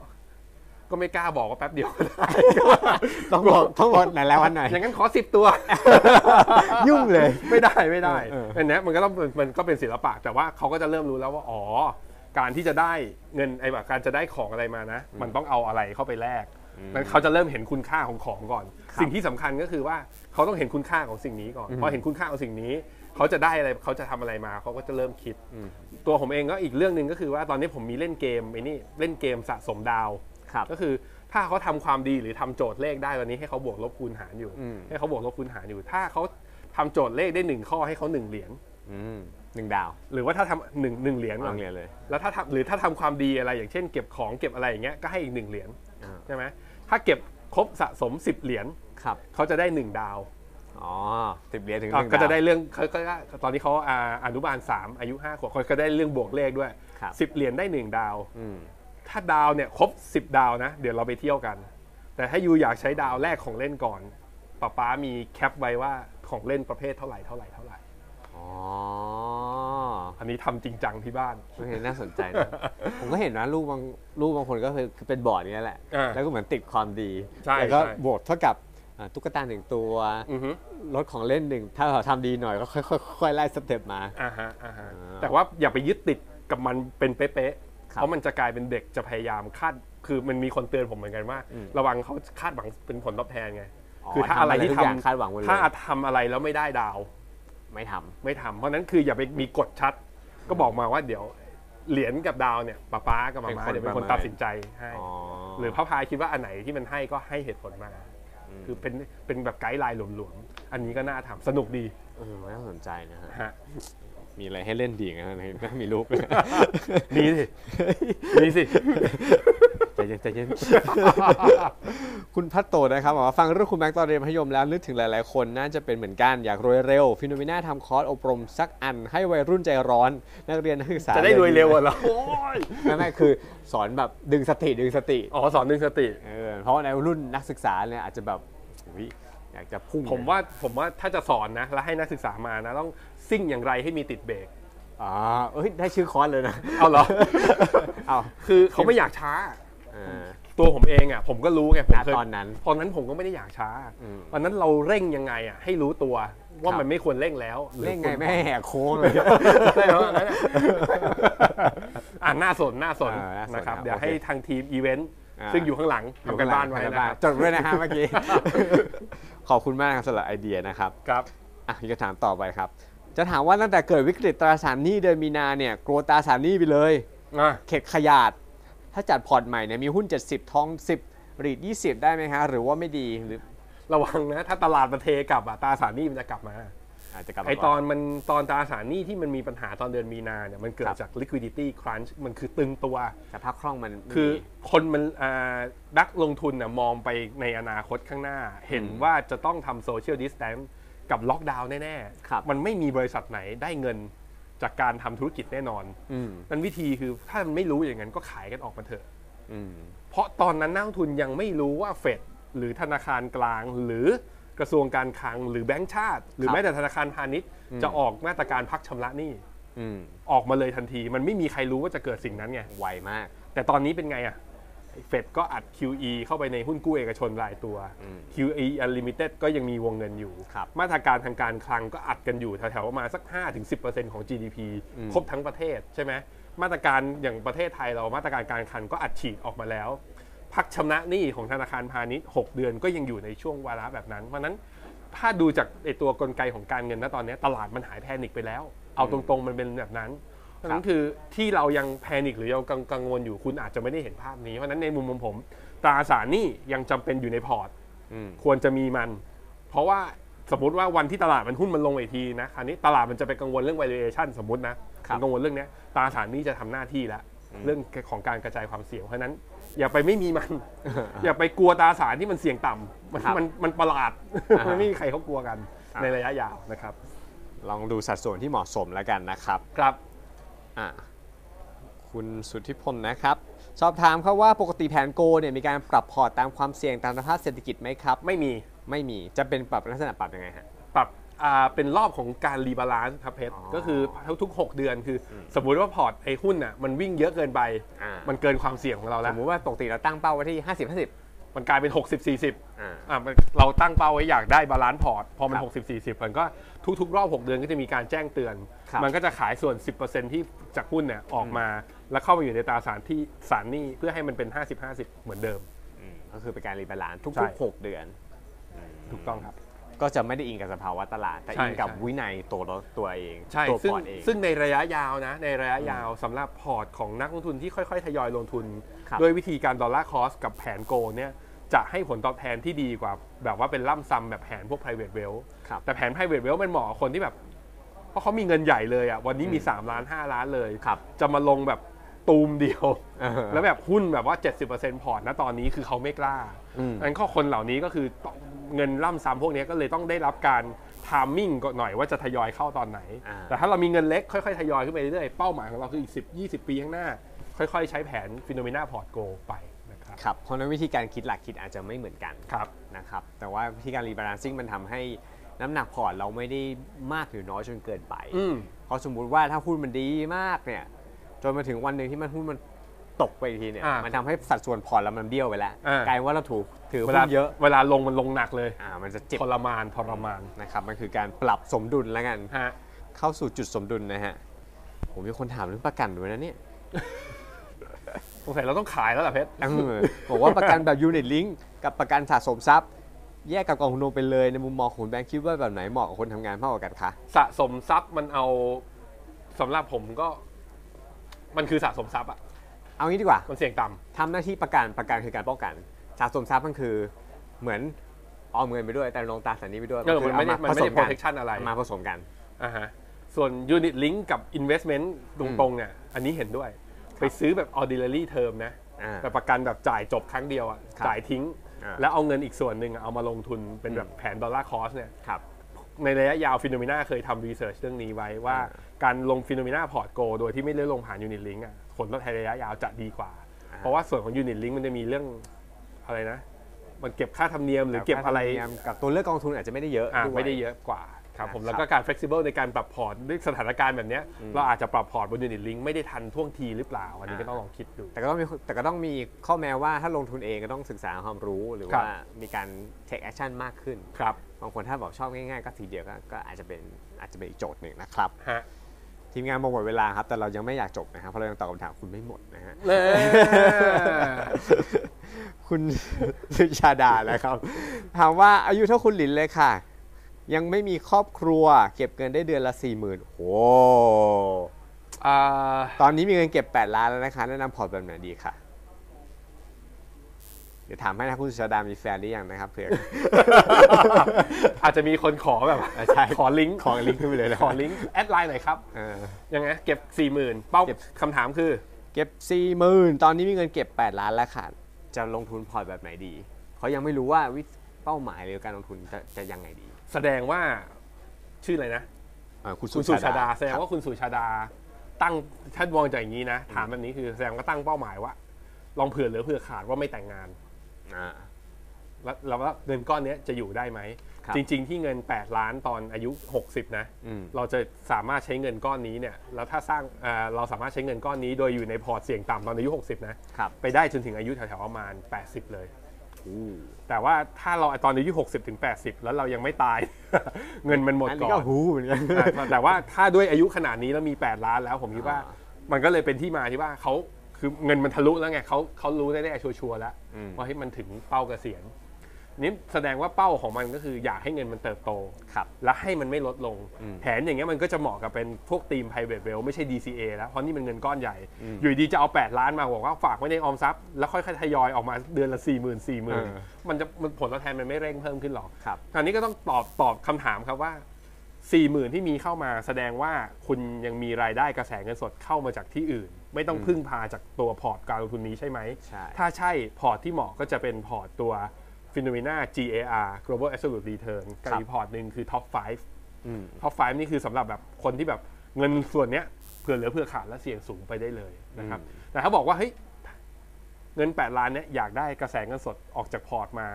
ก็ไม่กล้าบอกว่าแป๊บเดียวก็ได้ ต้องบอกต้องบอกไหนแล้ววันไหน อย่างนั้นขอสิบตัว ยุ่งเลย ไม่ได้ไม่ได้ เออเอออั อันเนี้ยมันก็ต้องเป็นมันก็เป็นศิลปะ แต่ว่าเขาก็จะเริ่มรู้แล้วว่าอ๋อ การที่จะได้เงินไอ้แบบการจะได้ของอะไรมานะ มันต้องเอาอะไรเข้าไปแลกมันเขาจะเริ่มเห็นคุณค่าของของก่อน สิ่งที่สำคัญก็คือว่าเขาต้องเห็นคุณค่าของสิ่งนี้ก่อนพอเห็นคุณค่าของสิ่งนี้ เขาจะได้อะไรเขาจะทำอะไรมาเขาก็จะเริ่มคิด ตัวผมเองก็อีกเรื่องหนึ่งก็คือว่าตอนนี้ผมมีเล่นเกมไอ้นี่เล่นเกมสะสมดาว ครับ ก็คือถ้าเขาทำความดีหรือทำโจทย์เลขได้วันนี้ให้เขาบวกลบคูณหารอยู่ อืม ให้เขาบวกลบคูณหารอยู่ ถ้าเขาทำโจทย์เลขได้หนึ่งข้อให้เขาหนึ่งเหรียญ อืมหนึ่งดาว หรือว่าถ้าทำหนึ่งหนึ่งเหรียญก่ ล อ อน งเรียนเลย แล้วถ้าทำหรือถ้าทำความดีอะไรอย่างเช่นเก็บของเก็บอะไรอย่างเงี้ยก็ให้อีกหนึ่งเหรียญ อ่า ใช่ไหมถ้าเก็บครบสะสม 10 เหรียญ ครับ เขาจะได้ 1 ดาว อ๋อสิบเหรียญถึงห อ่ะ นึ่ก็จะงาว ได้เรื่องเขาก็ได้ตอนนี้เขาอ่าอนุบาล 3 อายุ5ขวบเขาก็ได้เรื่องบวกเลขด้วย ครับ 10 เหรียญได้ 1 ดาว อืม ถ้าดาวเนี่ยครบ 10 ดาวนะ เดี๋ยวเราไปเที่ยวกัน แต่ถ้ายูอยากใช้ดาวแรกของเล่นก่อนป๊าป๊ามีแคปไว้ว่าของเล่นประเภทเท่าไหร่เท่าไหร่เท่าไหร่ อ๋อ อันนี้ทำจริงจังที่บ้าน โอเคน่าสนใจนะ ผมก็เห็นนะลูกบางลูกบางคนก็คือคือเป็นบอร์ดนี้ยแหละ อ่า แล้วก็เหมือนติดความดี ใช่ แล้วก็ ใช่ บวกเท่ากับอ่าตุ๊กตาหนึ่งตัว อือฮึ รถของเล่นหนึ่งถ้าเราทำดีหน่อยก็ค่อยๆค่อยๆไล่สเต็ปมา อ่าฮะอ่าฮะ อ่า แต่ว่าอย่าไปยึดติดกับมันเป็นเป๊ะๆ ครับ เพราะมันจะกลายเป็นเด็กจะพยายามคาดคือมันมีคนเตือนผมเหมือนกันว่า อืม ระวังเขาคาดหวังเป็นผลตอบแทนไง คือถ้าอะไรที่ ทุกย่าง ทำ คาดหวังไว้เลย ถ้าทำอะไรแล้วไม่ได้ดาว ไม่ท ไม่ทำเพราะฉะนั้นคืออย่าไปมีกฎชัด ก็บอกมาว่าเดี๋ยวเหรียญกับดาวเนี่ยป้าป๊ากับมาม่าเดี๋ยวเป็นคนตัดสินใจให้ ำอ๋อ หรือพระพายคิดว่าอันไหนที่มันให้ก็ให้เหตุผลมา อืม คือเป็นเป็นแบบไกด์ไลน์หลวมๆ อันนี้ก็น่าทำสนุกดี เออน่าสนใจนะฮะ ฮะ มีอะไรให้เล่นดีกันนะ มีลูกเลย มี สิ มีสิ ใจเย็นใจเย็น คุณพัตโตนะครับบอกว่าฟังเรื่องคุณแม็กซ์ตอนเรียนมัธยมแล้วนึกถึงหลาย ๆ คนน่าจะเป็นเหมือนกันอยากรวยเร็วฟิโนเมนาทำคอร์สอบรมสักอันให้วัยรุ่นใจร้อน นักเรียนนักศึกษา จะได้รวยเร็ว อะเหรอ ไม่ไม่คือสอนแบบดึงสติดึงสติ อ๋อสอนดึงสติ เออเพราะว่าในรุ่นนักศึกษาเนี่ยอาจจะแบบอุ๊ยอยากจะพุ่ง ผมว่าผมว่าถ้าจะสอนนะ แล้วให้นักศึกษามานะ ต้องซิ่งอย่างไรให้มีติดเบรก อ๋อเอ้ยได้ชื่อคอร์ส เลยนะ เอาเหรอ เอา คือเขาไม่อยากช้า เออ ตัวผมเองอ่ะผมก็รู้ไงผมเคย ณตอนนั้น ตอนนั้นผมก็ไม่ได้อยากช้า อืม ตอนนั้นเราเร่งยังไงอ่ะให้รู้ตัวว่า ครับ มันไม่ควรเร่งแล้วหรือ เล่นไงไม่ให้แหกโค้งเลย ได้แล้วอันนั้นอะอ่ะน่าสนน่าสน เออน่าสน นะครับ ครับ เดี๋ยวให้ โอเค ทางทีมอีเวนต์ อ่า ซึ่งอยู่ข้างหลัง อยู่ ทำกั กัน น บ้า บ้าน น ไว้ ไว้ นะ นะครับ ครับ จดไว้นะฮะเมื่อกี้ ขอบคุณมากนะครับสำหรับไอเดียนะครับ ครับ อ่ะมีคำถามต่อไปครับ จะถามว่าตั้งแต่เกิดวิกฤตตราสารหนี้เดือนมีนาเนี่ยกลัวตราสารหนี้ไปเลย อ่ะ เข็ดขยาด ถ้าจัดพอร์ตใหม่เนี่ยมีหุ้น 70 ทอง 10รีด20 ได้ไหมฮะ หรือว่าไม่ดีหรือ ระวังนะ ถ้าตลาดมันเทกลับอ่ะตราสารหนี้มันจะกลับมา อาจจะกลับมา ไอต ก่ อ อน นมันตอนตราสารหนี้ที่มันมีปัญหาตอนเดือนมีนาเนี่ยมันเกิ ครั ด บ จาก liquidity crunch มันคือตึงตัว สภาพคล่องมันไม่ คือ มี คนมันอ่านักลงทุนน่ะมองไปในอนาคตข้างหน้า เห็นว่าจะต้องทำโซเชียลดิสแตนซ์กับล็อกดาวน์แน่ ครับ ๆ มันไม่มีบริษัทไหนได้เงินจากการทำธุรกิจแน่นอน ม มันวิธีคือถ้ามันไม่รู้อย่างนั้นก็ขายกันออกมาเถอะ อืม เพราะตอนนั้นนักลงทุนยังไม่รู้ว่าเฟดหรือธนาคารกลาง หรือกระทรวงการคลังหรือแบงก์ชาติ หรือแม้แต่ธนาคารพาณิชย์ จะออกมาตรการพักชำระหนี้ อืม ออกมาเลยทันที มันไม่มีใครรู้ว่าจะเกิดสิ่งนั้นไง ไวมาก แต่ตอนนี้เป็นไงอะเฟดก็อัด QE เข้าไปในหุ้นกู้เอกชนรายตัว QE Unlimited ก็ยังมีวงเงินอยู่ ครับ มาตรการทางการคลังก็อัดกันอยู่แถวๆประมาณสัก 5-10%ของ GDP ครบทั้งประเทศใช่ไหมมาตรการอย่างประเทศไทยเรามาตรการการคลังก็อัดฉีดออกมาแล้ว พักชำระหนี้ของธนาคารพาณิชย์ 6 เดือนก็ยังอยู่ในช่วงวาระแบบนั้น เพราะฉะนั้นถ้าดูจากไอตัวกลไกของการเงินนะตอนนี้ตลาดมันหายแพนิคไปแล้ว เอาตรงๆมันเป็นแบบนั้น เพราะฉะนั้นคือที่เรายังแพนิคหรือยังกังวลอยู่คุณอาจจะไม่ได้เห็นภาพนี้ เพราะฉะนั้นในมุมของผม ตราสารหนี้ยังจำเป็นอยู่ในพอร์ต อืม ควรจะมีมัน เพราะว่าสมมติว่าวันที่ตลาดมันหุ้นมันลงอีกทีนะคราวนี้ตลาดมันจะไปกังวลเรื่อง valuation สมมตินะมันกังวลเรื่องเนี้ยตราสารหนี้จะทำหน้าที่แล้วเรื่องของการกระจายความเสี่ยงเพราะฉะนั้น อย่าไปไม่มีมัน อย่าไปกลัวตราสารที่มันเสี่ยงต่ำมัน ครับ มันมันประหลาด อ่ามั มันไม่มีใครเขากลัวกันในระยะยาวนะครับ ลองดูสัดส่วนที่เหมาะสมแล้วกันนะครับ ครับ อ่ะคุณสุทธิพลนะครับ สอบถามครับว่าปกติแผนโกเนี่ยมีการปรับพอร์ตตามความเสี่ยงตามสภาพเศรษฐกิจไหมครับ ไม่มี ไม่มีจะเป็นปรับลักษณะปรับยังไงฮะ ปรับอ่าเป็นรอบของการรีบาลานซ์ครับเพชร อ๋อ ก็คือทุกๆ6เดือนคืออสมมุติว่าพอร์ตไอ้หุ้นน่ะมันวิ่งเยอะเกินไป อ่ามั มันเกินความเสี่ยงของเรา ส แล้ว มมุติว่าปกติเราตั้งเป้าไว้ที่ 50 50 มันกลายเป็น 60 40 อ่า อ่ะมันเราตั้งเป้าไว้อยากได้บาลานซ์พอร์ต พอมัน ครับ 60 40 มันก็ทุกๆ รอบ 6 เดือนก็จะมีการแจ้งเตือน ครับ มันก็จะขายส่วน 10%ที่จากหุ้นเนี่ยออกมา แล้วเข้ามาอยู่ในตราสารที่สารหนี้เพื่อให้มันเป็น 50 50 เหมือนเดิม อืมก็คือเป็นการรีบาลานซ์ทุ ใช่ กๆ 6 เดือน ถูกต้องครับ ก็จะไม่ได้อิงกับสภาวะตลาด แต่ ใช่ อิงกับ ใช่ วินัยตัวเราตัวเอง ใช่ ตัว ซึ่ พ ง อร์ตเอง ซึ่งในระยะยาวนะ ในระยะยาวสำหรับพอร์ตของนักลงทุนที่ค่อยๆ ทยอยลงทุน ครับ ด้วยวิธีการดอลลาร์คอสกับแผนโกลเนี่ยจะให้ผลตอบแทนที่ดีกว่า แบบว่าเป็นล่ำซ้ำแบบแผนพวก private wealth ครับ แต่แผน private wealth มันเหมาะกับคนที่แบบ เพราะเขามีเงินใหญ่เลยอ่ะวันนี้มี 3 ล้าน 5 ล้านเลย ครับ จะมาลงแบบตูมเดียว เออ แล้วแบบหุ้นแบบว่า 70%พอร์ตนะตอนนี้คือเขาไม่กล้า อืม งั้นข้อคนเหล่านี้ก็คือต้องเงินล่ำซ้ำพวกนี้ก็เลยต้องได้รับการทามมิ่งก่อนหน่อยว่าจะทยอยเข้าตอนไหน อ่า แต่ถ้าเรามีเงินเล็กค่อยๆ ทยอยขึ้นไปเรื่อยๆ เป้าหมายของเราคืออีก 10 20 ปีข้างหน้า ค่อยๆ ใช้แผนฟิโนเมนาพอร์ตโกไปนะครับ ครับ เพราะฉะนั้นวิธีการคิดหลักคิดอาจจะไม่เหมือนกัน ครับ นะครับ แต่ว่าวิธีการรีบาลานซิ่งมันทำให้น้ำหนักพอร์ตเราไม่ได้มากหรือน้อยจนเกินไป อืม เพราะสมมุติว่าถ้าหุ้นมันดีมากเนี่ย จนมาถึงวันหนึ่งที่มันหุ้นมันตกไปอีกทีเนี่ย อ่ามั มันทำให้สัดส่วนพอร์ตเรามันเบี้ยวไปแล้ว อ่าก กลายว่าเราถูกถือ เว หุ้ ลาน เยอะ เวลาลงมันลงหนักเลย อ่ามันจะเจ็บ ทรมานทรมาน นะครับ มันคือการปรับสมดุลแล้วกัน ฮะ เข้าสู่จุดสมดุลนะฮะ ผมมีคนถามเรื่องประกันด้วยนะเนี่ย สงสัยเราต้องขายแล้วล่ะเพชร เออบอกว่าประกันแบบยูนิตลิงกับประกันสะสมทรัพย์ แยกกับกองทุนรวมไปเลยในมุมมองของคุณแบงค์คิดว่าแบบไหนเหมาะกับคนทำงานมากกว่ากันคะ สะสมทรัพย์มันเอาสำหรับผมก็ มันคือสะสมทรัพย์อะ เอางี้ดีกว่า มันเสี่ยงต่ำ ทำหน้าที่ประกันประกันคือการป้องกันสะสมทรัพย์มันคือเหมือนออมเงินไปด้วยแต่ลงตราสารหนี้ไปด้วย เออมันไม่ได้ คื มัน เอาา ไม่ได้ ผส protection อะไร กันมาผสมกัน อ่าฮะส่วน unit link กับ investment ตรงๆเนี่ยอันนี้เห็นด้วย ไปซื้อแบบ ordinary term นะ อ่า แต่ประกันแบบจ่ายจบครั้งเดียวอะ ครับ จ่ายทิ้ง อ่า แล้วเอาเงินอีกส่วนหนึ่งอะเอามาลงทุนเป็นแบบแผนดอลลาร์คอสเนี่ย ครับ ในระยะยาวฟิโนเมนาเคยทำรีเสิร์ชเรื่องนี้ไว้ว่า การลงฟิโนเมนาพอร์ตโกโดยที่ไม่ได้ลงผ่านยูนิตลิงก์ผลตอบแทนระยะยาวจะดีกว่า อ่า เพราะว่าส่วนของยูนิตลิงก์มันจะมีเรื่องอะไรนะ มันเก็บค่าธรรมเนียมหรือเก็บอะไร าธมเนียมกับตัวเลือกกองทุนอาจจะไม่ได้เยอะ อ่ะ ด้วย ไม่ได้เยอะกว่าครับผม นะครับ แล้วก็การ flexible ในการปรับพอร์ตด้วยสถานการณ์แบบเนี้ยเราอาจจะปรับพอร์ตบนยูนิตลิงก์ไม่ได้ทันท่วงทีหรือเปล่า อันนี้ก็ต้องลองคิดดู แต่ก็ต้องมีแต่ก็ต้องมีข้อแม้ว่าถ้าลงทุนเองก็ต้องศึกษาความรู้หรือ ครั ว่า บ มีการ take action มากขึ้น ครับ บางคนถ้าบอกชอบง่ายๆ ก็ทีเดียวก็ก็อาจจะเป็นอาจจะเป็นอีกโจทย์หนึ่งนะครับ ฮะ ทีมงานบอกหมดเวลาครับแต่เรายังไม่อยากจบนะครับเพราะเรายังตอบคำถามคุณไม่หมดนะฮะ เน่ คุณ สุชาดานะครับ ถามว่าอายุเท่าคุณหลินเลยค่ะ ยังไม่มีครอบครัว เก็บเงินได้เดือนละ 4 0,000โอ้ อ่า ตอนนี้มีเงินเก็บ 8 ล้านแล้วนะคะ แนะนำพอร์ตแบบไหนดีค่ะ เดี๋ยวถามให้นะคุณสุชาดามีแฟนหรือยังนะครับเผื่อ อาจจะมีคนขอแบบ อ่ะใช่ ขอลิงก์ ขอลิงก์ขึ้นไปเลยนะ ขอลิงก์แอดไลน์หน่อยครับ เออ ยังไงเก็บ4ี่หมื่นเป้า เก็บ คำถามคือ เก็บ 4 0,000 ตอนนี้มีเงินเก็บ 8 ล้านแล้วค่ะ จะลงทุนพอร์ตแบบไหนดี เขายังไม่รู้ว่าวิธีเป้าหมายหรือการลงทุนจะจะยังไงดี แสดงว่าชื่ออะไรนะ เอ่อคุณ คุณสุชาดา แสด ค ง รับ ว่าคุณสุชาดา ตั้งถ้ามองจากอย่างนี้นะ ถามแบบนี้คือแสดงว่าตั้งเป้าหมายว่า ลองเผื่อเหลือเผื่อขาดว่าไม่แต่งงาน อ่า แล้วแล้วว่าเงินก้อนเนี้ยจะอยู่ได้ไหม ครับ จริง ๆ ที่เงิน 8 ล้านตอนอายุ 60 นะ อืม เราจะสามารถใช้เงินก้อนนี้เนี่ยแล้วถ้าสร้างเอ่อเราสามารถใช้เงินก้อนนี้โดยอยู่ในพอร์ตเสี่ยงต่ำตอนอายุ 60 นะ ครับ ไปได้จนถึงอายุแถวๆประมาณ 80 เลย อู้ แต่ว่าถ้าเราตอนอายุ 60 ถึง 80 แล้วเรายังไม่ตาย เงินมันหมด อัน ก่ นี้ อ ก็ น หูเหมือนกัน แต่แต่ว่าถ้าด้วยอายุขนาดนี้แล้วมี 8 ล้านแล้วผมคิดว่า อ่า มันก็เลยเป็นที่มาที่ว่าเขาคือเงินมันทะลุแล้วไงเขาเขารู้ได้แน่ๆชัวร์ๆแล้ว อืม ว่าให้ยมันถึงเป้าเกษียณนี่แสดงว่าเป้าของมันก็คืออยากให้เงินมันเติบโต ครับ และให้มันไม่ลดลง แผนอย่างเงี้ยมันก็จะเหมาะกับเป็นพวกทีม private wealth ไม่ใช่ DCA แล้วเพราะนี่มันเงินก้อนใหญ่ อยู่ดีจะเอา 8 ล้านมาบอกว่าฝากไว้ในออมทรัพย์ แล้วค่อยๆทยอยออกมาเดือนละ 4 0 0 0 0 4 0 0 0 อ 0มันจะมันผลตอบแทนมันไม่เร่งเพิ่มขึ้นหรอก ครับ คราวนี้ก็ต้องตอบตอบคำถามครับว่า 4 0,000 ที่มีเข้ามาแสดงว่าคุณยังมีรายได้กระแสเงินสดเข้ามาจากที่อื่น ไม่ต้องพึ่งพาจากตัวพอร์ตการลงทุนนี้ใช่ไหม ใช่ ถ้าใช่พอร์ตที่เหมาะก็จะเป็นพอร์ตตัว p h e n o m e n a GAR Global Absolute Return กับอีกพอร์ตหนึ่งคือ Top อืม 5 Top 5 นี่คือสำหรับแบบคนที่แบบเงินส่วนเนี้ยเผื่อเหลือเผื่อขาดและเสี่ยงสูงไปได้เลยนะครับ แต่ถ้าบอกว่าเฮ้ย เงิน 8 ล้านเนี่ยอยากได้กระแสเงินสดออกจากพอร์ตมา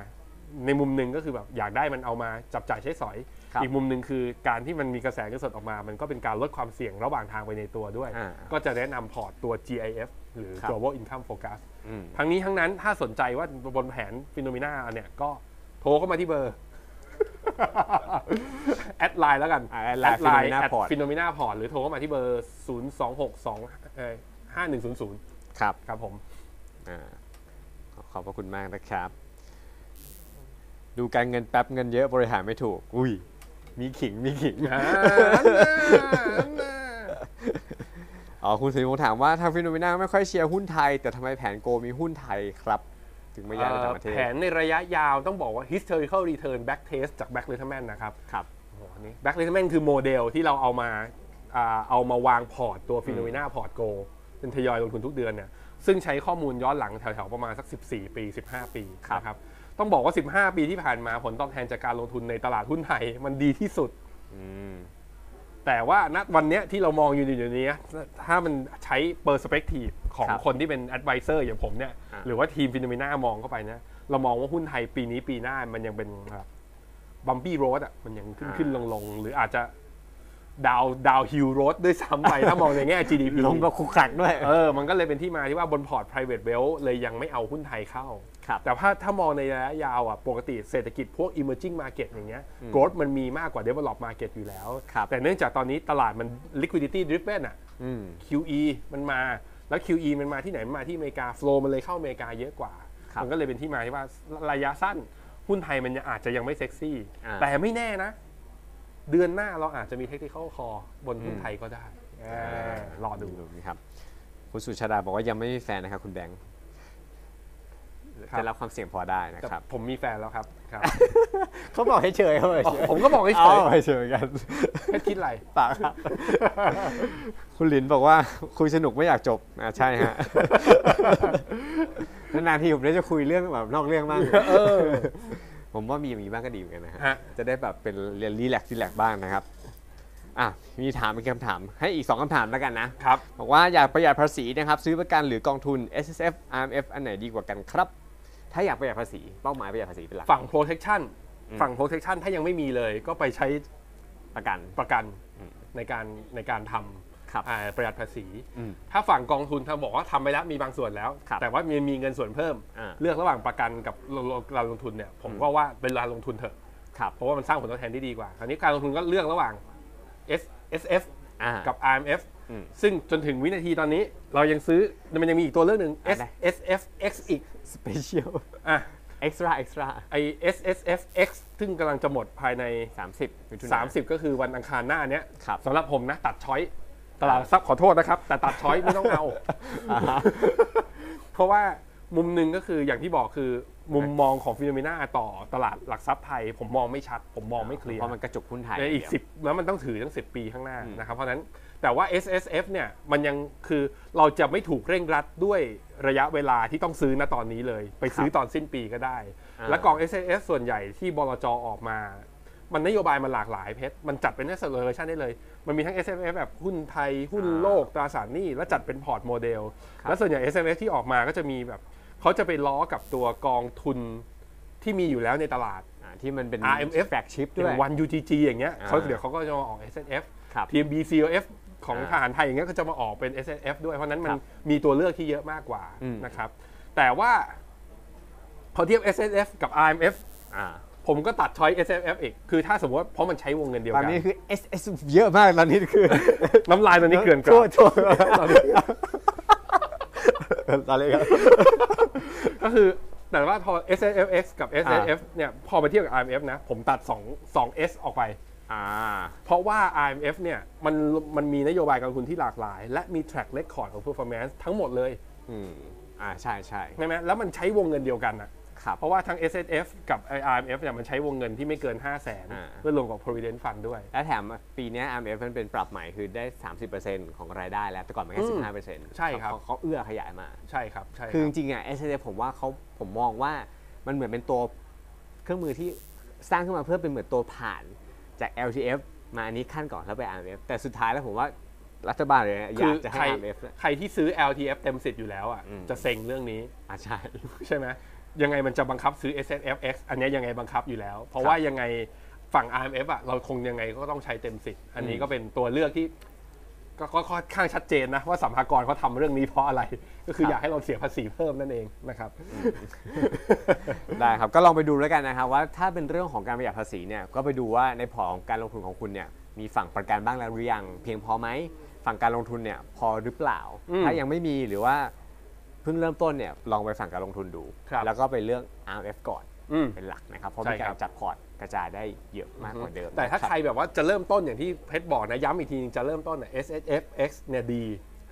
ในมุมหนึ่งก็คือแบบอยากได้มันเอามาจับจ่ายใช้สอย ครับ อีกมุมหนึ่งคือการที่มันมีกระแสเงินสดออกมา มันก็เป็นการลดความเสี่ยงระหว่างทางไปในตัวด้วย อ่า ก็จะแนะนำพอร์ตตัว GIF หรือ ครับ Global Income Focus อืม ทั้งนี้ทั้งนั้นถ้าสนใจว่าบนแผนฟิโนเมนาเนี่ยก็โทรเข้ามาที่เบอร์ แอดไลน์แล้วกัน อ่าแอดไลน์ Phenomena Port ฟิโนเมนาพอร์ตหรือโทรเข้ามาที่เบอร์ 0 2 6 2เอ่อ5100 ครับ ครับผม อ่าขอบขอบพระคุณมากนะครับ ดูการเงินแป๊บเงินเยอะบริหารไม่ถูก อุ้ย มีขิงมีขิง อ่าอันน่ะ อ๋อคุณสิริพงษ์ถามว่าทางฟิโนเมนาไม่ค่อยเชียร์หุ้นไทย แต่ทำไมแผนโกมีหุ้นไทยครับ ถึงไม่ย้ายไปต่างประเทศ แผนในระยะยาวต้องบอกว่า historical return back test จาก back r e t e r m a n นะครับ ครับ แบ็กเล t เมนคือโมเดลที่เราเอามาอ่าเอามาวางพอร์ตตัวฟิโนเมนาพอร์ตโกเป็นทยอยลงทุนทุกเดือนเนี่ยซึ่งใช้ข้อมูลย้อนหลังแถวๆ ประมาณสัก 14 ปี 15 ปี ครับ นะครับต้องบอกว่า 15 ปีที่ผ่านมาผลตอบแทนจากการลงทุนในตลาดหุ้นไทยมันดีที่สุด อืม แต่ว่าณวันเนี้ยที่เรามองอยู่อยู่เนี้ยถ้ามันใช้เปอร์สเปกทีฟของ ครับ คนที่เป็นแอดไวเซอร์อย่างผมเนี่ย อ่า หรือว่าทีมฟิโนเมนามองเข้าไปนะเรามองว่าหุ้นไทยปีนี้ปีหน้ามันยังเป็นบัมปี้โรดอ่ะมันยังขึ้นขึ้นลงลงๆ หรืออาจจะดาวดาวฮิลโรดด้วยซ้ำไป ถ้ามองในแง่ GDP ลงมาคุกขักด้วย เออมันก็เลยเป็นที่มาที่ว่าบนพอร์ต private wealth เลยยังไม่เอาหุ้นไทยเข้า ครับ แต่ถ้าถ้ามองในระยะยาวอ่ะปกติเศรษฐกิจพวก emerging market อย่างเงี้ย growth มันมีมากกว่า develop market อยู่แล้ว ครับ แต่เนื่องจากตอนนี้ตลาดมัน liquidity driven อ่ะ อืม QE มันมาแล้ว QE มันมาที่ไหนมันมาที่อเมริกา flow มันเลยเข้าอเมริกาเยอะกว่า ครับ มันก็เลยเป็นที่มาที่ว่าระยะสั้น หุ้นไทยมันยังอาจจะยังไม่เซ็กซี่ อ่า แต่ไม่แน่นะ เดือนหน้าเราอาจจะมี technical call บนหุ้นไทยก็ได้อ่ารอดู ครับ คุณสุชาดาบอกว่ายังไม่มีแฟนนะครับคุณแบงค์ ครับ จะรับความเสี่ยงพอได้นะ แต่ ครับ ผมมีแฟนแล้วครับครับ เขาบอกให้เฉยเขาบอกให้เฉย ผมก็บอกให้เฉย าให้เฉยกัน ไม่คิดอะไร ปากครับ คุณหลินบอกว่าคุยสนุกไม่อยากจบอ่ะใช่ ฮะ นานๆทีผมได้จะคุยเรื่องแบบนอกเรื่องบ้าง ผมว่ามีอย่างนี้บ้างก็ดีเหมือนกันนะฮะ ฮะ จะได้แบบเป็นเรียนรีแลกซ์รีแลกซ์บ้างนะครับ อ่ะ มีถามเป็นคำถาม ให้อีกสองคำถามแล้วกันนะ ครับ บอกว่าอยากประหยัดภาษีนะครับ ซื้อประกันหรือกองทุน S S F R M F อันไหนดีกว่ากันครับ ถ้าอยากประหยัดภาษีเป้าหมายประหยัดภาษีเป็นหลัก ฝั่ง protection อืม ฝั่ง protection ถ้ายังไม่มีเลยก็ไปใช้ ประกัน ประกัน อืม ในการในการท ครับ ำอ่าประหยัดภาษี อืม ถ้าฝั่งกองทุนถ้าบอกว่าทำไปแล้วมีบางส่วนแล้ว ครับ แต่ว่ามีมีเงินส่วนเพิ่ม อ่า เลือกระหว่างประกันกับลงลงการลงทุนเนี่ยผมก็ว่าเป็นการลงทุนเถอะ ครับ เพราะว่ามันสร้างผลตอบแทนที่ดีกว่า คราวนี้การลงทุนก็เลือกระหว่าง S S F อ่า กับ R M F อืม ซึ่งจนถึงวินาทีตอนนี้เรายังซื้อมันยังมีอีกตัวเลือกหนึ่ง S อะไร S F X อีก special อ่ะ extra extra ไอ S S F X ซึ่งกำลังจะหมดภายใน 30มิถุนายน 30 ก็คือวันอังคารหน้าเนี้ย ครับ สำหรับผมนะตัดช้อยตลาดหลักทรัพย์ขอโทษนะครับ แต่ตัดช้อยไม่ต้องเอา อ่าฮะ เพราะว่ามุมหนึ่งก็คืออย่างที่บอกคือมุมมองของฟิโนเมนาต่อตลาดหลักทรัพย์ไทย ผมมองไม่ชัด ผมมองไม่เคลียร์ เพราะมันกระจุกหุ้นไทย ในอีก เดียว 10 แล้วมันต้องถือทั้ง 10 ปีข้างหน้านะครับเพราะฉะนั้นแต่ว่า S S F เนี่ยมันยังคือเราจะไม่ถูกเร่งรัดด้วยระยะเวลาที่ต้องซื้อณตอนนี้เลย ไปซื้อตอนสิ้นปีก็ได้ อ่า และกอง S S F ส่วนใหญ่ที่บลจออกมา มันนโยบายมันหลากหลายเพชร มันจัดเป็น acceleration ได้เลย มันมีทั้ง S M F แบบหุ้นไทย หุ้นโลกตราสารหนี้ และจัดเป็นพอร์ตโมเดล และส่วนใหญ่ S M F ที่ออกมาก็จะมีแบบ เขาจะไปล้อกับตัวกองทุนที่มีอยู่แล้วในตลาด อ่าที่มันเป็น RMF flagship อ ด้วย ย่างวัน U G G อย่างเงี้ย อ่า เขาเดี๋ยวเขาก็จะมาออก S F ครับ T M B C O F ของทหารไทยอย่างเงี้ยก็จะมาออกเป็น S F ด้วย เพราะฉะนั้นมัน ครับ มีตัวเลือกที่เยอะมากกว่า อืม นะครับ แต่ว่าพอเทียบ S F กับ R M F อ่า ผมก็ตัดช้อย S F อีก คือถ้าสมมติว่าเพราะมันใช้วงเงินเดียว ตอน กัน นี้คือ S S เยอะมากตอนนี้ คือ น้ำลายตอนนี้เกลื่อนก ทั่ ลาว ด ทั่วตอนนี้ครับ ก็คือแต่ว่าพอ S F X กับ S อ่า F เนี่ยพอมาเทียบกับ R M F นะ ผมตัด2 2 S ออกไป อ่า เพราะว่า R M F เนี่ยมันมันมีนโยบายการลงทุนที่หลากหลาย และมี track record ของ performance ทั้งหมดเลย อืมอ่าใช่ใช่ ใช่ไหมแล้วมันใช้วงเงินเดียวกันนะครับ เพราะว่าทั้ง S F กับ R M F เนี่ยมันใช้วงเงินที่ไม่เกิน 5 0 0 0 0น อ่า เพื่อรวมกับ provident fund ด้วย และแถมปีเนี้ย RMF มันเป็นปรับใหม่คือได้ 30%ของรายได้แล้ว แต่ก่อนมันแค่ อืม 15% ใช่ครับ เขาเขาเอื้อขยายมา ใช่ครับใช่ คือจ รับ ริงๆอ่ะ s s f ผมว่าเขาผมมองว่ามันเหมือนเป็นตัวเครื่องมือที่สร้างขึ้นมาเพื่อเป็นเหมือนตัวผ่านจาก LTF มาอันนี้ขั้นก่อนแล้วไป RMF แต่สุดท้ายแล้วผมว่า รัฐบาลเลยนะอ คื ยา อก จะ ใคร ให้ RMF เนี่ย ใครที่ซื้อ LTF เต็มสิทธิ์อยู่แล้วอ่ะ อืม จะเซ็งเรื่องนี้ อ่ะใช่ ใช่ไหมยังไงมันจะบังคับซื้อ S F X อันเนี้ยยังไงบังคับอยู่แล้ว เพราะว่ายังไงฝั่ง R M F อ่ะเราคงยังไงก็ต้องใช้เต็มสิทธิ์อันนี้ก็เป็นตัวเลือกที่ก็ก็ค่อนข้างชัดเจนนะ ว่าสัมภากรเขาทำเรื่องนี้เพราะอะไร ก็คือ ครับ อยากให้เราเสียภาษีเพิ่มนั่นเองนะครับ ได้ครับ ก็ลองไปดูแล้วกันนะครับว่าถ้าเป็นเรื่องของการประหยัดภาษีเนี่ยก็ไปดูว่าในพอร์ตของการลงทุนของคุณเนี่ยมีฝั่งประกันบ้างแล้วหรือยังเพียงพอไหมฝั่งการลงทุนเนี่ยพอหรือเปล่า อืม ถ้ายังไม่มีหรือว่าเพิ่งเริ่มต้นเนี่ยลองไปฝั่งการลงทุนดู ครับ แล้วก็ไปเลือก RF ก่อน อืม เป็นหลักนะครับเพราะ ใช่ มีการคั ร บ จัดพอร์ตกระจายได้เยอะมากกว่าเดิม แต่ถ้า นะ ใครแบบว่าจะเริ่มต้นอย่างที่เพชรบอกนะย้ำอีกทีนึงจะเริ่มต้นเนี่ย S F X เนี่ยดี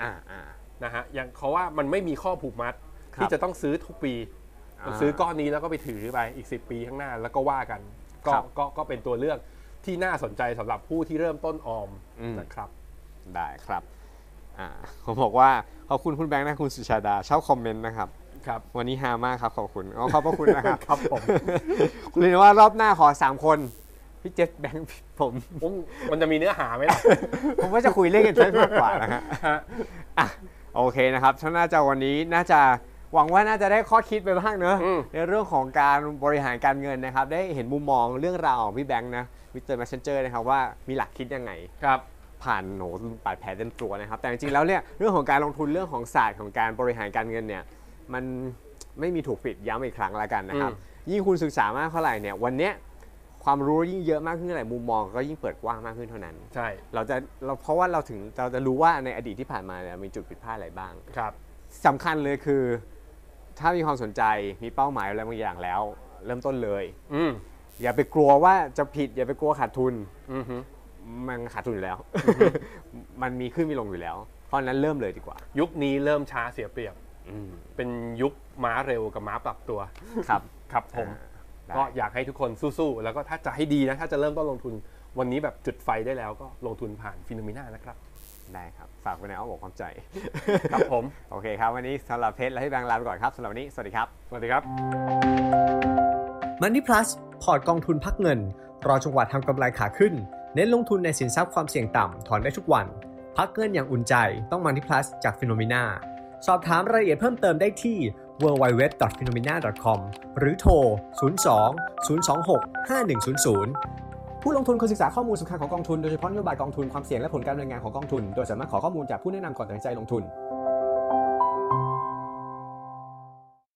อ่าอ่า นะฮะอย่างเขาว่ามันไม่มีข้อผูกมัด ครับ ที่จะต้องซื้อทุกปี อ่า ซื้อก้อนนี้แล้วก็ไปถือไปอีก 10 ปีข้างหน้าแล้วก็ว่ากัน ก็ ครับ ก็ก็เป็นตัวเลือกที่น่าสนใจสำหรับผู้ที่เริ่มต้นออม อืม นะครับ ได้ครับอ่าผมบอกว่าขอบคุณคุณแบงค์นะคุณสุชาดาชอบคอมเมนต์นะครับ ครับ วันนี้ฮามากครับ ขอบคุณอ๋อขอบพระคุณนะครับ ครับผม เรียนว่ารอบหน้าขอสามคน พี่เจษแบงค์พี่ผม ผมมันจะมีเนื้อหาไหมล่ะ ผมว่าจะคุยเล่นกันเยอะมากกว่านะ ฮะอ่ะโอเคนะครับช่างหน้าจะวันนี้น่าจะหวังว่าน่าจะได้ข้อคิดไปบ้างเนอะ อืม ในเรื่องของการบริหารการเงินนะครับ ได้เห็นมุมมองเรื่องราวของพี่แบงค์นะวิเตอร์แมชเชนเจอร์นะครับว่ามีหลักคิดยังไง ครับ ผ่านโหนบาดแผลเต็มตัวนะครับ แต่จริงๆแล้วเนี่ยเรื่องของการลงทุนเรื่องของศาสตร์ของการบริหารการเงินเนี่ยมันไม่มีถูกปิดย้ำอีกครั้งละกันนะครับ อื ยิ่งคุณศึกษามากเท่าไหร่เนี่ยวันเนี้ยความรู้ยิ่งเยอะมากขึ้นเท่าไหร่มุมมองก็ยิ่งเปิดกว้างมากขึ้นเท่านั้น ใช่ เราจะเราเพราะว่าเราถึงเราจะรู้ว่าในอดีตที่ผ่านมาเนี่ยมีจุดผิดพลาดอะไรบ้าง ครับ สำคัญเลยคือ ถ้ามีความสนใจมีเป้าหมายอะไรบางอย่างแล้ว เริ่มต้นเลย อืม อย่าไปกลัวว่าจะผิด อย่าไปกลัวขาดทุน อือฮึ มันขาดทุนอยู่แล้ว มันมีขึ้นมีลงอยู่แล้ว เพราะฉะนั้นเริ่มเลยดีกว่า ยุคนี้เริ่มช้าเสียเปรียบ เป็นยุคม้าเร็วกับม้าปรับตัว ครับ ครับผม ได้ ก็อยากให้ทุกคนสู้ๆ แล้วก็ถ้าจะให้ดีนะ ถ้าจะเริ่มต้นลงทุนวันนี้แบบจุดไฟได้แล้วก็ลงทุนผ่านฟิโนมิน่านะครับ ได้ครับ ฝากไว้ในอ้อมอกความใจ ครับผม โอเคครับ วันนี้สำหรับเพชรและพี่แบงค์ลาไปก่อนครับสำหรับวันนี้ สวัสดีครับ สวัสดีครับ Money Plus พอร์ตกองทุนพักเงิน รอจังหวะทำกำไรขาขึ้น เน้นลงทุนในสินทรัพย์ความเสี่ยงต่ำ ถอนได้ทุกวัน พักเงินอย่างอุ่นใจต้อง Money Plus จาก p h e n o m e n a สอบถามรายละเอียดเพิ่มเติมได้ที่ www.phenomena.com หรือโทร 02 026 5100 ผู้ลงทุนควรศึกษาข้อมูลสำคัญของกองทุน โดยเฉพาะนโยบายกองทุนความเสี่ยงและผลการดำเนินงานของกองทุน โดยสามารถขอข้อมูลจากผู้แนะนำก่อนตัดสินใจลงทุน